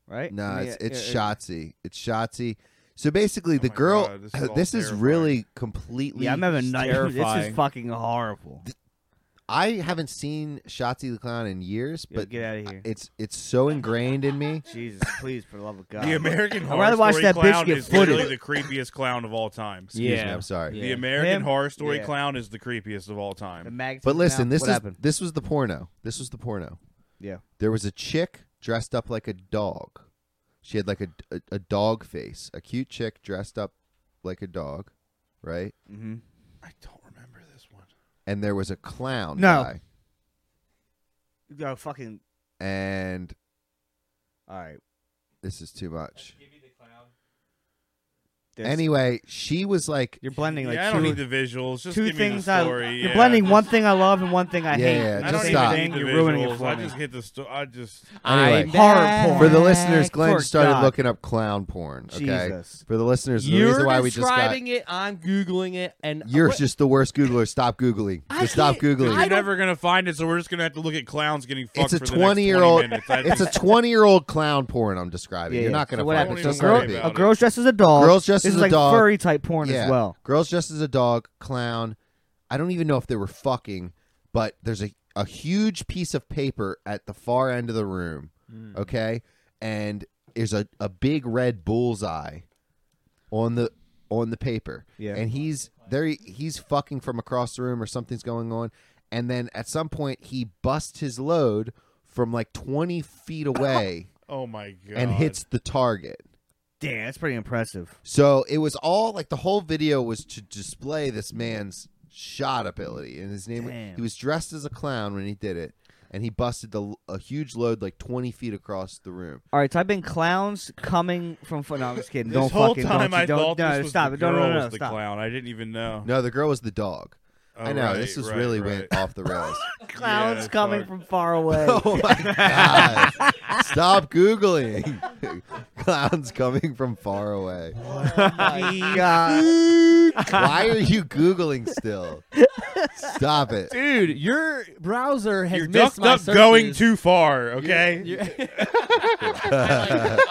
S5: Right?
S4: No,
S5: I mean,
S4: it's
S5: yeah,
S4: it's
S5: yeah,
S4: Shotzi. It's Shotzi. So basically, the
S3: Oh my
S4: girl.
S3: God, this
S4: this
S3: is
S4: is,
S3: all
S4: really completely.
S5: Yeah, I'm having nightmares. This
S7: terrifying.
S5: is fucking horrible.
S4: I haven't seen Shotzi the clown in years,
S5: Yo,
S4: but
S5: get out of here.
S4: it's it's so ingrained in me.
S5: Jesus, please, for the love of God.
S3: The American
S5: I'd
S3: Horror
S5: rather watch
S3: Story
S5: that bitch
S3: clown
S5: get
S3: is literally
S5: footed.
S3: the creepiest clown of all time.
S4: Excuse me,
S7: Yeah.
S4: I'm sorry.
S3: The
S7: Yeah.
S3: American
S5: Him?
S3: Horror Story
S5: Yeah.
S3: clown is the creepiest of all
S5: The
S3: time.
S5: mag.
S4: But listen, this
S5: what
S4: is
S5: happened?
S4: this was the porno. This was the porno.
S5: Yeah.
S4: There was a chick dressed up like a dog. She had like a, a, a dog face, a cute chick dressed up like a dog, right?
S5: Mm-hmm.
S3: I don't remember this one.
S4: And there was a clown
S5: No.
S4: guy,
S5: You got fucking.
S4: and
S5: All right.
S4: this is too much.
S5: There's-
S4: Anyway, she was like,
S5: you're blending like
S3: yeah, I
S5: two,
S3: don't need the visuals. Just
S5: two
S3: give me the
S5: things. I,
S3: story.
S5: you're
S3: yeah.
S5: blending one thing I love and one thing I
S4: Yeah,
S5: hate.
S4: yeah,
S5: in the
S3: I don't
S5: same
S4: just stop.
S5: thing.
S3: even need the
S5: You're ruining it
S3: visuals.
S5: for
S3: I
S5: me.
S3: just hit the sto- I just
S4: anyway,
S5: Horror porn.
S4: for the listeners, Glenn
S5: For
S4: started
S5: God.
S4: looking up clown porn. Okay,
S5: Jesus.
S4: for the listeners, the
S7: You're
S4: reason why we just got
S7: describing it. I'm googling it, and
S4: you're
S7: what-
S4: just the worst Googler. Stop googling.
S7: I
S4: Just stop
S7: can't-
S4: googling.
S7: I
S3: You're
S7: don't-
S3: never gonna find it, so we're just gonna have to look at clowns getting
S4: it's
S3: fucked.
S4: a
S3: for the next 20
S4: year old.
S3: minutes. I
S4: It's a
S3: just-
S4: twenty year old clown porn. I'm describing.
S5: Yeah,
S4: You're
S5: yeah.
S4: not gonna
S5: So what
S4: find
S5: happens?
S4: it.
S3: Don't
S4: Just
S3: even
S4: let
S5: girl,
S4: it
S3: worry
S4: be.
S3: about
S5: a
S3: it.
S5: girl's dressed as a dog.
S4: Girls dressed
S5: this
S4: as
S5: is
S4: a
S5: like
S4: dog.
S5: furry type porn
S4: Yeah.
S5: as well.
S4: Girls dressed as a dog, clown. I don't even know if they were fucking, but there's a a huge piece of paper at the far end of the room. Okay, and there's a a big red bullseye on the on the paper.
S5: Yeah.
S4: and he's there. he- He's fucking from across the room, or something's going on. And then at some point, he busts his load from like twenty feet away
S3: Oh my god!
S4: and hits the target.
S5: Damn, that's pretty impressive.
S4: So it was all like the whole video was to display this man's shot ability, and his name
S5: Damn.
S4: he was dressed as a clown when he did it, and he busted the, a huge load like twenty feet across the room.
S5: All right, so I've been clowns coming from. fu- No, I'm just kidding.
S3: This
S5: don't
S3: whole
S5: fucking
S3: time
S5: don't, you-
S3: I
S5: don't,
S3: thought
S5: no,
S3: this was
S5: stop
S3: the
S5: it. No, no,
S3: girl
S5: no, no,
S3: was the
S5: stop.
S3: clown. I didn't even know.
S4: No, the girl was the dog.
S3: Oh,
S4: I know
S3: right,
S4: this is
S3: right,
S4: really
S3: right.
S4: went off the rails.
S5: Clowns
S3: Yeah,
S5: coming
S3: fuck.
S5: from far away.
S4: oh my god! Stop googling. Clowns coming from far away.
S5: my God.
S4: Why are you googling still? Stop it.
S7: dude, your browser has
S3: You're
S7: missed
S3: ducked
S7: my
S3: up going
S7: searches.
S3: too far. Okay.
S9: I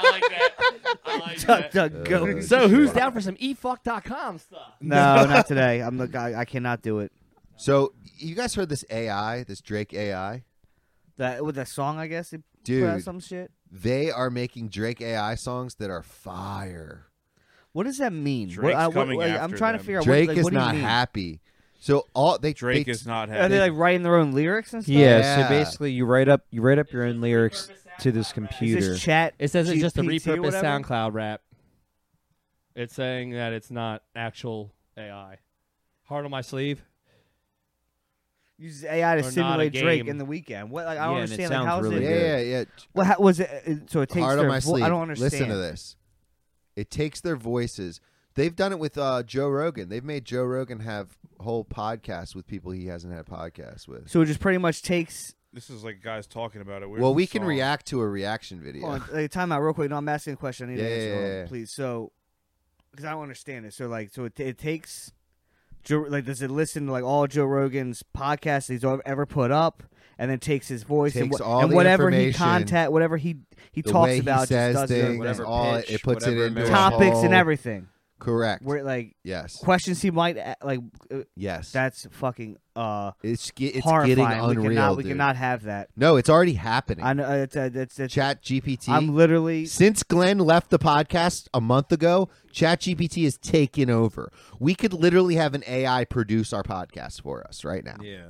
S9: like that. I like that.
S5: Duck, duck,
S4: Uh,
S5: go.
S7: so who's down for some e efuck.com stuff?
S5: No, not today. I'm the guy. I cannot do it.
S4: So you guys heard this AI, this Drake AI?
S5: That with that song, I guess. They Put out
S4: Dude.
S5: some shit.
S4: They are making Drake AI songs that are fire.
S5: What does that mean? What-
S3: Drake's
S5: I, what,
S3: coming
S5: like, I'm
S3: after
S5: trying to
S3: them.
S5: figure out.
S4: Drake
S5: what, like,
S4: is
S5: what do you
S4: not
S5: mean?
S4: happy. So all they
S3: Drake
S4: they-
S3: is not
S5: Are
S3: happy.
S5: they like writing their own lyrics and stuff?
S1: Yeah,
S4: Yeah.
S1: So basically, you write up you write up your own lyrics to this
S5: Is
S1: computer.
S5: this chat?
S7: It says it's just a
S5: GPT or
S7: repurposed
S5: whatever?
S7: SoundCloud rap. It's saying that it's not actual AI. Heart on my sleeve.
S5: Uses
S7: Or
S5: AI to
S7: not a
S5: simulate Drake
S7: game.
S5: in the weekend. What? Like I
S1: Yeah,
S5: don't
S1: and it
S5: understand.
S1: sounds
S5: like, how is
S1: really
S5: it?
S4: yeah, yeah, yeah.
S5: Well, how, was it? uh, So it takes
S4: Hard
S5: their
S4: on my
S5: vo-
S4: sleeve.
S5: I don't understand.
S4: Listen to this. It takes their voices. They've done it with uh, Joe Rogan. They've made Joe Rogan have whole podcasts with people he hasn't had podcasts with.
S5: So it just pretty much takes
S3: This is like guys talking about it. Where's
S4: well,
S3: the
S4: we can
S3: song?
S4: react to a reaction video.
S5: Hold on, uh, time out real quick. No, I'm asking a question. I need
S4: Yeah,
S5: an answer,
S4: yeah,
S5: on,
S4: yeah, yeah.
S5: please. So, because I don't understand it. So, like, so it, it takes, Joe, like, does it listen to like all Joe Rogan's podcasts he's ever- ever put up, and then takes his voice and,
S4: Takes
S5: wha-
S4: all
S5: and
S4: the
S5: whatever he
S4: information,
S5: contact, whatever he he
S4: the
S5: talks
S4: way he
S5: about, just
S4: says
S5: does it,
S4: things,
S5: whatever
S4: all
S5: pitch,
S4: it puts it
S5: whatever
S4: into a
S5: topics
S4: whole-
S5: and everything.
S4: Correct.
S5: Where like
S4: Yes.
S5: questions he might uh, like uh,
S4: Yes.
S5: that's fucking uh
S4: It's ge- it's
S5: horrifying.
S4: getting unreal.
S5: We cannot, we
S4: dude.
S5: cannot have that.
S4: No, it's already happening.
S5: I know uh, it's, uh, it's, it's
S4: Chat GPT.
S5: I'm literally
S4: Since Glenn left the podcast a month ago, ChatGPT has taken over. We could literally have an AI produce our podcast for us right now.
S3: Yeah.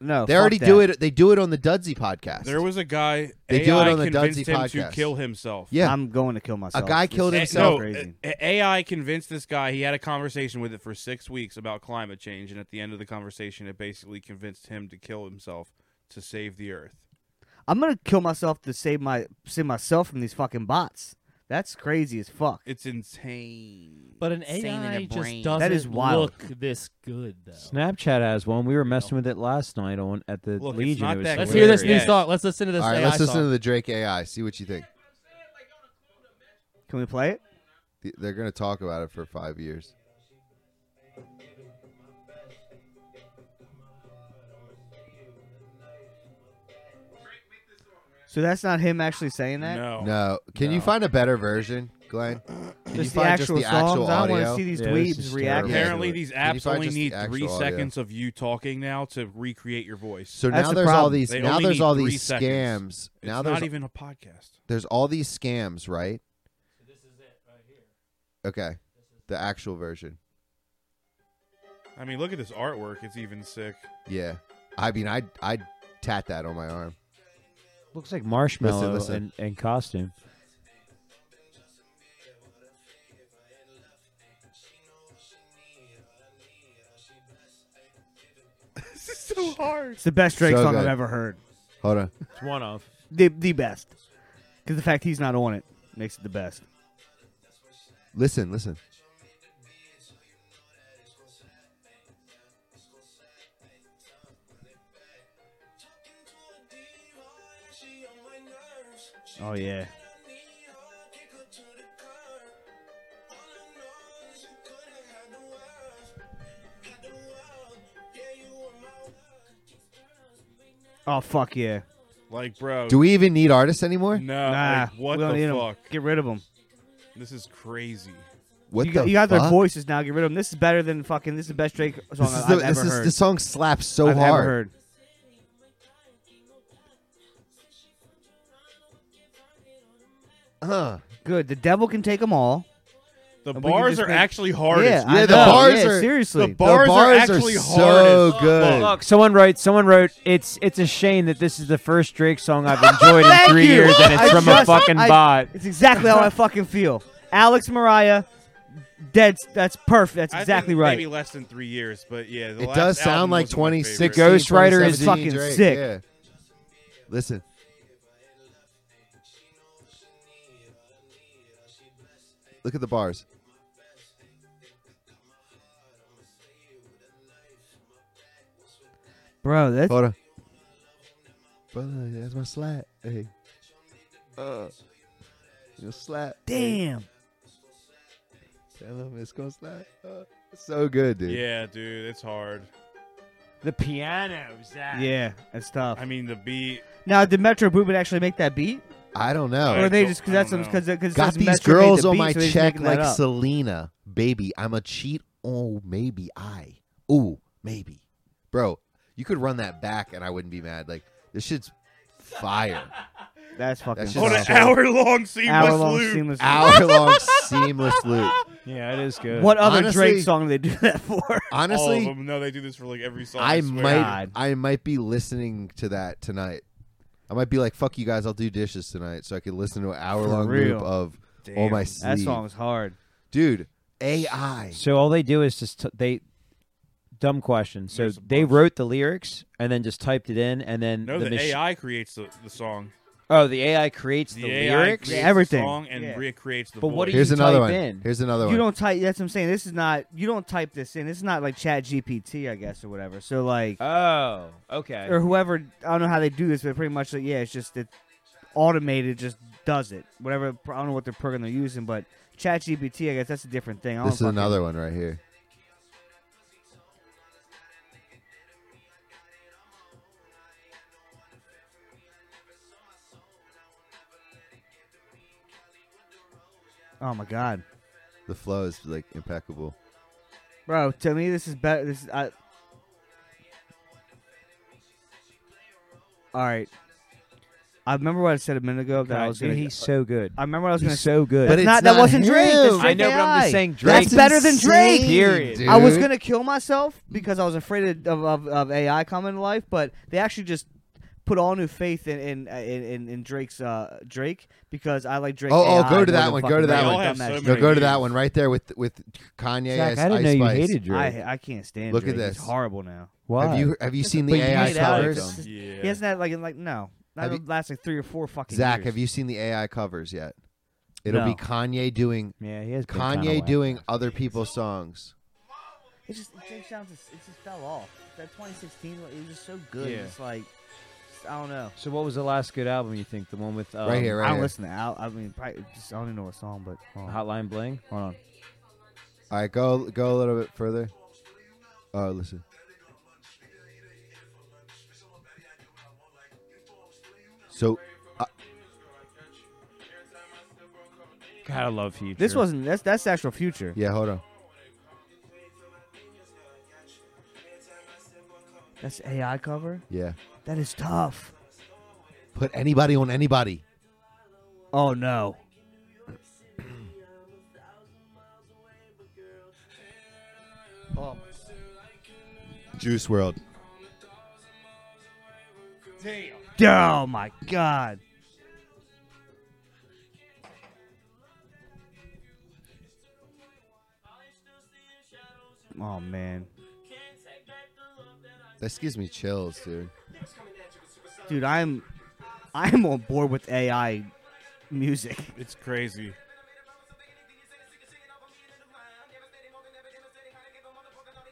S5: no.
S4: they
S5: fuck
S4: already
S5: that.
S4: do it. They do it on the Dudsy podcast.
S3: There was a guy.
S4: They
S3: AI
S4: do it on the
S3: convinced
S4: Dunsey
S3: him
S4: podcast.
S3: to kill himself.
S4: yeah,
S5: I'm going to kill myself.
S4: guy
S5: This
S4: killed
S5: is
S3: A-
S4: himself.
S3: No,
S5: Crazy.
S3: a- a- AI convinced this guy. He had a conversation with it for six weeks about climate change, and at the end of the conversation, it basically convinced him to kill himself to save the Earth.
S5: I'm gonna kill myself to save my save myself from these fucking bots. That's crazy as fuck.
S3: It's insane.
S7: But an
S11: Sane in
S7: AI
S11: the
S7: just
S11: brain.
S7: doesn't
S5: That is wild.
S7: look this good, though.
S1: Snapchat has one. We were messing with it last night on at the
S3: Look, it's
S1: Legion.
S3: not
S1: It was
S3: that
S7: Let's
S1: hilarious.
S3: good.
S7: hear this new
S3: Yes.
S7: song. Let's listen to this
S4: All right,
S7: AI
S4: let's listen
S7: song.
S4: to the Drake AI. See what you think.
S5: Can we play it?
S4: Th- They're going to talk about it for five years.
S5: So that's not him actually saying that.
S3: No.
S4: No, can you
S3: Oh, No.
S4: find a better version, Glenn? Can you
S5: Just the
S4: find
S5: actual
S4: just the
S5: songs.
S4: actual
S5: I don't want
S4: audio?
S5: to see these
S1: Yeah, this
S5: dweebs
S1: is
S5: react.
S1: terrible.
S5: Yeah.
S3: Apparently,
S4: Yeah.
S3: these
S4: Can you
S3: apps
S4: find
S3: only
S4: just the
S3: need
S4: actual
S3: three
S4: audio?
S3: seconds of you talking now to recreate your voice.
S4: So
S5: That's
S4: now
S5: the
S4: there's all
S5: problem.
S4: these.
S3: They
S4: now
S3: only
S4: there's
S3: need
S4: all
S3: three
S4: these
S3: seconds.
S4: scams.
S3: it's
S4: now there's
S3: not even a podcast.
S4: there's all these scams, right? Okay, the actual version.
S3: I mean, look at this artwork. It's even sick.
S4: Yeah, I mean, I I tat that on my arm.
S1: Looks like marshmallow
S4: Listen, listen.
S1: And, and costume.
S5: It's the best Drake
S4: So
S5: song I've
S4: good.
S5: ever heard.
S4: Hold on.
S1: It's one of.
S5: The the best. Because the fact he's not on it makes it the best.
S4: Listen, listen.
S5: Oh yeah. Oh fuck yeah.
S3: Like, bro.
S4: Do we even need artists anymore?
S3: No.
S5: nah.
S3: Uh, like, what
S5: we don't need
S3: the
S5: 'em.
S3: fuck?
S5: Get rid of them.
S3: This is crazy.
S4: What
S5: you got,
S4: the
S5: you got
S4: fuck?
S5: their voices now. Get rid of them. This is better than fucking. This is the best Drake song
S4: This is
S5: I've
S4: the
S5: ever
S4: this is
S5: heard.
S4: the song slaps so
S5: I've
S4: hard.
S5: ever heard.
S4: Huh.
S5: Good. The devil can take them all.
S3: The
S5: And we can
S3: bars
S5: just
S3: are
S5: make-
S3: actually hardest.
S5: Yeah, I
S4: Yeah, the
S5: know.
S4: bars
S5: Yeah,
S4: are
S5: seriously.
S4: The
S3: bars
S4: bars,
S3: are actually
S4: so
S3: hard as-
S4: good.
S1: Look, someone wrote. Someone wrote. It's it's a shame that this is the first Drake song I've enjoyed in three
S5: you.
S1: years, and it's
S5: I
S1: from
S5: just-
S1: a fucking
S5: I-
S1: bot.
S5: It's exactly how I fucking feel. Alex Mariah, dead. That's perfect. That's
S3: I think
S5: exactly right.
S3: Maybe less than three years, but yeah. The
S4: It
S3: last
S4: does sound
S3: album
S4: like
S3: wasn't my favorite.
S4: 2016.
S1: Ghostwriter is
S4: 2017
S5: fucking
S4: Drake,
S5: sick.
S4: Yeah. Listen. Look at the bars.
S5: Bro, that's
S4: Hold on. Brother, that's my slap. Hey. Uh, your slap.
S5: damn.
S4: Tell him it's going to slap. Uh, it's so good, dude.
S3: Yeah, dude, it's hard.
S1: The pianos.
S5: Yeah, that's tough.
S3: I mean, the beat.
S5: Now, did Metro Boomin actually make that beat,
S4: I don't know.
S5: or are they
S3: don't-
S5: just
S3: I
S5: because that's
S3: don't know.
S5: because because
S4: Got these
S5: Metro made
S4: girls
S5: the
S4: on
S5: beat,
S4: my
S5: so they're just
S4: check
S5: making that
S4: like
S5: up.
S4: Selena. Baby, I'm a cheat. Oh, maybe I. Ooh, maybe. Bro, you could run that back and I wouldn't be mad. Like, this shit's fire.
S5: That's fucking.
S4: just
S3: On
S5: tough.
S4: a
S3: an
S4: Awesome.
S3: hour long seamless
S5: hour long
S3: loop.
S5: seamless.
S4: Hour long seamless loop.
S1: Yeah, it is good.
S5: What other
S4: Honestly-
S5: Drake song did they do that for?
S3: All of
S5: Oh,
S4: Honestly,
S3: them. No, they do this for like every song.
S4: I
S3: Oh, swear.
S4: might
S5: God.
S4: I might be listening to that tonight. I might be like, fuck you guys, I'll do dishes tonight so I can listen to an hour long
S5: For
S4: loop
S5: real.
S4: of all my
S5: That
S4: sleep.
S5: song's hard.
S4: Dude, AI.
S1: So all they do is just t- they. Dumb question. So
S3: There's a
S1: they
S3: bunch.
S1: wrote the lyrics and then just typed it in, and then
S3: No,
S1: the,
S3: the
S1: mach-
S3: AI creates the, the song.
S1: Oh, the AI creates the,
S5: The AI
S1: lyrics,
S5: creates the Everything.
S12: song and recreates the
S1: But what
S12: voice.
S1: do
S4: Here's
S1: you
S4: another
S1: type
S4: one.
S1: in?
S4: Here's another
S5: you
S4: one.
S5: don't type. That's what I'm saying. This is not. You don't type this in. It's not like Chat GPT, I guess, or whatever. So like.
S1: Oh, okay.
S5: Or whoever. I don't know how they do this, but pretty much like yeah, it's just it automated just does it. Whatever. I don't know what their program they're using, but Chat GPT, I guess that's a different thing. I don't
S4: This is
S5: fucking-
S4: another one right here.
S5: Oh my god,
S4: The flow is like impeccable.
S5: bro. To me, this is better. This is. I, all right. I remember what I said a minute ago that I
S1: God,
S5: was
S1: dude,
S5: gonna.
S1: he's so good.
S5: I remember what I was
S1: He's
S5: gonna.
S1: so good.
S5: That's
S1: But it's
S5: not, that
S1: not
S5: wasn't
S1: him.
S5: Drake. It's
S1: I
S5: Drake
S1: know, but I'm just
S5: AI.
S1: saying Drake.
S5: That's better than Drake.
S1: Period.
S5: I was
S1: dude.
S5: gonna kill myself because I was afraid of, of, of AI coming to life, but they actually just put all new faith in in in, in, in Drake's uh, Drake because I like Drake.
S4: Oh,
S5: AI
S4: oh, go to that
S5: more than
S4: one. Go
S5: fucking
S4: to that
S5: Drake.
S4: one. no, go to that one right there with with Kanye.
S5: Zach,
S4: as
S5: I didn't
S4: Ice
S5: know you
S4: Spice.
S5: hated Drake. I- I can't stand
S4: Look
S5: Drake.
S4: at
S5: He's
S4: this.
S5: horrible now.
S4: Have you have you seen the AI covers?
S5: He hasn't had like in, like no, not
S4: Have
S5: in the last like three or four fucking.
S4: Zach,
S5: years.
S4: have you seen the AI covers yet? It'll be
S5: No.
S4: Kanye doing.
S1: Yeah, he has been kinda
S4: Kanye
S1: whack.
S4: doing other people's songs.
S5: It just Drake sounds. It just fell off. That 2016, like, it was just so good.
S1: Yeah.
S5: It's like I don't know.
S1: So, what was the last good album you think? The one with um,
S4: Right here, right
S5: I don't
S4: here.
S5: listen to Al. I mean, probably, just, I don't even know what song, but um, hold on.
S1: um, Hotline Bling.
S5: Hold on.
S4: All right, go go a little bit further. Oh, listen. So, uh,
S7: God, I love Future.
S5: This wasn't. That's that's the actual future.
S4: yeah, hold on.
S5: That's AI cover.
S4: Yeah,
S5: That is tough.
S4: put anybody on anybody.
S5: Oh no. oh.
S4: Juice World.
S5: Oh my god. Oh man,
S4: This gives me chills, dude.
S5: dude, I'm, I'm on board with AI music.
S3: It's crazy.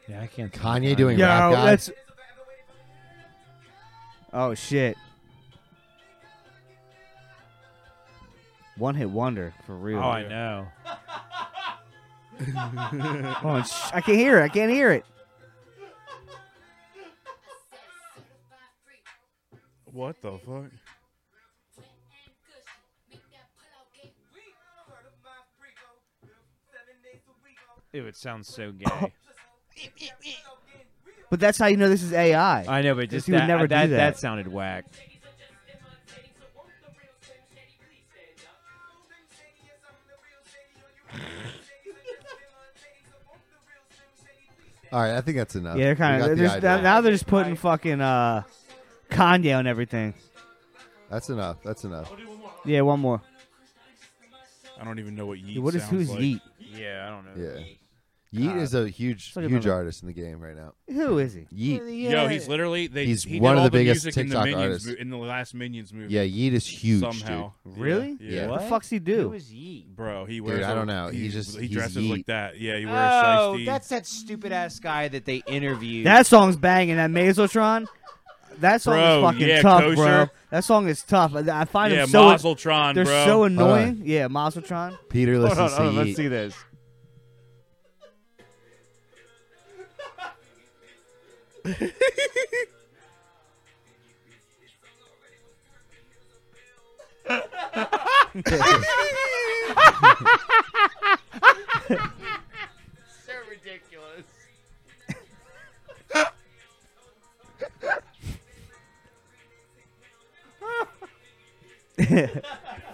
S1: Yeah, I can't.
S4: Kanye doing
S5: Yo,
S4: rap God.
S5: that's. Oh shit. One hit wonder for real.
S7: Oh, I know.
S5: Oh, sh- I can't hear it. I can't hear it.
S3: What the fuck?
S1: Ew, it sounds so gay.
S5: But that's how you know this is AI.
S1: I know, but just
S5: he would
S1: that, uh,
S5: never
S1: that,
S5: do that.
S1: that sounded whack.
S4: All right, I think that's enough.
S5: yeah, they're kind
S4: We got
S5: of.
S4: the
S5: They're
S4: idea.
S5: now they're just putting fucking uh, Kanye on everything.
S4: That's enough. That's enough.
S5: Yeah, one more.
S3: I don't even know what Yeet
S5: Dude, what is-
S3: sounds
S5: who's
S3: like.
S5: Yeet?
S7: Yeah, I don't know.
S4: Yeah. Yeet is a huge,
S5: Look at
S4: huge
S5: him.
S4: artist in the game right now.
S5: Who is he?
S4: Yeet.
S12: Yo, he's literally they.
S4: He's
S12: he
S4: one
S12: did
S4: of
S12: all
S4: the biggest
S12: music in
S4: TikTok
S12: the Minions
S4: artists.
S12: mo- in the last Minions movie.
S4: Yeah, Yeet is huge,
S12: somehow.
S5: Really?
S12: Yeah. yeah.
S5: What the fuck's he
S1: Who
S5: do?
S1: is Yeet?
S12: Bro, he
S4: Dude,
S12: wears.
S4: I
S12: a-
S4: don't know. He
S12: He
S4: just-
S12: he
S4: he's
S12: dresses
S4: Yeet.
S12: like that. Yeah, he wears.
S1: Oh,
S12: shiesty.
S1: that's that stupid ass guy that they interviewed.
S5: That song's banging. That Mazotron. That song
S12: Bro,
S5: is fucking
S12: yeah,
S5: tough,
S12: kosher.
S5: bro. That song is tough. I, I find
S12: Yeah,
S5: them so.
S12: Mazeltron,
S5: they're
S12: bro.
S5: so
S12: Hold
S5: annoying. Yeah, Mazotron.
S4: Peter listens to Yeet.
S1: this.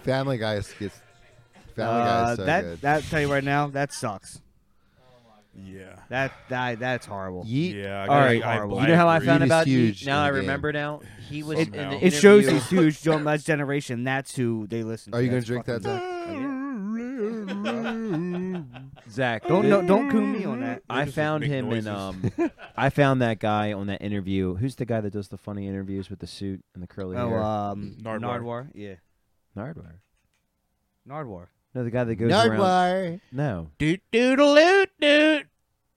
S4: Family Guy is gets. Family Guy
S5: Uh,
S4: is so
S5: that
S4: good.
S5: that tell you right now, that sucks.
S12: Yeah.
S5: That that that's horrible.
S4: Yeet.
S12: Yeah. I
S1: All
S12: gotta-
S1: right,
S12: I,
S5: horrible.
S1: you know how I
S12: agree.
S1: found
S4: Yeet is
S1: about
S4: huge
S1: Yeet? Now
S4: in
S1: I
S4: the game.
S1: remember now. He was in
S12: Somehow.
S1: the
S5: It shows
S1: interview-
S5: he's huge. Don't let generation. That's who they listen.
S4: Are
S5: to.
S4: you gonna
S5: That's
S4: drink that?
S5: fucking-
S4: Zach?
S5: Yeah.
S1: Zach.
S5: Don't- no,
S1: it-
S5: don't coon me on that.
S1: I
S5: Just
S1: found
S5: make
S1: him
S5: noises.
S1: in um, I found that guy on that interview. Who's the guy that does the funny interviews with the suit and the curly
S5: Oh,
S1: hair?
S5: um, Nardwar. Yeah.
S1: Nardwar.
S5: Nardwar.
S1: No, the guy that goes
S5: Nardwar.
S1: around. No.
S7: Doot doodaloot doot.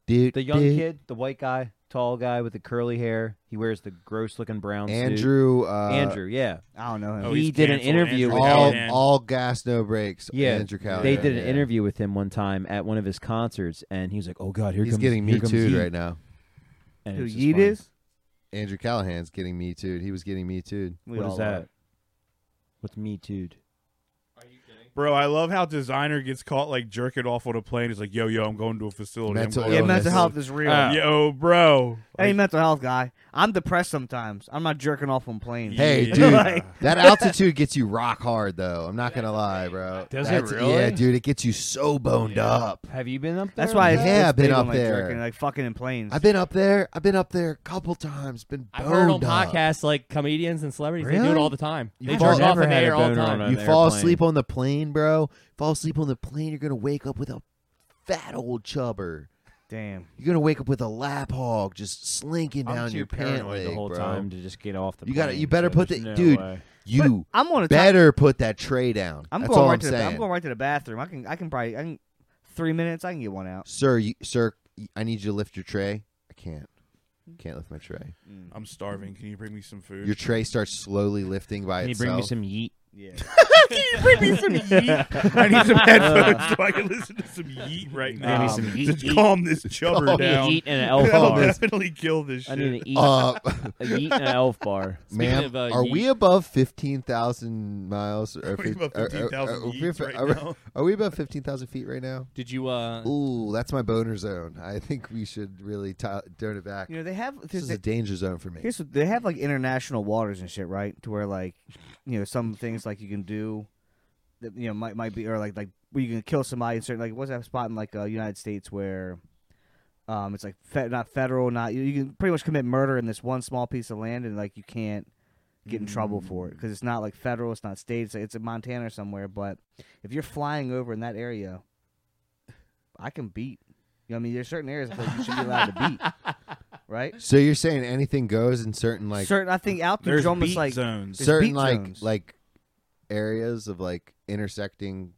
S4: Dude,
S1: The young kid, the white guy, tall guy with the curly hair. He wears the gross looking brown
S4: Andrew,
S1: suit.
S4: uh,
S1: Andrew, Oh, yeah.
S5: I don't know him.
S12: Oh,
S1: he did an interview with
S4: all,
S1: him.
S4: all gas, no brakes.
S1: Yeah,
S4: Andrew Callahan.
S1: they did an interview with him one time at one of his concerts, and he was like, "Oh God, here
S4: He's
S1: comes
S4: getting
S1: here
S4: me
S1: comes
S4: too
S1: Yeet."
S4: right now.
S1: And it's just funny.
S4: Andrew Callahan's getting me too. He was getting me too.
S1: We What is all are. that? What's me too?
S12: Bro, I love how designer gets caught like jerking off on a plane. He's like, yo, yo, I'm going to a facility. I'm
S5: Mental
S12: going
S5: Yeah,
S4: Oh,
S12: to a
S5: mental health
S12: facility."
S5: is real.
S1: Ah.
S12: Uh, yo, bro.
S5: Hey, mental health guy. I'm depressed sometimes. I'm not jerking off on planes.
S4: Hey,
S5: Yeah.
S4: dude,
S5: Like-
S4: that altitude gets you rock hard, though. I'm not gonna lie, bro.
S1: Does it
S4: That's-
S1: really?
S4: Yeah, dude, it gets you so boned up.
S1: Have you been up there?
S5: That's why it's,
S4: Yeah,
S5: it's
S4: I've been
S5: big
S4: up
S5: on, like,
S4: there.
S5: jerking, like fucking in planes.
S4: I've been up there. I've been up there a couple times. Been boned
S7: I've heard on
S4: up.
S7: podcasts like comedians and celebrities they do it
S4: Really?
S7: all the time.
S4: You
S7: They
S4: fall-
S7: jerk off
S4: never
S7: in the
S4: had a
S7: air all the
S4: boner
S7: time.
S4: on You fall asleep on the plane, bro. Fall asleep on the plane. You're gonna wake up with a fat old chubber.
S5: Damn.
S4: You're gonna wake up with a lap hog just slinking
S1: I'm
S4: down
S1: too
S4: your pant
S1: paranoid the
S4: leg,
S1: whole
S4: bro.
S1: time to just get off the
S4: You gotta.
S1: plane,
S4: You better
S1: so
S4: put the
S1: there's no
S4: dude.
S1: way.
S4: You.
S5: But I'm on a top-
S4: better put that tray down.
S5: I'm
S4: That's
S5: going
S4: all
S5: right
S4: I'm
S5: to the,
S4: saying.
S5: I'm going right to the bathroom. I can I can probably I can three minutes I can get one out.
S4: sir, you, sir, y- I need you to lift your tray. I can't. Can't lift my tray.
S12: I'm starving. Can you bring me some food?
S4: Your tray starts slowly lifting by
S1: Can you
S4: itself.
S1: bring me some yeet?
S5: Yeah.
S12: Can you bring me some yeet? I need some headphones so I can listen to some yeet right
S1: I
S12: now.
S1: need some yeet,
S12: to
S1: yeet.
S12: calm this chubber
S1: Calm
S12: down.
S1: yeet and an
S12: I'll
S1: elf bar.
S12: definitely kill this
S1: I
S12: shit.
S1: need to eat
S4: Uh,
S1: a yeet and an elf bar.
S4: Ma'am,
S1: uh,
S4: are we above fifteen thousand miles? Or
S12: we
S4: fif-
S12: above
S4: or- or-
S12: 15,000
S4: are we
S12: yeets
S4: ab-
S12: right
S4: are we-
S12: now?
S4: Are we above fifteen thousand feet right now?
S7: Did you? uh
S4: Ooh, that's my boner zone. I think we should really t- turn it back.
S5: You know, they have-
S4: this is
S5: they-
S4: a danger zone for me.
S5: Here's what, they have like international waters and shit, right? To where like you know some things like you can do that you know might might be or like like where you can kill somebody in certain like what's that spot in like uh, United States where um it's like fe- not federal not you, you can pretty much commit murder in this one small piece of land and like you can't get in trouble for it because it's not like federal it's not state it's, like, it's in Montana or somewhere but if you're flying over in that area I can beat you know what I mean there's certain areas I feel like you should be allowed to beat right
S4: So you're saying anything goes in certain like
S5: certain I think out there's almost like there's
S4: certain
S5: beat
S4: like
S5: zones.
S4: like areas of like intersecting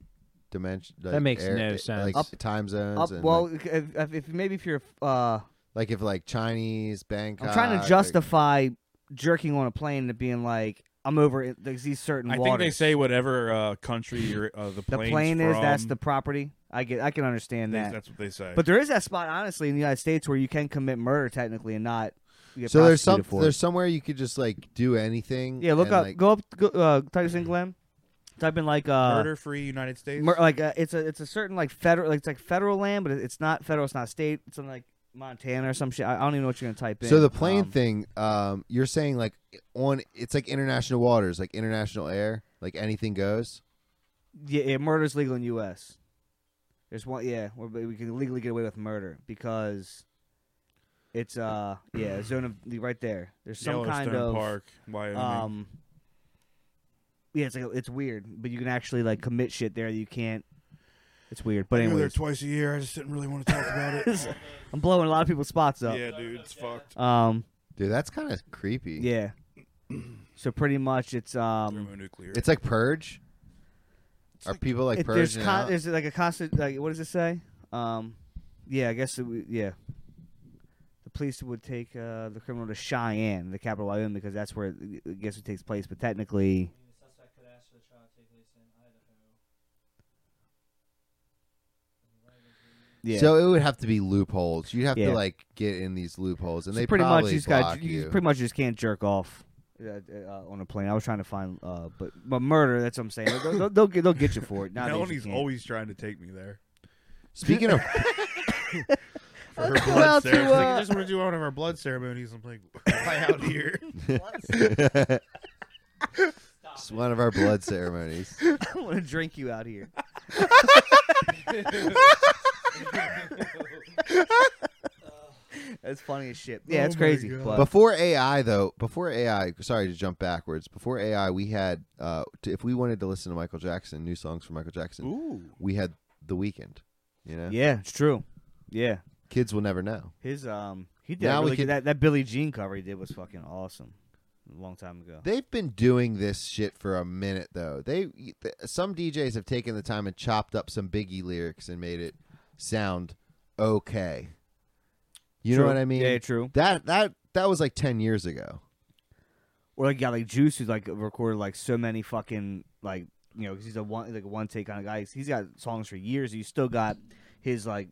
S4: dimension. Like,
S1: makes
S4: air- eh,
S1: no sense.
S4: Like
S1: Up-
S4: time zones.
S5: Up,
S4: and,
S5: well,
S4: like,
S5: if, if, if maybe if you're uh,
S4: like if like Chinese Bangkok.
S5: I'm trying to
S4: like-
S5: justify jerking on a plane to being like I'm over it, like, these certain
S12: I think
S5: waters.
S12: they say whatever uh, country you're, uh, the,
S5: the
S12: plane's
S5: plane is that's
S12: from.
S5: the property. I get I can understand
S12: They-
S5: that.
S12: that's what they say.
S5: But there is that spot honestly in the United States where you can commit murder technically and not get
S4: So there's some
S5: prosecuted for it.
S4: there's somewhere you could just like do anything.
S5: yeah look
S4: and,
S5: up
S4: like-
S5: go up go, uh, type in Glenn type in like uh,
S12: Murder-free United States?
S5: mur- like uh, it's a it's a certain like federal like it's like federal land but it- it's not federal it's not state it's in like Montana or some shit I, I don't even know what you're gonna type in
S4: so the plane
S5: Um,
S4: thing, um, you're saying like on it's like international waters, like international air, like anything goes.
S5: Yeah, yeah murder's legal in U.S. There's one, yeah, where we we can legally get away with murder because it's uh, yeah, zone of right there. There's some kind
S12: Yellowstone
S5: of
S12: Park, Wyoming.
S5: Um, yeah, it's like it's weird, but you can actually like commit shit there. that You can't. It's weird, but
S12: I go there
S5: anyways,
S12: twice a year. I just didn't really want to talk about it.
S5: I'm blowing a lot of people's spots up.
S12: yeah, dude, it's fucked.
S5: Um,
S4: dude, that's kind of creepy.
S5: Yeah. So pretty much, it's um,
S12: nuclear.
S4: It's like purge. Are people like
S5: It- there's
S4: purging
S5: con-
S4: out?
S5: there's like a constant like what does it say? Um, yeah, I guess it would, yeah. The police would take uh, the criminal to Cheyenne, the capital of Wyoming, because that's where it- I guess it takes place. But technically, Yeah.
S4: So it would have to be loopholes. You'd have
S5: Yeah.
S4: to like get in these loopholes, and
S5: so
S4: they
S5: pretty much
S4: probably
S5: you just
S4: block
S5: got
S4: you.
S5: you pretty much just can't jerk off uh, uh, on a plane. I was trying to find, uh, but but murder. That's what I'm saying. They'll, they'll, they'll, get, they'll get you for it. Nowadays, you
S12: Melanie's
S5: can't.
S12: always trying to take me there.
S4: Speaking of,
S12: for her
S5: Let's go
S12: blood
S5: out to,
S12: ceremony,
S5: uh,
S12: I just want to do one of our blood ceremonies. I'm like, why out here?
S4: it's one of our blood ceremonies.
S5: I want to drink you out here. That's funny as shit. Yeah,
S12: Oh
S5: it's
S12: my
S5: crazy.
S12: God.
S5: But
S4: Before AI, though, before AI, sorry to jump backwards. Before AI, we had uh, to, if we wanted to listen to Michael Jackson, new songs from Michael Jackson,
S12: Ooh.
S4: we had The Weekend. You know?
S5: Yeah, it's true. Yeah.
S4: Kids will never know.
S5: His um, he did a
S4: Now we
S5: really
S4: can-
S5: good, that that Billie Jean cover he did was fucking awesome, a long time ago.
S4: They've been doing this shit for a minute though. They th- some DJs have taken the time and chopped up some Biggie lyrics and made it sound okay. You know
S5: True.
S4: what I mean?
S5: Yeah, true.
S4: That that that was like 10 years ago.
S5: Or like got like Juice who's like recorded like so many fucking like you know 'cause he's a one like a one take kind of guy. He's- he's got songs for years. He's still got his like.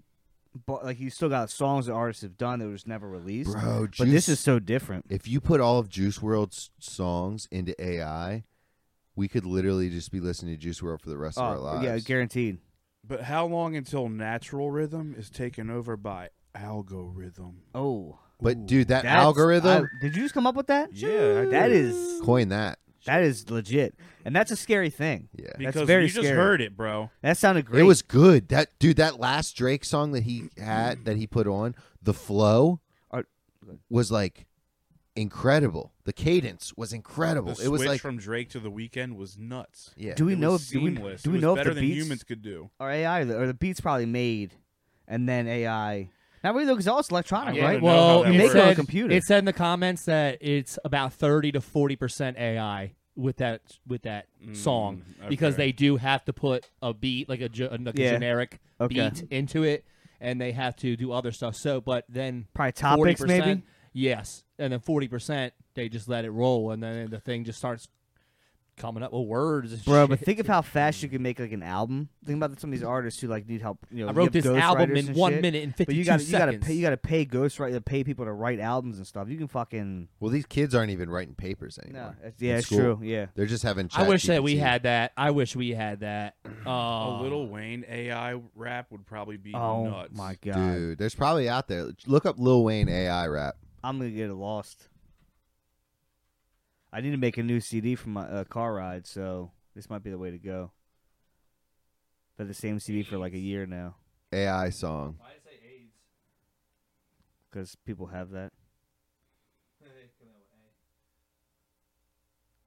S5: But like he's still got songs that artists have done that was never released.
S4: Bro,
S5: but this
S4: Juice-
S5: is so different.
S4: If you put all of Juice World's songs into AI, we could literally just be listening to Juice World for the rest of our lives.
S5: Oh, guaranteed.
S12: But how long until natural rhythm is taken over by algorithm?
S5: Oh,
S4: But dude, that
S5: That's-
S4: algorithm
S5: I- did you just come up with that?
S12: Yeah, I
S5: that
S12: did.
S5: is
S4: coin that.
S5: That is legit, and that's a scary thing.
S4: Yeah,
S12: Because
S5: that's very
S12: you just
S5: scary.
S12: heard it, bro.
S5: That sounded great.
S4: It was good. That dude, that last Drake song that he had that he put on, the flow was like incredible. The cadence was incredible.
S12: The
S4: it was
S12: switch
S4: like
S12: from Drake to the weekend was nuts.
S4: Yeah.
S5: Do we
S12: It
S5: know?
S12: was
S5: If, do we,
S12: seamless.
S5: do
S12: It
S5: we
S12: was
S5: know if
S12: better
S5: the
S12: than
S5: beats
S12: humans could do?
S5: or AI or the beats probably made, and then AI? Not really though, because all it's electronic, right?
S7: Well,
S5: you
S7: it
S5: make it on a
S7: said,
S5: computer.
S7: it said in the comments that it's about thirty to forty percent AI with that with that song because
S5: okay.
S7: they do have to put a beat like a, ge- like a
S5: Yeah.
S7: generic
S5: Okay.
S7: beat into it, and they have to do other stuff. So, but then
S5: Probably topics,
S7: 40%,
S5: maybe?
S7: Yes, and then forty percent they just let it roll, and then the thing just starts coming up with words. and
S5: Bro,
S7: shit.
S5: but think of how fast you can make like an album. Think about some of these artists who like need help. You know,
S7: I wrote
S5: you have
S7: this album
S5: ghostwriters
S7: in
S5: and
S7: one
S5: shit,
S7: minute and
S5: but you
S7: 52
S5: gotta, You gotta
S7: seconds.
S5: pay. You gotta pay ghostwriters, pay people to write albums and stuff. You can fucking.
S4: Well, these kids aren't even writing papers anymore.
S5: it's- yeah,
S4: in
S5: it's
S4: school.
S5: true, yeah.
S4: They're just having
S7: I wish that we
S4: ChatGPT.
S7: had that. I wish we had that.
S12: a
S5: Um,
S7: Uh,
S12: little Wayne AI rap would probably be
S5: Oh
S12: nuts.
S4: Dude, there's probably out there. Look up Lil Wayne AI rap.
S5: I'm gonna get lost. I need to make a new CD for my uh, car ride, so this might be the way to go. But the same CD for like a year now,
S4: AI song.
S5: because people have that.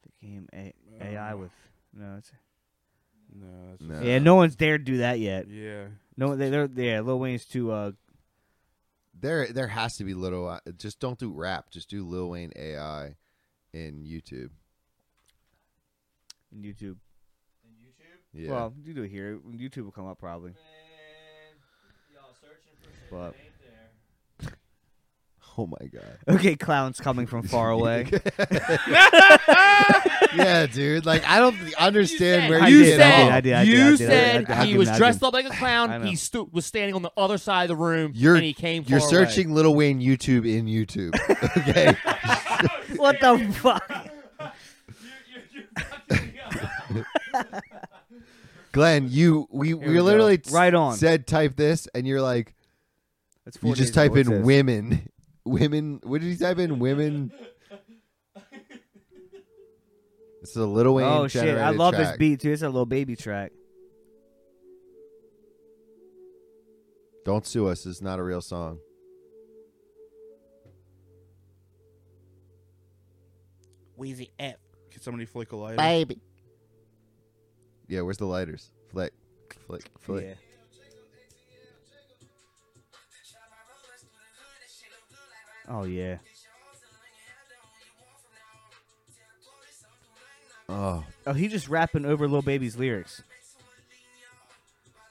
S5: They came a- AI with no, it's
S12: Um,
S5: Uh,
S12: no, that's
S4: No.
S5: Mm. yeah. No one's dared do that yet.
S12: Yeah.
S5: no, they, they're yeah. Lil Wayne's too. Uh,
S4: There, there has to be little. uh, Just don't do rap. Just do Lil Wayne AI in YouTube.
S5: in YouTube.
S4: Yeah.
S5: Well, you do it here. YouTube will come up probably. But
S4: oh my god.
S5: okay, clowns coming from far away.
S4: yeah, dude. Like I don't understand
S7: said-
S4: where
S7: you
S4: get
S7: said
S4: off.
S5: I did, I did, I
S7: you
S5: did, I did, I
S7: said
S5: did, I
S7: he
S5: did,
S7: was
S5: I did.
S7: dressed up like a
S5: I
S7: clown.
S5: know.
S7: He stu- was standing on the other side of the room,
S4: You're
S7: and he came.
S4: you're
S7: far away.
S4: searching Little Wayne YouTube in YouTube. Okay.
S5: what the fuck?
S4: Glenn, you we, we,
S5: we go.
S4: literally s-
S5: Right on.
S4: said type this and you're like
S5: That's
S4: you
S5: four
S4: just
S5: days ago.
S4: type in
S5: What's this?
S4: women. Women what did you type in? Women This is a little Wayne.
S5: Oh shit! I
S4: generated
S5: love this
S4: track.
S5: beat too. It's a little baby track.
S4: Don't sue us, it's not a real song.
S11: Wheezy F.
S12: Can somebody flick a lighter?
S11: Baby.
S4: Yeah, where's the lighters? Flick, flick, flick.
S5: Oh yeah.
S4: Oh.
S5: Oh, he just rapping over Lil Baby's lyrics.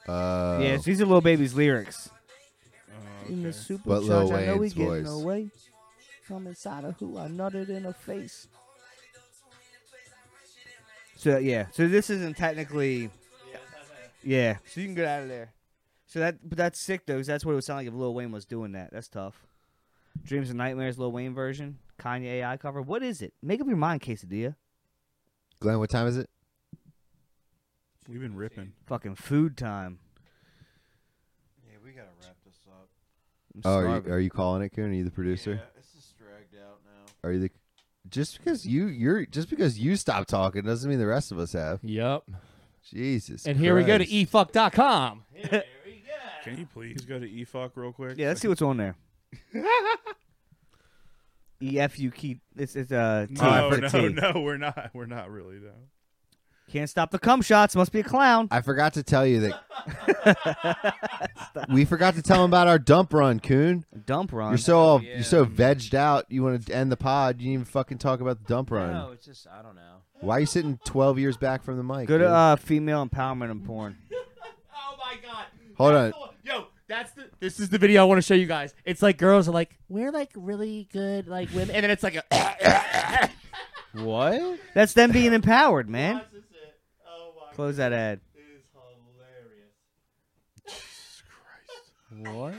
S4: Uh,
S5: Yeah, these are Lil Baby's lyrics.
S12: Oh,
S13: In the super
S4: But Lil
S13: I know we
S4: Wayne's
S13: getting
S4: voice.
S13: away. Come inside of who I nutted in her face.
S5: So yeah, so this isn't technically. Yeah, so you can get out of there. So that, but that's sick though, 'cause that's what it would sound like if Lil Wayne was doing that. That's tough. Dreams and Nightmares, Lil Wayne version, Kanye AI cover. What is it? Make up your mind, quesadilla.
S4: Glenn, what time is it?
S12: We've been ripping.
S5: Fucking food time.
S14: Yeah, we gotta wrap this up.
S4: Oh, are
S5: starving.
S4: you, are you calling it, Coon? Are you the producer?
S14: This is dragged out now.
S4: Are you the just because you you're just because you stop talking doesn't mean the rest of us have.
S7: Yep.
S4: Jesus.
S7: And here we go to E-
S4: Christ.
S7: efuck.com.
S12: Can you please go to E eFuck real quick?
S5: Yeah, let's see what's on there. EFU key. It's it's uh. T
S12: No,
S5: for
S12: no,
S5: uh, T.
S12: no, we're not. We're not really. No.
S5: Can't stop the cum shots. Must be a clown.
S4: I forgot to tell you that we forgot to tell him about our dump run, Coon.
S5: Dump run.
S4: You're so you're so vegged out. You want to end the pod. You didn't even fucking talk about the dump run.
S1: No, it's just uh, I don't know.
S4: Why are you sitting 12 years back from the mic?
S5: Go to
S4: dude?
S5: uh, female empowerment and porn.
S7: Oh
S4: Hold on.
S7: Yo, that's the. This is the video I want to show you guys. It's like girls are like, we're like really good, like women, and then it's like a.
S1: What?
S5: That's them being empowered, man.
S7: Oh
S5: Close that ad.
S1: What?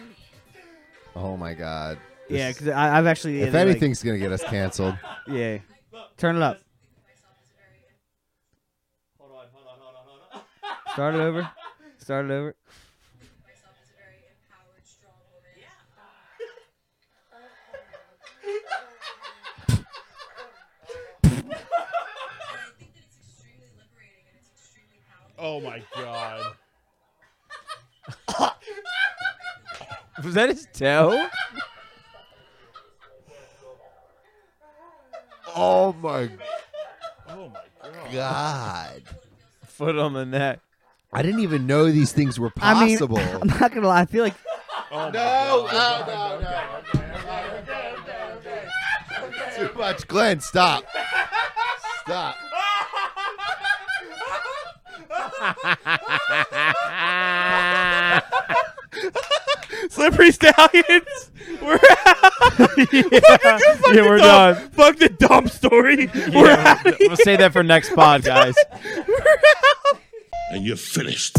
S4: Oh my god.
S5: Yeah,
S4: This-
S5: 'cause I- I've actually-
S4: If
S5: they're like-
S4: anything's gonna get us canceled,
S5: Yeah. Turn it up. Start it over. Start it over.
S12: Oh my god.
S1: Was that his toe?
S4: oh my
S12: Oh my god.
S4: god.
S1: Foot on the neck.
S4: I didn't even know these things were
S5: I mean,
S4: possible.
S5: I'm not gonna lie. I feel like
S12: Oh
S4: no,
S12: no,
S4: Too much, Glenn. Stop. Stop.
S12: Slippery Stallions, we're out. yeah,
S1: Yeah, we're done.
S12: Fuck the dump story. We're out.
S1: we'll save that for next pod, guys.
S6: and you're finished.